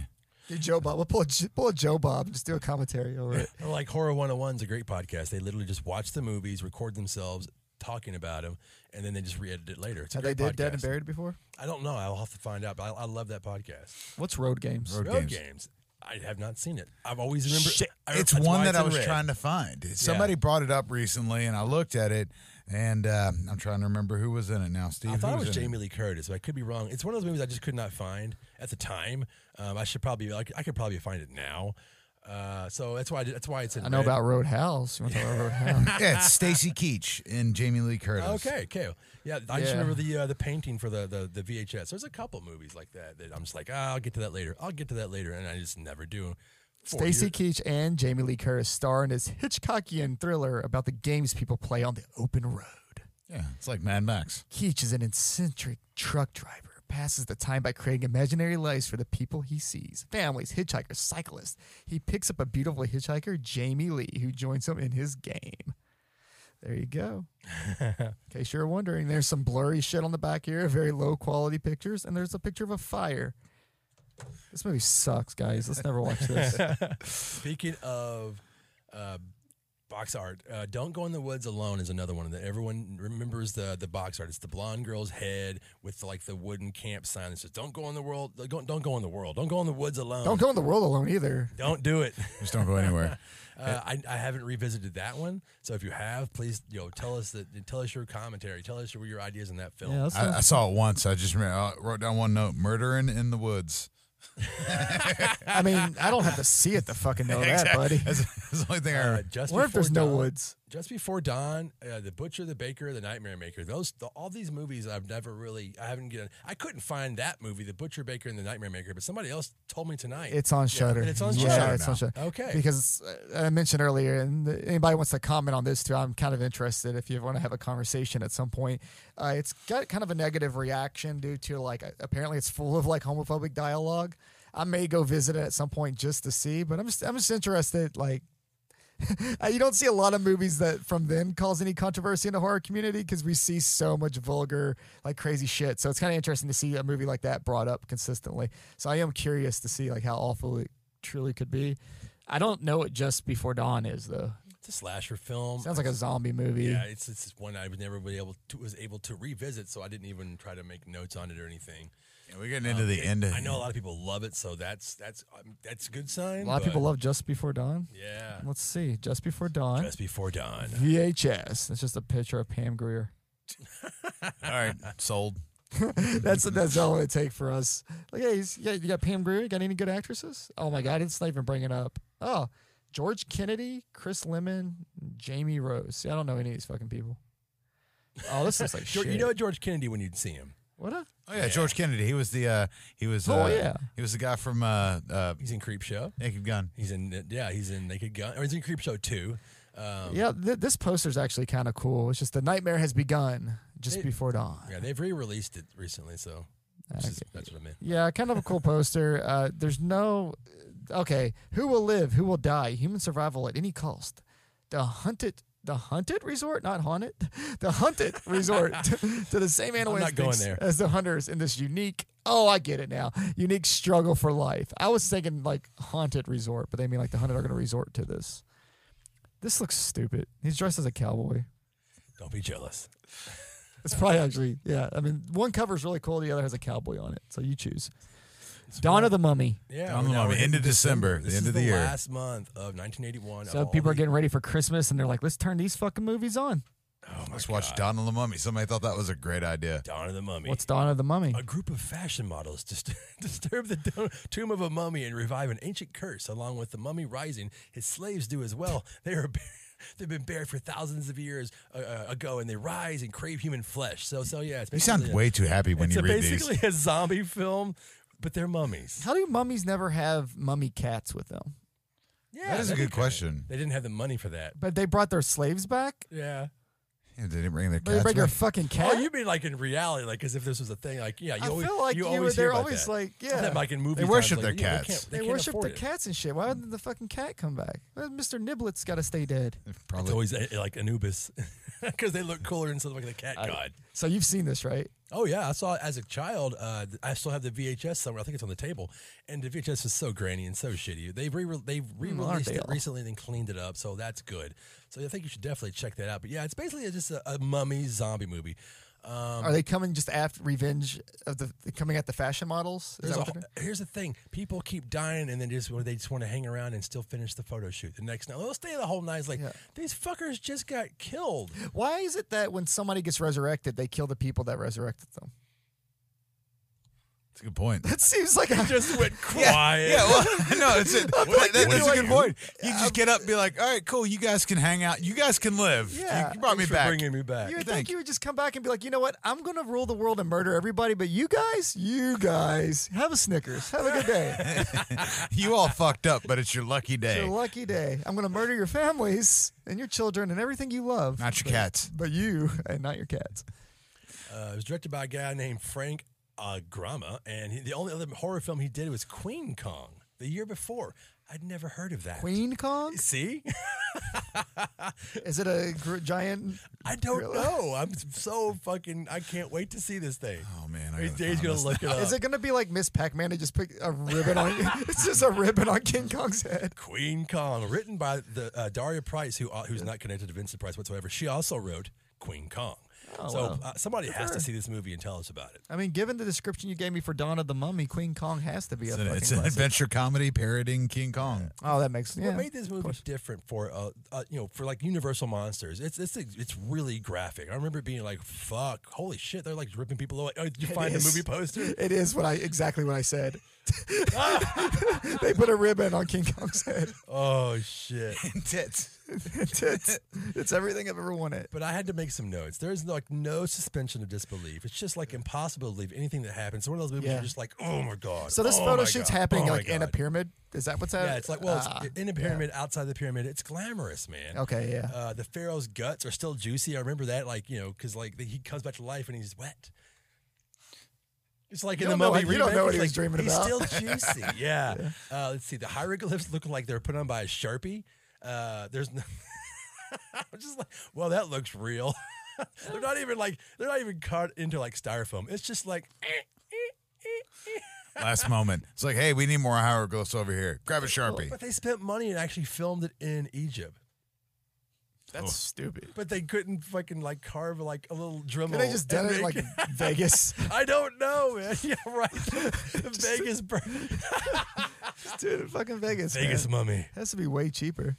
Do Joe Bob. We'll pull a, J- pull a Joe Bob and just do a commentary over it.
Well, Like Horror 101 is a great podcast. They literally just watch the movies, record themselves talking about them, and then they just re-edit it later. It's a
Have they did
great
Dead and
podcast.
Buried before?
I don't know. I'll have to find out, but I, I love that podcast.
What's road games?
Road
Road,
Games.
games. I have not seen it. I've always remember.
Shit.
I-
It's
that's
one
why
that I
in
was
red.
trying to find. Somebody brought it up recently, and I looked at it, and uh, I'm trying to remember who was in it now. Steve,
I thought
who
it was
in
Jamie Lee Curtis, but I could be wrong. It's one of those movies I just could not find at the time. Um, I should probably like I could probably find it now. Uh, so that's why I did, that's why it's in
I know
red.
about Roadhouse. You want to talk about Roadhouse?
yeah, it's Stacy Keach and Jamie Lee Curtis.
Okay, okay. Yeah, I just
Yeah.
remember the uh, the painting for the, the the VHS. There's a couple movies like that that I'm just like, ah, I'll get to that later. I'll get to that later, and I just never do. Four
Stacy
years-
Keach and Jamie Lee Curtis star in this Hitchcockian thriller about the games people play on the open road.
Yeah, it's like Mad Max.
Keach is an eccentric truck driver. who Passes the time by creating imaginary lives for the people he sees families, hitchhikers, cyclists. He picks up a beautiful hitchhiker, Jamie Lee, who joins him in his game. There you go. In case you're wondering, there's some blurry shit on the back here, very low quality pictures, and there's a picture of a fire. This movie sucks, guys. Let's never watch this.
Speaking of uh, box art. Uh, Don't go in the woods alone is another one that everyone remembers the the box art. It's the blonde girl's head with like the wooden camp sign that says "Don't go in the world. Don't, don't go in the world. Don't go in the woods alone.
Don't go in the world alone either.
Don't do it."
Just don't go anywhere.
Uh, I, I haven't revisited that one, so if you have, please you know tell us that tell us your commentary, tell us your, your ideas in that film.
Yeah, that's
I, I saw it once. I just remember, I wrote down one note: murdering in the woods.
I mean, I don't have to see it to fucking know that, buddy.
That's, that's the only thing I
Uh,
heard.
just
Or if
before
there's no
dawn-
woods.
Just before dawn, uh, the butcher, the baker, the nightmare maker. Those the, all these movies I've never really I haven't get. I couldn't find that movie, the butcher, baker, and the nightmare maker. But somebody else told me tonight.
It's on Shutter.
and it's on
yeah,
Shudder
it's on
now.
Shutter.
Okay.
Because uh, I mentioned earlier, and anybody wants to comment on this too, I'm kind of interested if you want to have a conversation at some point. Uh, it's got kind of a negative reaction due to like apparently it's full of like homophobic dialogue. I may go visit it at some point just to see, but I'm just I'm just interested like. Uh, you don't see a lot of movies that from then cause any controversy in the horror community because we see so much vulgar, like crazy shit. So it's kind of interesting to see a movie like that brought up consistently. So I am curious to see like how awful it truly could be. I don't know what Just Before Dawn is though.
it's a slasher film.
Sounds like a zombie movie.
yeah, it's it's just one I was never really able to was able to revisit, so I didn't even try to make notes on it or anything.
Yeah, we're getting into the end. Of,
I know a lot of people love it, so that's that's um, that's a good sign.
a lot of
but
people love Just Before Dawn.
Yeah,
Let's see, Just Before Dawn.
just before dawn.
VHS. That's just a picture of Pam Greer.
All right, sold.
That's that's all it would take for us. Like, hey, he's, yeah, you got Pam Grier. You got any good actresses? Oh my God, it's not even bringing up. Oh, George Kennedy, Chris Lemon, Jamie Rose. See, I don't know any of these fucking people. Oh, this looks like
Geor-
shit.
You know George Kennedy when you'd see him.
what? A,
Oh yeah, George Kennedy. He was the uh, he was.
Oh,
uh,
yeah.
he was the guy from uh, uh,
He's in Creep Show.
Naked Gun.
He's in yeah, he's in Naked Gun or he's in Creep Show too. Um,
yeah, th- this poster's actually kind of cool. It's just the nightmare has begun just
It-
before dawn.
yeah, they've re-released it recently, so which is- that's what I meant.
Yeah, kind of a cool poster. Uh, there's no. Okay, who will live? Who will die? Human survival at any cost. The hunted. The hunted resort, not haunted. The hunted resort to the same animal
I'm not going
instincts
there.
as the hunters in this unique. Oh, I get it now. Unique struggle for life. I was thinking like haunted resort, but they mean like the hunted are going to resort to this. This looks stupid. He's dressed as a cowboy.
Don't be jealous.
It's probably actually yeah. I mean, one cover's really cool. The other has a cowboy on it. So you choose. Dawn of the Mummy.
Yeah,
Down the
we're- now
line,
we're
end
into
of December,
This
the end
is
of the,
the
year.
last month of 1981.
So
of all
people are
the-
getting ready for Christmas and they're like, let's turn these fucking movies on.
Oh my
Let's
God.
watch Donald the Mummy. Somebody thought that was a great idea.
Dawn of the Mummy.
What's Dawn of the Mummy?
a group of fashion models dist- disturb the do- tomb of a mummy and revive an ancient curse, along with the mummy rising. His slaves do as well. They are. bur- They've been buried for thousands of years uh, uh, ago, and they rise and crave human flesh. So, so yeah, it's
You sound
basically a-
way too happy when
it's
you
a-
read these.
basically a zombie film, but they're mummies.
How do mummies never have mummy cats with them?
Yeah,
That is a
that'd be
good
good.
question.
They didn't have the money for that.
But they brought their slaves back?
Yeah.
Yeah, they didn't bring their
But they
cats.
bring their
back?
fucking cat?
Oh, you mean like in reality, like as if this was a thing? Like, yeah, you
I
always,
feel like
you,
you
always
were-
hear
they're
about
always
that.
like,
Sometimes,
yeah.
like in movie.
They worship their cats.
they worship the cats and shit. Why didn't the fucking cat come back? Well, Mr. Niblet's got to stay dead.
It's
Probably.
always uh, like Anubis, because they look cooler instead of like the cat god.
So you've seen this, right?
Oh yeah, I saw it as a child. Uh, th- I still have the VHS somewhere. I think it's on the table. And the VHS is so grainy and so shitty. They've re they've re-released
Mm, they
it
all?
recently and cleaned it up, so that's good. So I think you should definitely check that out. But yeah, it's basically just a, a mummy zombie movie. Um,
Are they coming just after revenge of the coming at the fashion models? Is that
there's a
what they're
whole- here's the thing: people keep dying, and then just well, they just want to hang around and still finish the photo shoot. The next night, they'll stay the whole night. It's like
Yeah.
these fuckers just got killed.
doing? Why is it that when somebody gets resurrected, they kill the people that resurrected them?
That's a good point.
That seems like a,
Just went quiet.
Yeah, well, no, it's a, that, that-
what
that's
do
a
I
good
do?
point. You just get up and be like, all right, cool, you guys can hang out. You guys can live. You-
Yeah.
You, brought me
Thanks for
back.
bringing me back.
You would
Uh, Thank
think you would just come back and be like, you know what? I'm going to rule the world and murder everybody, but you guys, you guys, have a Snickers. Have a good day.
you all fucked up, but it's your lucky
It's
day.
your lucky day. I'm going to murder your families and your children and everything you love.
Not your
but,
cats.
But you and not your cats.
Uh, it was directed by a guy named Frank Agrama, and he, the only other horror film he did was Queen Kong the year before. I'd never heard of that.
Queen Kong?
See,
Is it a gr- giant?
I don't
Really?
know. I'm so fucking. I can't wait to see this thing.
Oh man, I
He's,
gotta
he's
find
gonna
this.
look it up.
Is it gonna be like Miss Pac-Man and just put a ribbon on? it's just a ribbon on King Kong's head.
Queen Kong, written by the uh, Daria Price, who uh, who's not connected to Vincent Price whatsoever. She also wrote Queen Kong.
Oh,
so
wow.
uh, somebody has
her.
to see this movie and tell us about it.
I mean, given the description you gave me for Dawn of the Mummy, Queen Kong has to be a
It's an,
fucking
it's an
classic.
adventure comedy parodying King Kong.
Oh, that makes yeah.
What made this movie different for uh, uh, you know for like Universal monsters? It's it's it's really graphic. I remember being like, "Fuck, holy shit!" They're like ripping people away. Oh, did you find
is.
the movie poster?
It is what I exactly what I said. they put a ribbon on King Kong's head.
Oh shit!
Tits.
it's, it's everything I've ever wanted.
But I had to make some notes. There's like no suspension of disbelief. It's just like impossible to believe anything that happens. It's one of those movies
Yeah.
you're just like, "Oh my god!"
So this
Oh,
photo
my
shoot's
God.
happening
Oh, my
like in a
God."
pyramid. Is that what's happening?
Yeah, it's like well,
Ah,
it's in a pyramid, outside the pyramid. It's glamorous, man.
Okay, yeah.
Uh, the pharaoh's guts are still juicy. I remember that, like you know, because like he comes back to life and he's wet. It's like
You
in the
don't know
movie.
what- you don't
remake,
know what
it's
he was
like,
dreaming
he's
about.
still juicy. Yeah. Uh, let's see. The hieroglyphs look like they're put on by a sharpie. Uh, there's no. I'm just like, well, that looks real. they're not even like they're not even cut into like styrofoam. It's just like. eh, eh, eh, eh.
Last moment. It's like, hey, we need more hieroglyphs over here. Grab a sharpie.
But they spent money and actually filmed it in Egypt.
That's stupid.
But they couldn't fucking like carve like a little Dremel.
Could they just done
and
it like
make-
Vegas?
I don't know, man. Yeah, right. The Vegas bur-
Dude, fucking Vegas. man.
mummy.
Has to be way cheaper.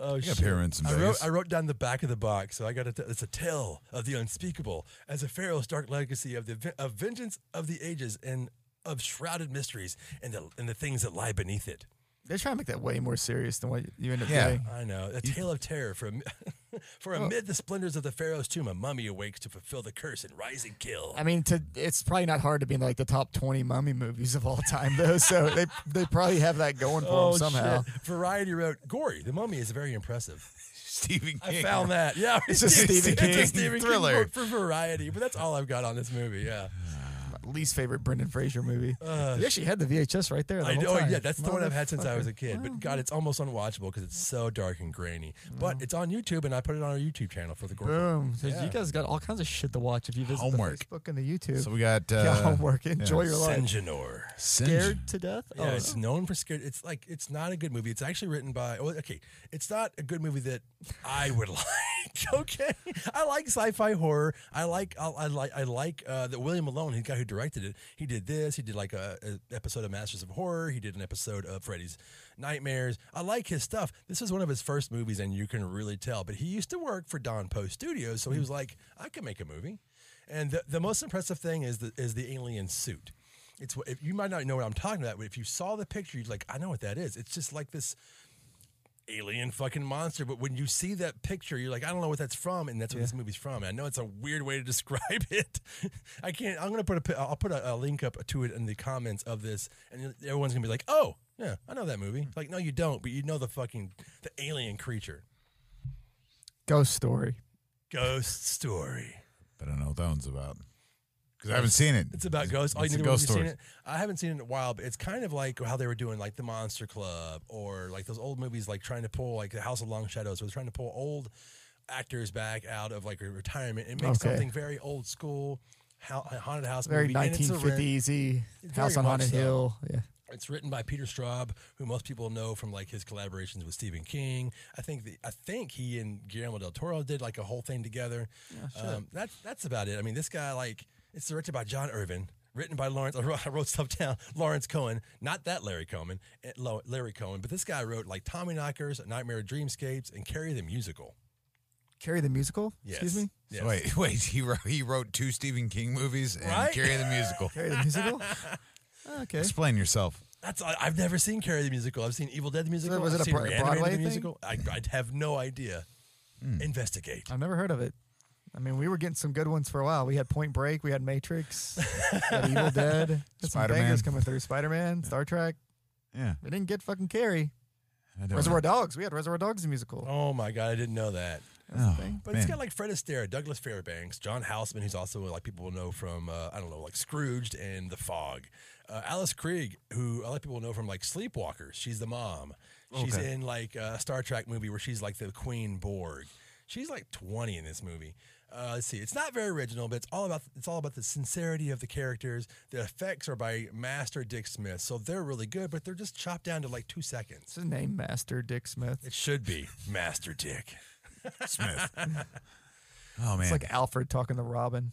Oh
got
shit.
pyramids in
I
Vegas.
wrote, I wrote down the back of the box, so I got to. It's a tale of the unspeakable, as a pharaoh's dark legacy of the ve- of vengeance of the ages and of shrouded mysteries and the and the things that lie beneath it.
They're trying to make that way more serious than what you end up
Yeah.
getting.
I know. A tale of terror for am- for amid the splendors of the pharaoh's tomb, a mummy awakes to fulfill the curse and rise and kill.
I mean, to, it's probably not hard to be in like the top twenty mummy movies of all time, though. So they they probably have that going for them Oh, somehow.
Oh, shit. Variety wrote, "Gory, the mummy is very impressive."
Stephen
I
King.
found that. Yeah,
It's just Stephen
It's
King
a Stephen
thriller.
King quote for Variety, but that's all I've got on this movie. Yeah,
My least favorite Brendan Fraser movie. you actually had the VHS right there. The
Uh, I
whole
know.
time.
Yeah, that's the one I've had since I was a
Motherfucker.
kid. But God, it's almost unwatchable because it's so dark and grainy. But it's on YouTube, and I put it on our YouTube channel for the gore.
Boom! So
Yeah.
You guys got all kinds of shit to watch if you visit
Homework.
the Facebook and the YouTube.
So we got uh,
yeah, homework. Enjoy your life.
Senjanor.
Singe.
Scared to death.
Yeah,
oh,
it's known for scared. It's like it's not a good movie. It's actually written by. well, Okay, it's not a good movie that I would like. Okay, I like sci-fi horror. I like I, I like I like uh, that William Malone, the guy who directed it. He did this. He did like a, a episode of Masters of Horror. He did an episode of Freddy's Nightmares. I like his stuff. This is one of his first movies, and you can really tell. But he used to work for Don Post Studios, so he was like, I can make a movie. And the, the most impressive thing is the is the alien suit. It's what if you might not know what I'm talking about, but if you saw the picture, you'd like, I know what that is. It's just like this alien fucking monster. But when you see that picture, you're like, I don't know what that's from, and that's what this movie's from. And I know it's a weird way to describe it. I can't. I'm gonna put a. pi- I'll put a, a link up to it in the comments of this, and everyone's gonna be like, Oh, yeah, I know that movie. Like, no, you don't, but you know the fucking the alien creature,
ghost story.
Ghost Story.
But I don't know what that one's about. Because I haven't seen it.
It's about ghosts. Oh, you
it's a
never
ghost
you've seen
story.
it? I haven't seen it in a while, but it's kind of like how they were doing like the Monster Club or like those old movies, like trying to pull like the House of Long Shadows, was trying to pull old actors back out of like a retirement and make
Okay.
something very old school. hau- a Haunted house
Very
movie, and it's a rent.
1950s -y,
Very
House on
much
Haunted
so.
Hill. Yeah.
It's written by Peter Straub, who most people know from like his collaborations with Stephen King. I think the, I think he and Guillermo del Toro did like a whole thing together. um, that's that's about it. I mean, this guy like it's directed by John Irvin, written by Lawrence. I wrote, I wrote stuff down. Lawrence Cohen, not that Larry Cohen, eh, Lo- Larry Cohen, but this guy wrote like Tommy Knockers, Nightmare Dreamscapes, and Carrie the Musical.
Carrie the musical.
Yes.
Excuse me.
Yes.
Wait, wait. He wrote, he wrote two Stephen King movies and
Right?
Carrie the Musical.
Carrie the musical. okay.
Explain yourself.
That's I- I've never seen Carrie the musical. I've seen Evil Dead the musical.
was
I've
it a
seen
Bro-
Reanimator
Broadway
the
thing?
musical? I, I have no idea. Investigate.
I've never heard of it. I mean, we were getting some good ones for a while. We had Point Break, we had Matrix, we had Evil Dead, had some
Spider-Man.
bangers coming through. Spider Man, Star Trek.
Yeah.
We didn't get fucking Carrie.
I don't know.
Reservoir Dogs. We had Reservoir Dogs the musical.
Oh my god, Oh, I didn't know that.
That's the thing.
But it's
Man.
got like Fred Astaire, Douglas Fairbanks, John Houseman, who's also like people will know from uh, I don't know, like Scrooged and The Fog. Uh, Alice Krieg, who a lot of people know from like Sleepwalkers. She's the mom. She's
Okay.
in like a Star Trek movie where she's like the Queen Borg. She's like 20 in this movie. Uh, let's see. It's not very original, but it's all about it's all about the sincerity of the characters. The effects are by Master Dick Smith, so they're really good, but they're just chopped down to like two seconds.
It's his name, Master Dick Smith.
It should be Master Dick.
Smith. Oh man,
It's like Alfred talking to Robin.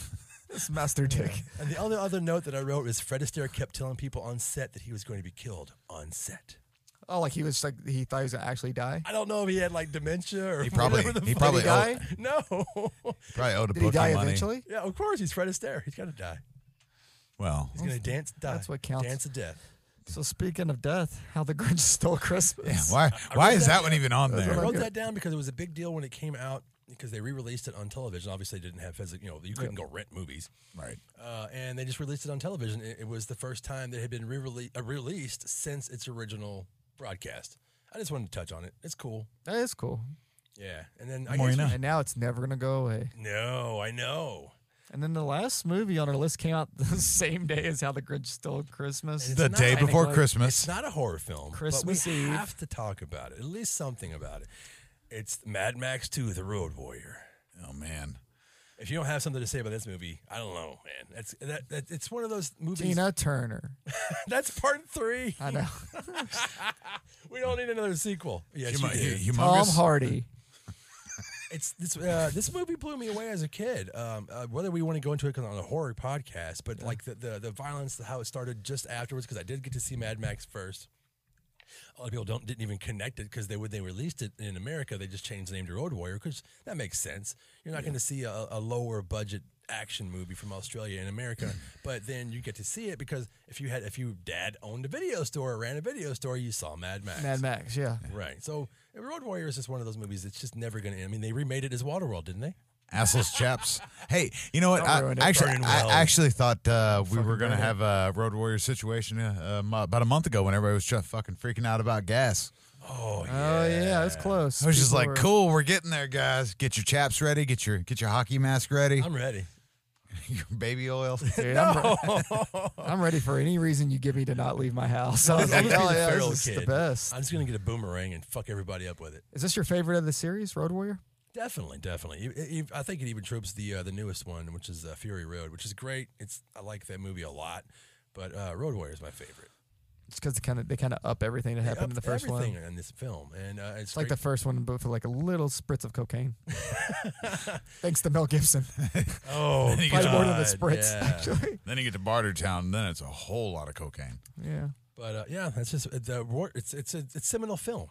it's Master Dick.
And the other other note that I wrote is Fred Astaire kept telling people on set that he was going to be killed on set.
Oh, like he was like he thought he was gonna actually die.
I don't know if he had like dementia or
He probably-
whatever the
he
fuck-
probably-
Did
no.
probably owed a
Did he
book
die
of money.
eventually?
yeah, of course he's Fred Astaire. He's got to die.
Well,
He's going to dance. Die.
That's what counts.
Dance to death.
So speaking of death, how the Grinch stole Christmas.
yeah, why? Why is that one even on
That's
there?
I
what
wrote
Okay.
that down because it was a big deal when it came out because they re-released it on television. Obviously, they didn't have physical. You know, you couldn't go rent movies.
Right.
uh, and they just released it on television. It, it was the first time that it had been re-released, uh, released since its original broadcast. I just wanted to touch on it. It's cool.
That is cool.
Yeah, and then I
more
guess
you
we-
And now it's never gonna go away.
no, I know.
And then the last movie on our list came out the same day as How the Grinch Stole Christmas.
It's
The
not
day before
technically-
Christmas.
It's not a horror film.
Christmas
but we
Eve.
have to talk about it. At least something about it. It's Mad Max 2: The Road Warrior.
Oh man.
If you don't have something to say about this movie, I don't know, man. That's that, that it's one of those movies.
Tina Turner.
That's part three.
I know.
We don't need another sequel. Yes, you
Humo-
do.
hu-
Tom
humongous?
Hardy.
It's this uh, this movie blew me away as a kid. Um, uh, whether we want to go into it 'cause on a horror podcast, but like the, the the violence, how it started just afterwards, because I did get to see Mad Max first. A lot of people don't didn't even connect it because they when they released it in America, they just changed the name to Road Warrior because that makes sense. You're not going to see a, a lower budget action movie from Australia in America, but then you get to see it because if you had if you dad owned a video store or ran a video store, you saw Mad Max.
Mad Max, yeah.
Right. So Road Warrior is just one of those movies that's just never going to end. I mean, they remade it as Waterworld, didn't they?
Assless chaps. Hey, you know what?
Don't
I,
ruin it.
actually,
Burn well.
I actually thought uh, we were
Fucking
gonna
burn it.
have a Road Warrior situation uh, um, about a month ago when everybody was just fucking freaking out about gas.
Oh,
Oh yeah, it's close.
I was just
People
like,
were-
"Cool, we're getting there, guys. Get your chaps ready. Get your get your hockey mask ready.
I'm ready.
your baby oil."
Dude, I'm, re- I'm ready for any reason you give me to not leave my house. I was
I'm
like,
gonna be
oh,
the
yeah,
feral
this is the
kid.
best.
I'm just going to get a boomerang and fuck everybody up with it.
Is this your favorite of the series, Road Warrior?
Definitely, definitely. It- it- I think it even trumps the uh, the newest one, which is uh, Fury Road, which is great. It's I like that movie a lot, but uh, Road Warrior is my favorite.
It's because kind of they kind of up everything that happened in the
Up
first
everything
one.
in this film, and uh, it's,
It's like
great-
the first one, but for like a little spritz of cocaine. Thanks to Mel Gibson.
oh,
you
Probably more than the
God,
spritz,
yeah.
actually.
then you get to Bartertown. Then it's a whole lot of cocaine.
Yeah.
But uh, yeah, that's just the war- it's it's a it's seminal film.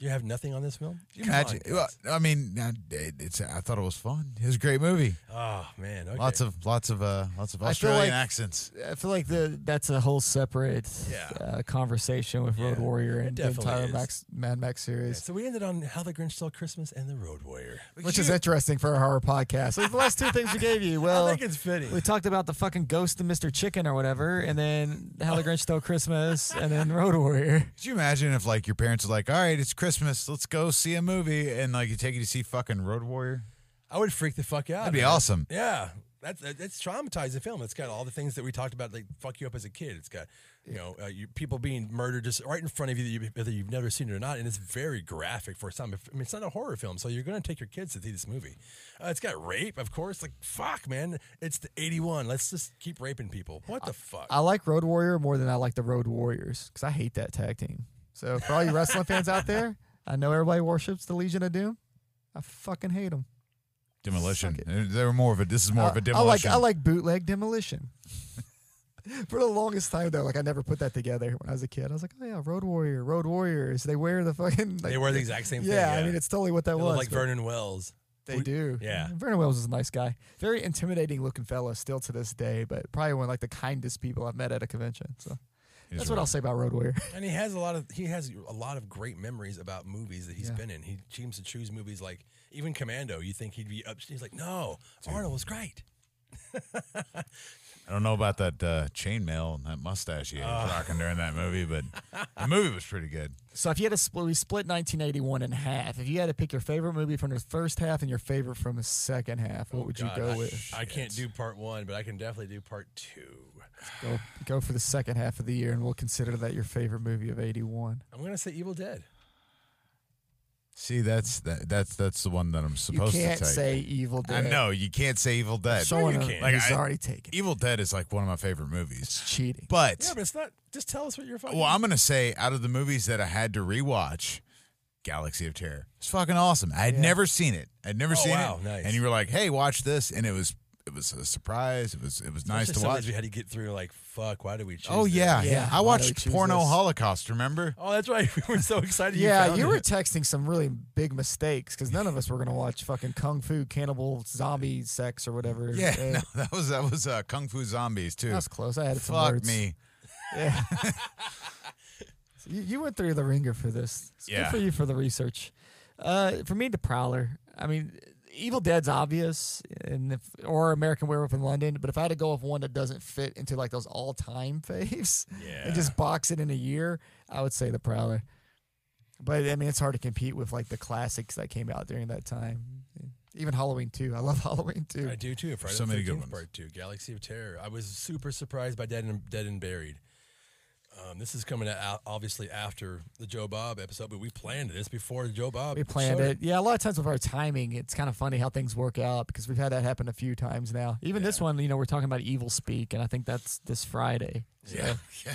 You have nothing on this film.
Can you imagine?
Come on,
Well,
guys.
I mean, I- it, it's. I thought it was fun. It was a great movie.
Oh man, okay.
Lots of lots of uh, lots of
I feel
Australian
like-
accents.
I feel like the that's a whole separate
Yeah.
uh, conversation with Road
Yeah,
Warrior
it
and the
definitely
entire
is.
Max, Mad Max
Yeah,
series.
so we ended on How the Grinch Stole Christmas and The Road Warrior.
Which is interesting for a horror podcast. Those are the last two things we gave you. Well,
I think it's fitting.
we talked about the fucking ghost of Mr. Chicken or whatever, and then How the Grinch Stole Christmas, and then Road Warrior.
Could you imagine if like your parents are like, "All right, it's Christmas, let's go see a movie," and like you take you to see fucking Road Warrior?
I would freak the fuck out.
That'd be
man.
awesome.
Yeah, that's it's traumatized the film. It's got all the things that we talked about, like fuck you up as a kid. It's got you know uh, you, people being murdered just right in front of you, that you, whether you've never seen it or not, and it's very graphic for some. I mean, it's not a horror film, so you're going to take your kids to see this movie. Uh, it's got rape, of course. Like fuck, man, it's the '81. Let's just keep raping people. What the fuck?
I like Road Warrior more than I like the Road Warriors because I hate that tag team. So for all you wrestling fans out there, I know everybody worships the Legion of Doom. I fucking hate them.
Demolition.
Suck
They were more of a. This is more of a
I like
demolition.
I like bootleg demolition. For the longest time though, like I never put that together when I was a kid. I was like, oh yeah, Road Warrior, Road Warriors. They wear the fucking. Like,
they wear the exact same thing.
yeah, I mean it's totally what that
They look
was.
like
but
Vernon Wells.
they do. Mm,
yeah.
Vernon Wells is a nice guy, very intimidating looking fella still to this day, but probably one of like the kindest people I've met at a convention. So
He's
that's what
right.
I'll say about Road Warrior.
And he has a lot of he has a lot of great memories about movies that he's
Yeah.
been in. He seems to choose movies like even Commando. You think he'd be up? He's like, no, Arnold was great.
I don't know about that uh, chainmail and that mustache he was
Uh.
rocking during that movie, but the movie was pretty good.
So if you had to split, we split 1981 in half. If you had to pick your favorite movie from the first half and your favorite from the second half, what would
Oh, God,
you go
I,
with?
I can't do part one, but I can definitely do part two.
Go, go for the second half of the year, and we'll consider that your favorite movie of 81.
I'm gonna say Evil Dead.
See, that's that, that's that's the one that I'm
You
supposed
can't
to take.
say Evil Dead.
I know you can't say Evil Dead.
Someone
you
who-
can't.
Like,
who's
I-
already taken. it.
Evil Dead is like one of my favorite movies,
It's cheating.
but
Yeah, but it's not. Just tell us what you're fucking.
Well, I'm gonna say out of the movies that I had to rewatch, Galaxy of Terror. It's fucking awesome. I had never seen it. I'd never
Oh,
seen
wow,
it.
nice.
And you were like, "Hey, watch this," and it was it was a surprise. It was it was nice
Especially
to
some
watch.
days We had to get through. Like, fuck. Why did we? Choose
Oh
this?
yeah,
Yeah,
yeah. I
why do we
watched
choose
Porno
this?
Holocaust. Remember?
Oh, that's right. We were so excited. You
yeah,
found
you were
it.
texting some really big mistakes because none of us were going to watch fucking kung fu, cannibal, zombie sex, or whatever.
Yeah,
Uh,
no, that was that was uh, Kung Fu Zombies too.
that was close. I added some
Fuck
words.
me.
Yeah. So you, you went through the ringer for this. It's
Yeah.
Good for you for the research. Uh, for me, the Prowler. I mean, Evil Dead's obvious, and if, or American Werewolf in London. But if I had to go with one that doesn't fit into like those all-time faves,
Yeah.
and just box it in a year, I would say the Prowler. But I mean, it's hard to compete with like the classics that came out during that time. Even Halloween too. I love Halloween too.
I do too. Friday
So
the
many good
13th
ones.
Part two, Galaxy of Terror. I was super surprised by Dead and Dead and Buried. Um, this is coming out obviously after the Joe Bob episode, but we planned this before the Joe Bob.
We planned
showed
it. Yeah, a lot of times with our timing, it's kind of funny how things work out because we've had that happen a few times now. Even this one, you know, we're talking about evil speak, and I think that's this Friday.
Yeah.
Yeah.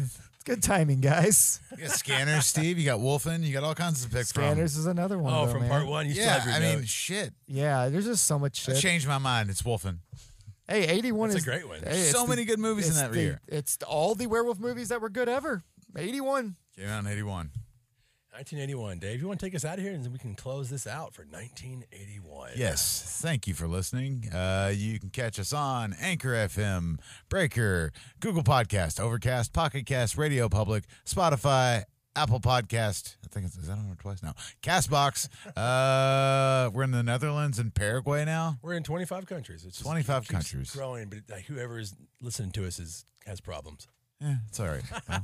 It's good timing, guys.
You got Scanners, Steve. You got Wolfen. You got all kinds to pick
Scanners is another one.
Oh,
though,
from
man.
part one, you
from. Yeah,
still
I
have your
mean,
notes.
shit.
Yeah, there's just so much
I
shit.
changed my mind. It's Wolfen.
Hey, 81
That's a
is
great one.
Hey, it's
so
the-
many good movies in
it's
that
the-
year.
It's all the werewolf movies that were good ever. 81.
Came out in '81.
1981. Dave, you want to take us out of here and then we can close this out for 1981.
Yes. Thank you for listening. Uh, you can catch us on Anchor FM, Breaker, Google Podcast, Overcast, Pocket Cast, Radio Public, Spotify, Apple Podcast. I think it's is that on there twice now. Castbox. uh, we're in the Netherlands and Paraguay now.
We're in 25 countries. It's just-
25
it keeps
countries.
Growing, but like, whoever is listening to us is has problems.
Yeah, Eh, it's all right. Well,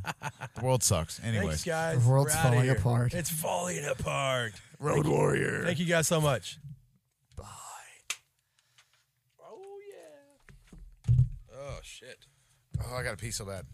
the world sucks.
Thanks,
Anyways,
guys.
The world's
We're outta
falling
here.
apart.
It's falling apart.
Road Warrior.
Thank you guys so much.
Bye.
Oh, yeah. Oh, shit.
Oh, I got a piece so bad.